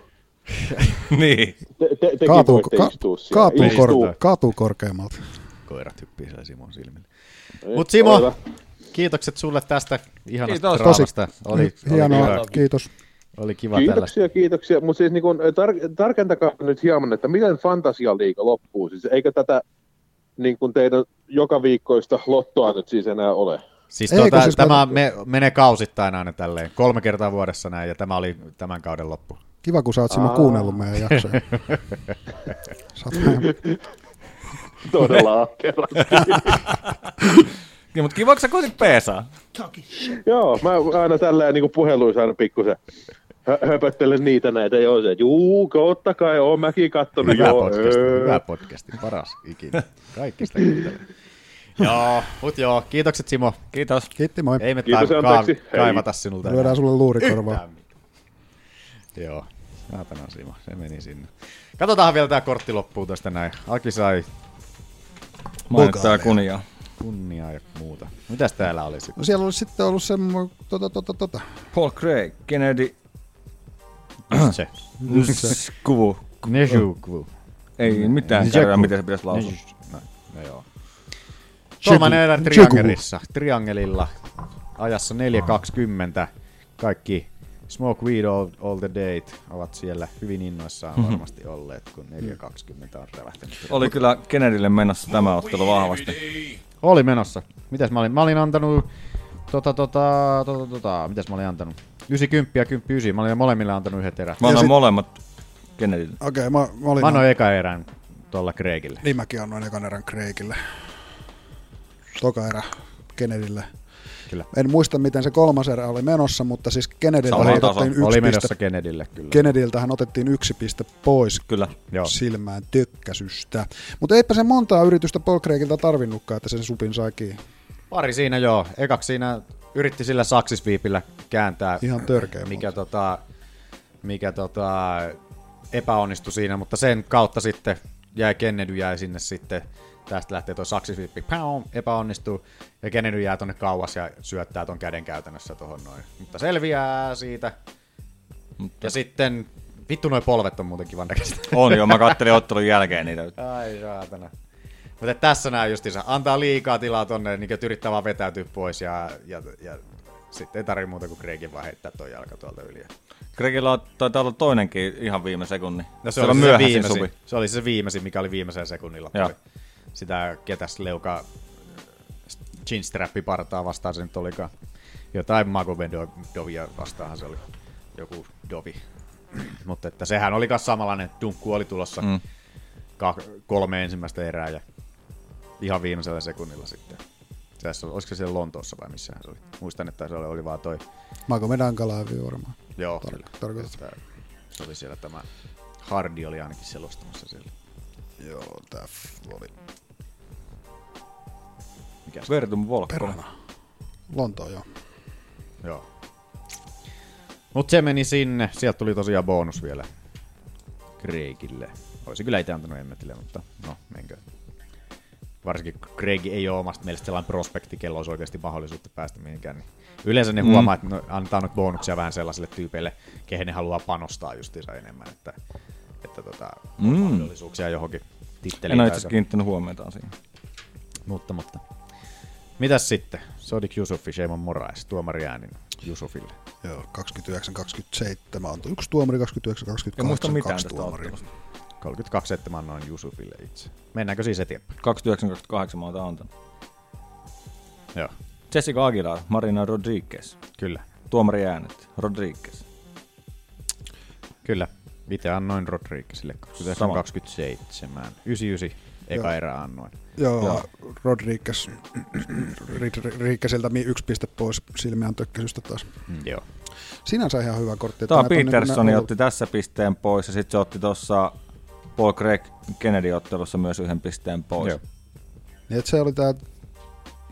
niin. Te, te, tekin Kaatuu, voitte ka, istua siellä. kaatuu, Istu. kor, kaatuu korkeammalta. Koirat hyppii siellä Simon silmille. Niin, Mut Simo, hyvä. kiitokset sulle tästä ihanasta Kiitos. draamasta. Oli, oli, Hienoa, kiva, kiitos. oli kiva tällaista. Kiitoksia, kiitoksia. Mutta siis niin kun, tar- tarkentakaa nyt hieman, että miten fantasialiiga loppuu. Siis eikö tätä niin kun teidän joka viikkoista lottoa nyt siis enää ole? Siis Eikö tuota, siis tämä me, menee kausittain aina tälleen, kolme kertaa vuodessa näin, ja tämä oli tämän kauden loppu. Kiva, kun sä oot Simo kuunnellut meidän No jaksoja. Sä oot vähän Todella ahkerasti. Niin, mutta kiva, kun sä kuitenkin peesaa. Joo, mä aina tällä niin puheluissa aina pikkusen hö- höpöttelen niitä näitä. Joo, se, että juu, totta kai, oon mäkin kattonut. Hyvä joo, podcasti, öö. hyvä podcasti, paras ikinä. Kaikista kuuntelee. joo, mut joo, kiitokset Simo. Kiitos. Kiitti, moi. Ei me Kiitos, tar- anteeksi. kaav- Hei. kaivata sinulta. enää Lyödään sulle luurikorvaa. yhtään mitään. Joo, saatana Simo, se meni sinne. Katsotaan vielä tää kortti loppuu tästä näin. Aki sai Mainittaa kunniaa. kunniaa ja muuta. Mitäs täällä oli sitten? No siellä olisi sitten ollut semmoinen, tota, tota, tota. Paul Craig, Kennedy, Se. Kuvu. Nesukvu. Ei mitään Nseku. kärryä, miten se pitäisi lausua. No, no joo. Kolmannen erän triangelissa, triangelilla, ajassa 4.20. Kaikki Smoke Weed all, all the Date ovat siellä hyvin innoissaan varmasti olleet, kun 4.20 on rävähtänyt. Oli kyllä Kennedylle menossa tämä ottelu vahvasti. Oli menossa. Mitäs mä olin? Mä olin antanut... Tota, tota, tota, tota, mitäs mä olin antanut? 90 ja 10 Mä olin molemmille antanut yhdet erät. Mä annan molemmat Kennedylle. Okei, okay, mä, mä olin... Mä annoin eka erän tuolla Kreikille. Niin mäkin annoin ekan erän Kreikille. Toka erä Kennedylle. Kyllä. En muista, miten se kolmas erä oli menossa, mutta siis Kennedyltä Sama otettiin taso. yksi Oli piste. menossa Kennedylle kyllä. Kennedyltähän otettiin yksi piste pois Kyllä. Joo. silmään tökkäsystä. Mutta eipä se montaa yritystä Paul Craigilta tarvinnutkaan, että sen supin sai kiinni. Pari siinä joo. Ekaksi siinä yritti sillä saksisviipillä kääntää. Ihan törkeä Mikä tota, mikä tota, epäonnistui siinä, mutta sen kautta sitten jäi Kennedy jäi sinne sitten tästä lähtee tuo saksisvippi, pow, epäonnistuu, ja Kennedy jää tonne kauas ja syöttää ton käden käytännössä tohon noin. Mutta selviää siitä. Mutta... Ja sitten, vittu noi polvet on muuten kivan näköistä. On joo, mä kattelin ottelun jälkeen niitä. Ai saatana. Mutta tässä näin justiinsa, antaa liikaa tilaa tonne, niin että yrittää vaan vetäytyä pois ja, ja, ja sitten ei tarvitse muuta kuin Gregin vaan heittää toi jalka tuolta yli. Gregillä on- taitaa olla toinenkin ihan viime sekunni. No se, Siellä oli on se, myöhäisin viimeisin, suvi. se oli se viimeisin, mikä oli viimeisen sekunnilla. Joo. Joo. Sitä ketäs leuka chinstrappipartaa vastaan se nyt olikaan. Jotain Magomedovia vastaanhan se oli. Joku Dovi. Mutta että sehän oli kas samanlainen. Dunkku oli tulossa Mm. mm. ka- kolme ensimmäistä erää ja ihan viimeisellä sekunnilla sitten. Tässä, oli- olisiko se siellä Lontoossa vai missähän se oli? Muistan, että se oli, oli vaan toi Magomed Ankalaevi varmaan. Joo. Tar- tarkoitat. Että Se oli siellä tämä Hardi oli ainakin selostamassa siellä. Joo, tää oli... Mikä se? Vertum Volkkonen. Lontoa, joo. Joo. Mut se meni sinne. Sieltä tuli tosiaan bonus vielä Kreikille. Olisi kyllä itse antanut Emmetille, mutta no, menkö. Varsinkin kun Craig ei ole omasta mielestä sellainen prospekti, kello olisi oikeasti mahdollisuutta päästä mihinkään. Niin yleensä ne Mm. huomaa, että no, antaa nyt bonuksia vähän sellaisille tyypeille, kehen ne haluaa panostaa justiinsa enemmän. Että, että tota, on Mm. mahdollisuuksia johonkin titteliin. En tai ole itse asiassa se- kiinnittänyt huomiotaan siihen. Mutta, mutta. Mitäs sitten? Sodik Yusufi, Sheiman Morais, tuomari äänin Yusufille. Joo, 29-27 on yksi tuomari, 29-28, En muista mitään kaksi tästä tuomaria. ottelusta. 32 7 annoin Jusufille itse. Mennäänkö siis eteenpäin? 29-28 mä oon antanut. Joo. Jessica Aguilar, Marina Rodriguez. Kyllä. Tuomari äänet, Rodriguez. Kyllä. Itse annoin Rodriguezille 29 Sama. 27. 99 eka Joo. erä annoin. Joo, Joo. Rodriguez, Rodriguezilta mi- yksi piste pois silmiään tökkäsystä taas. Mm, Joo. Sinänsä ihan hyvä kortti. että Tämä näitä on niin kuin Peterson nä- otti tässä pisteen pois ja sitten se otti tuossa Paul Craig Kennedy-ottelussa myös yhden pisteen pois. Joo. Niin, että se oli tää... Ja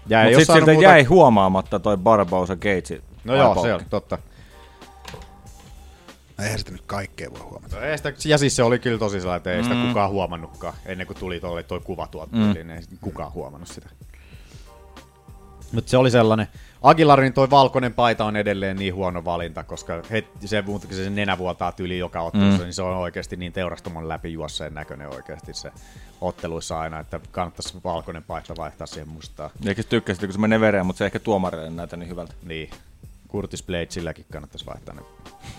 Mutta ei oo sitten saanut siltä muuta- jäi huomaamatta toi Barbosa Gage. No joo, se on totta. no, Eihän sitä nyt kaikkea voi huomata. No ei sitä, ja siis se oli kyllä tosi sellainen, että ei sitä Mm. kukaan huomannutkaan. Ennen kuin tuli tuolle toi kuva tuolta, Mm. mm. niin ei sit kukaan huomannut sitä. Mutta se oli sellainen. Aguilarin toi valkoinen paita on edelleen niin huono valinta, koska het, se muutenkin se nenä vuotaa tyli joka ottelussa, Mm. mm. niin se on oikeasti niin teurastamon läpi juosseen näköinen oikeasti se otteluissa aina, että kannattaisi valkoinen paita vaihtaa siihen mustaan. Eikä se tykkäsi, kun se menee vereen, mutta se ehkä tuomarille näytä niin hyvältä. Niin. Curtis Blade silläkin kannattaisi vaihtaa ne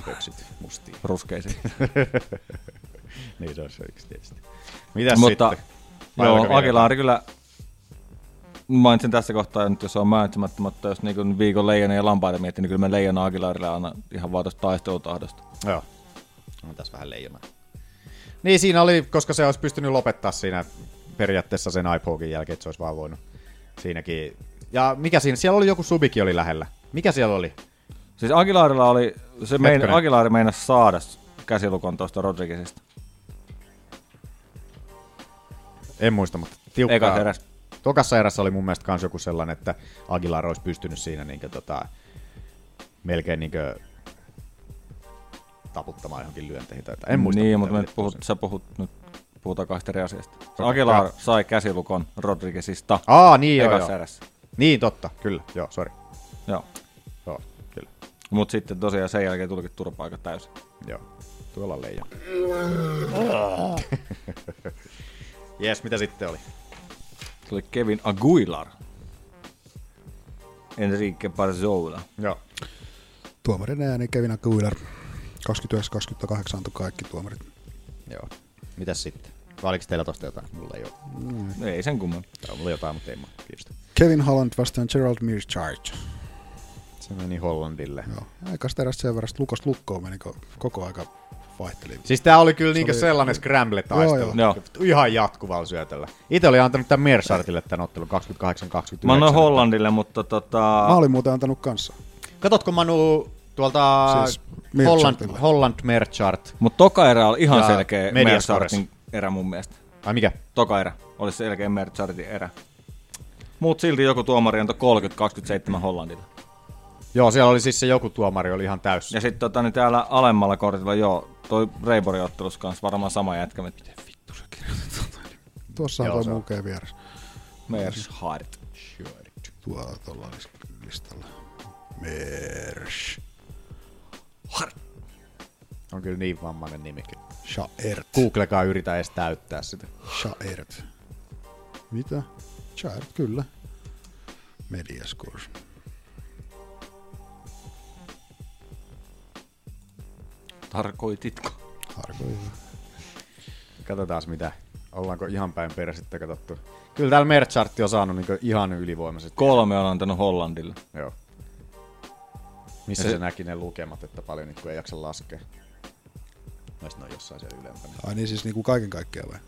pöksit mustiin. Ruskeisiin. niin se olisi yksi tietysti. Mitäs Mutta, sitten? Vai oliko Joo, vielä Aguilar kyllä mainitsen tässä kohtaa nyt, jos on mainitsematta, mutta jos niin viikon leijona ja lampaita miettii, niin kyllä mä leijona Aguilarille aina ihan vaan tuosta taistelutahdosta. Joo. On tässä vähän leijona. Niin siinä oli, koska se olisi pystynyt lopettaa siinä periaatteessa sen iPogin jälkeen, että se olisi vaan voinut siinäkin. Ja mikä siinä, siellä oli joku subikin oli lähellä. Mikä siellä oli? Siis Aguilarilla oli, se mein, Hetkonen. Aguilar meinasi saada käsilukon tuosta Rodriguezista. En muista, mutta tiukkaa. Ekassa erässä. Tokassa erässä oli mun mielestä kans joku sellainen, että Aguilar olisi pystynyt siinä niinkö tota, melkein niinkö taputtamaan johonkin lyönteihin tai jotain. En muista. mitä Niin, mutta me oli. nyt puhut, sä puhut nyt puhutaan kahdesta eri asiasta. Siis Okei, Aguilar joo. sai käsilukon Rodriguezista. Aa, niin joo, ekassa joo. erässä. Niin, totta, kyllä, joo, sori. Joo. Joo, kyllä. Mutta sitten tosiaan sen jälkeen tulikin turpa-aika täysin. Joo, tuolla on leijona. Jes, mitä sitten oli? Tuli Kevin Aguilar. Enrique Barzola. Joo. Tuomarin ääni Kevin Aguilar. 29-28 antoi kaikki tuomarit. Joo. Mitäs sitten? Vai oliko teillä tosta jotain? Mulla ei ole. Mm. No ei sen kumman. Tai mulla jotain, mutta ei mua kiinnosta. Kevin Holland vastaan Gerald Mearcharge. Se meni Hollandille. Joo. Aika sitä erästä sen verran, että Lukas Lukkoon meni ko- koko aika vaihteli. Siis tää oli kyllä niinkö oli- sellainen scramble-taistelu. Joo, joo. Ihan jatkuvalla syötöllä. Itse oli antanut tämän Merchartille tämän ottelun 28-29. Mä annoin Hollandille, mutta tota... Mä olin muuten antanut kanssa. Katotko Manu tuolta Siis siis Merchartille. Holland, Holland Merchart? Mutta toka erä oli ihan Ja selkeä Mediascores. Merchartin erä mun mielestä. Ai mikä? Toka erä oli selkeä Merchartin erä. Mut silti joku tuomari antoi 30-27 Hollandille. Joo, siellä oli siis se joku tuomari, oli ihan täys. Ja sitten tota, niin täällä alemmalla kortilla, joo, toi Reiborin ottelussa kanssa varmaan sama jätkä. Miten Tuossa on Joo, toi se on. muukeen vieressä. Mershart. Tuolla tuolla lis- listalla. Mersh. On kyllä niin vammainen nimikin. Shaert. Googlekaa yritä edes täyttää sitä. Shaert. Mitä? Shaert, kyllä. Mediaskurs. Tarkoititko? Tarkoitin. Katsotaan mitä. Ollaanko ihan päin perästä katsottu. Kyllä täällä Merchartti on saanut niin ihan ylivoimaisesti. Kolme on antanut Hollandille. Joo. Missä se, Ja se- se näki ne lukemat, että paljon niitä kun ei jaksa laskea? Noista ne on jossain siellä ylempänä. Ai niin siis niinku kaiken kaikkiaan vai?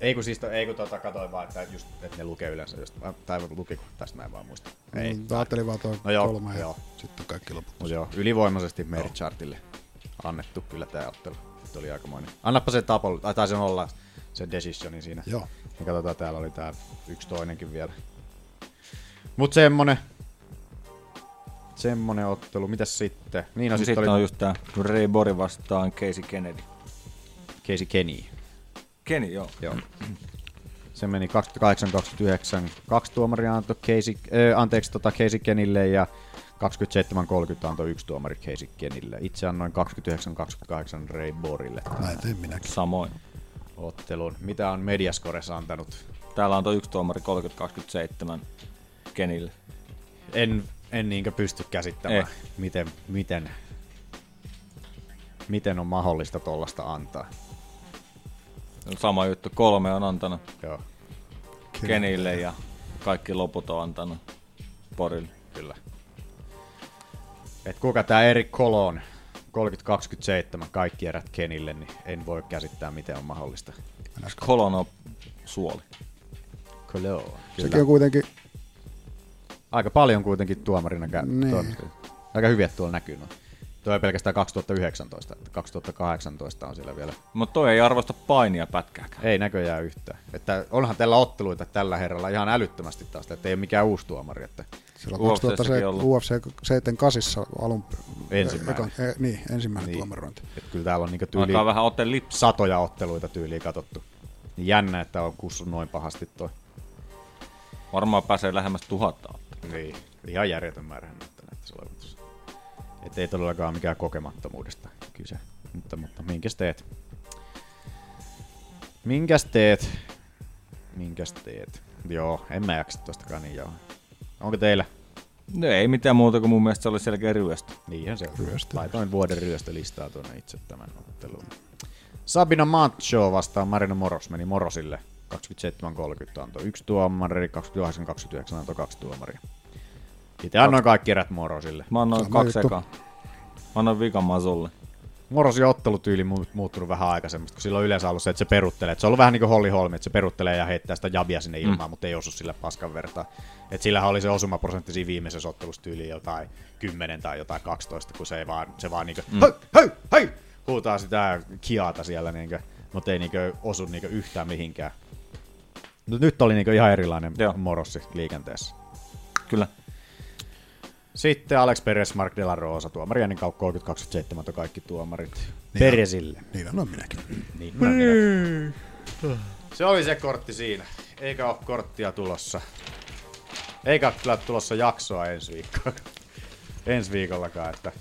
Ei kun siis, to, ei kun tota, katsoin vaan, että, just, että ne lukee yleensä just, tai lukiko, tästä mä en vaan muista. Ei. Mm, Ajattelin vaan tuo No joo, kolme ja joo. sitten kaikki loput. Mut joo, ylivoimaisesti Merchartille annettu kyllä tää ottelu. Nyt oli aikamoinen. Annappa se tapo, tai, tai sen olla se decisioni siinä. Joo. Ja katsotaan, täällä oli tää yksi toinenkin vielä. Mut semmonen. Semmonen ottelu. Mitäs sitten? Niin, no, No, sit sitten oli... on just tää Ray Bori vastaan Casey Kennedy. Casey Kenny. Kenny, joo. joo. Se meni 28-29. Kaksi tuomaria antoi Casey, äh, anteeksi, tota Casey Kenille ja 27-30 antoi yksi tuomari Casey Kenille. Itse annoin 29-28 Ray Borille. Näin tein minäkin. Samoin. Ottelun. Mitä on Mediascoressa antanut? Täällä antoi yksi tuomari 30-27 Kenille. En, en niinkö pysty käsittämään, Eh. miten, miten, miten on mahdollista tollasta antaa. Sama juttu, kolme on antanut Joo. Kenille ja kaikki loput on antanut Borille. Kyllä. Et kuka tää Erik Kolon 30-27 kaikki erät Kenille, niin en voi käsittää miten on mahdollista. Kolono suoli. Kolon. Sekin on kuitenkin Aika paljon kuitenkin tuomarina käynyt. Niin. Niin. Aika hyviä tuolla näkyy noin. Tuo ei pelkästään 2019, että 2018 on siellä vielä. Mutta toi ei arvosta painia pätkääkään. Ei näköjään yhtään. Että onhan tällä otteluita tällä herralla ihan älyttömästi taas, että ei ole mikään uusi tuomari. Että Silloin UFC 2007 ollut. UFC 78 alun Ensimmäinen. Eka, e, niin, ensimmäinen Niin. niin. tuomarointi. Et kyllä täällä on niinku tyyli Alkaa vähän ote lips. satoja otteluita tyyliin katsottu. Niin jännä, että on kussut noin pahasti toi. Varmaan pääsee lähemmäs tuhatta. Niin, ihan järjetön määrä että näyttäisi olevan tuossa. Et ei todellakaan mikään kokemattomuudesta kyse. Mutta, mutta minkäs teet? Minkäs teet? Minkäs teet? Joo, en mä jaksa tostakaan niin joo. Onko teillä? No ei mitään muuta kuin mun mielestä se oli selkeä ryöstö. Niinhän se on. Ryöstö. Laitoin vuoden ryöstölistaa tuonne itse tämän otteluun. Sabina Macho vastaan Marino Moros meni Morosille. 27.30 antoi yksi tuomari, 28.29 antoi kaksi tuomaria. Itse annoin kaikki erät Morosille. Mä annoin Sama kaksi juttu. ekaa. Mä annoin vikan Masulle. Morosin ottelutyyli mu- muuttunut vähän aikaisemmasta, kun sillä on yleensä ollut se, että se peruttelee. Et se on ollut vähän niin kuin Holly Holm, että se peruttelee ja heittää sitä jabia sinne ilmaan, mutta ei osu sillä paskan vertaa. Et sillähän oli se osumaprosentti siinä viimeisessä ottelussa tyyliin jotain 10 tai jotain 12, kun se ei vaan, se vaan niin kuin, mm. hei, hei, hei, huutaa sitä kiata siellä, niin kuin, mutta ei niin kuin osu niin kuin yhtään mihinkään. Mut nyt oli niin kuin ihan erilainen Joo. morossi liikenteessä. Kyllä. Sitten Alex Perez, Mark De La Rosa, tuomari ennen kautta 30 kaikki tuomarit. Peresille. Niin annoin minäkin. Niin, no minä. Niin. Se oli se kortti siinä. Eikä ole korttia tulossa. Eikä ole kyllä tulossa jaksoa ensi viikolla. ensi viikollakaan, että...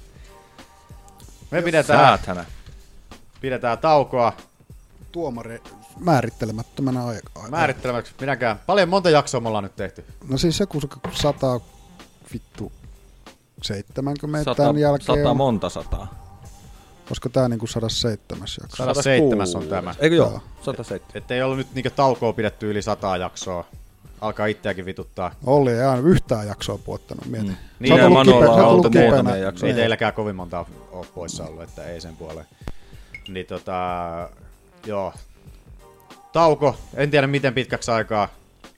Me pidetään, Säätänä. pidetään taukoa Tuomari määrittelemättömänä aikaa. määrittelemäksi minäkään. Paljon monta jaksoa me ollaan nyt tehty. No siis joku sata vittu seitsemänkö me Sata, tämän jälkeen sata on? monta sataa. Koska tää niinku 107 jakso. 107 on tämä. Eikö joo? 107. Ettei ollut nyt niinkö taukoa pidetty yli sataa jaksoa. Alkaa itseäkin vituttaa. Olli ei aina yhtään jaksoa puottanut, mieti. Mm. Niin, ja Manu ollaan oltu muutamia jaksoja. Niin. Ei Niin, teilläkään kovin monta ole poissa ollut, että ei sen puoleen. Niin tota, joo. Tauko, en tiedä miten pitkäksi aikaa.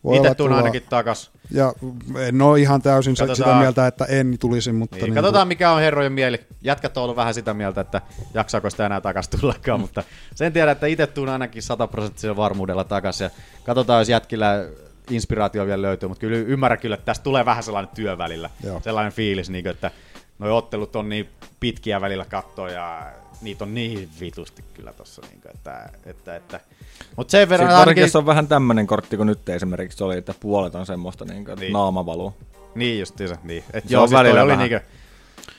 Voi Itse olla tuun tulla- ainakin takas. Ja en ole ihan täysin se- sitä Katsotaan. mieltä, että en tulisi, mutta... Niin, katsotaan mikä on herrojen mieli. Jätkät on ollut vähän sitä mieltä, että jaksaako sitä enää takas Mm. tullakaan, mutta sen tiedän, että itse tuun ainakin sataprosenttisella varmuudella takas. Ja katsotaan, jos jätkillä inspiraatio vielä löytyy, mutta kyllä ymmärrän kyllä, että tästä tulee vähän sellainen työ välillä. Joo. Sellainen fiilis, niin kuin, että noi ottelut on niin pitkiä välillä kattoja ja niitä on niin vitusti kyllä tossa. Niin kuin, että, että, että. Mut sen verran Siis varsinkin, ainakin- jos on vähän tämmöinen kortti kuin nyt esimerkiksi oli, että puolet on semmoista niin kuin, niin. naama valuu. Niin justiinsa, niin. Et Se joo, on siis toi välillä oli, vähän. niinkö,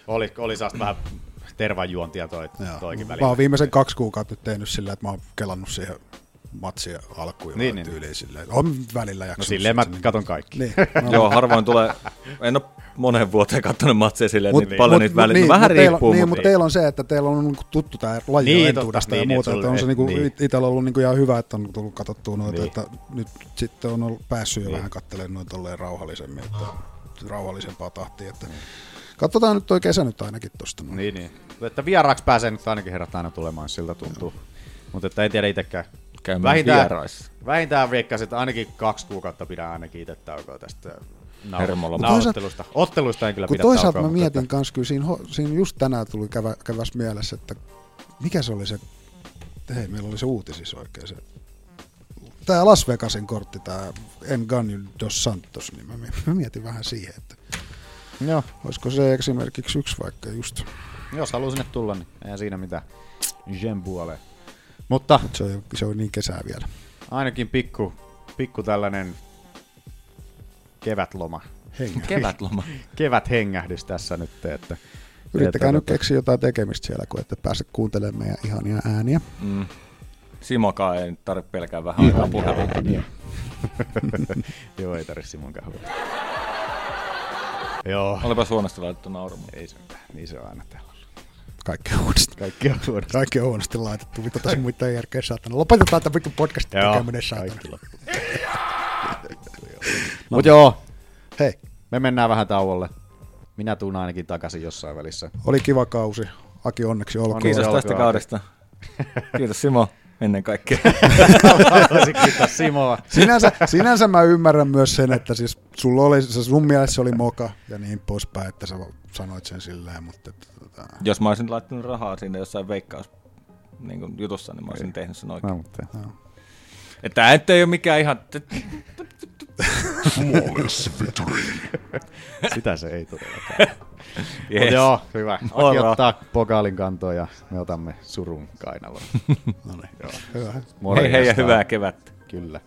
oli, oli saasta vähän tervajuontia toi, toikin välillä. Mä oon viimeisen kaksi kuukautta nyt tehnyt sillä, että mä oon kelannut siihen matsia alkuun niin, Niin, niin. niin. tyyliin silleen. On välillä jaksanut. No silleen mä sen- katon kaikki. Niin. Joo, harvoin tulee, en ole moneen vuoteen katsonut matseja silleen, Mut- mut, niin paljon mut- niitä mut välillä. niin, Niin, vähän mut teillä- riippuu, Niin, mutta teillä on se, että teillä on niinku tuttu tämä laji Niin, niin, totta, entuudesta ja niin, muuta. että Että on sulla- se niinku, niin. niin. itsellä ollut niinku ihan hyvä, että on tullut katsottua noita. Niin. Niin. Että nyt sitten on ollut päässyt jo Niin. niin. vähän katselemaan noita tolleen rauhallisemmin. Että rauhallisempaa tahtia. Että Katsotaan nyt toi kesä nyt ainakin tosta. noin. Niin, niin. Että vieraaksi pääsee nyt ainakin herrat aina tulemaan, jos siltä tuntuu. Mutta että en tiedä itsekään. Käymään vieraissa. Vähintään veikkasin, että ainakin kaksi kuukautta pidä ainakin itse taukoa tästä Hermoloma. nau- Mut nauhoittelusta. Ottelusta en kyllä Kun pidä toisaalta taukoa, mä mutta mietin että... kanssa, kyllä siinä, ho- siinä just tänään tuli kävä, käväs mielessä, että mikä se oli se, hei meillä oli se uutisissa oikein se, tämä Las Vegasin kortti, tämä Enganyu dos Santos, niin mä, mi- mä mietin vähän siihen, että Joo. olisiko se esimerkiksi yksi vaikka just. että Jos haluaa sinne tulla, niin eihän siinä mitään. Jen puoleen. Mutta Mut se, on, se on niin kesää vielä. ainakin pikku, pikku tällainen kevätloma. Hengähdys. Kevätloma. Keväthengähdys tässä nyt. Että, Yrittäkää että- tota- nyt keksiä jotain tekemistä siellä, kun ette pääse kuuntelemaan meidän ihania ääniä. Mm. Simokaan ei nyt tarvitse pelkää vähän aikaa puhelua. Joo, ei tarvitse Simon kahvia. Joo. Olipa suunnasta laitettu nauramaan. Ei se mitään, niin se on aina täällä. Kaikki on huonosti. Kaikki on huonosti. Kaikki on huonosti laitettu. Vittu tässä muita järkeä saatana. Lopetetaan tämä vittu podcastin Joo, tekeminen saatana. Mut joo. Hei. Me mennään vähän tauolle. Minä tuun ainakin takaisin jossain välissä. Oli kiva kausi. Aki onneksi olkoon. Kiitos tästä kaudesta. Kiitos Simo ennen kaikkea. Haluaisin kiittää Simoa. Sinänsä, sinänsä mä ymmärrän myös sen, että siis sulla oli, se sun mielestä se oli moka ja niin poispäin, että sä sanoit sen silleen, mutta että, tota, Jos mä olisin laittanut rahaa sinne jossain veikkaus niin kuin jutussa, niin mä olisin tehnyt sen oikein. No, mutta... Että tämä nyt ei ole mikään ihan... Flawless victory. Sitä se ei todellakaan. Yes. Mut joo, hyvä. Aki Alright. ottaa pokaalin kantoa ja me otamme surun kainaloon. no niin, joo. Hyvä. Hei hei ja hyvää kevättä. Kyllä.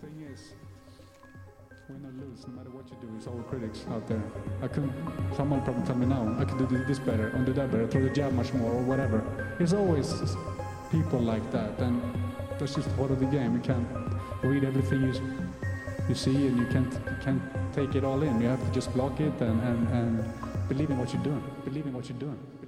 Win or lose, no matter what you do, it's all critics out there. I could, someone probably tell me now, I could do this better, or do that better, throw the jab much more, or whatever. There's always people like that, and that's just part of the game. You can't read everything you, s- you see, and you can't, you can't take it all in. You have to just block it and, and, and believe in what you're doing. Believe in what you're doing.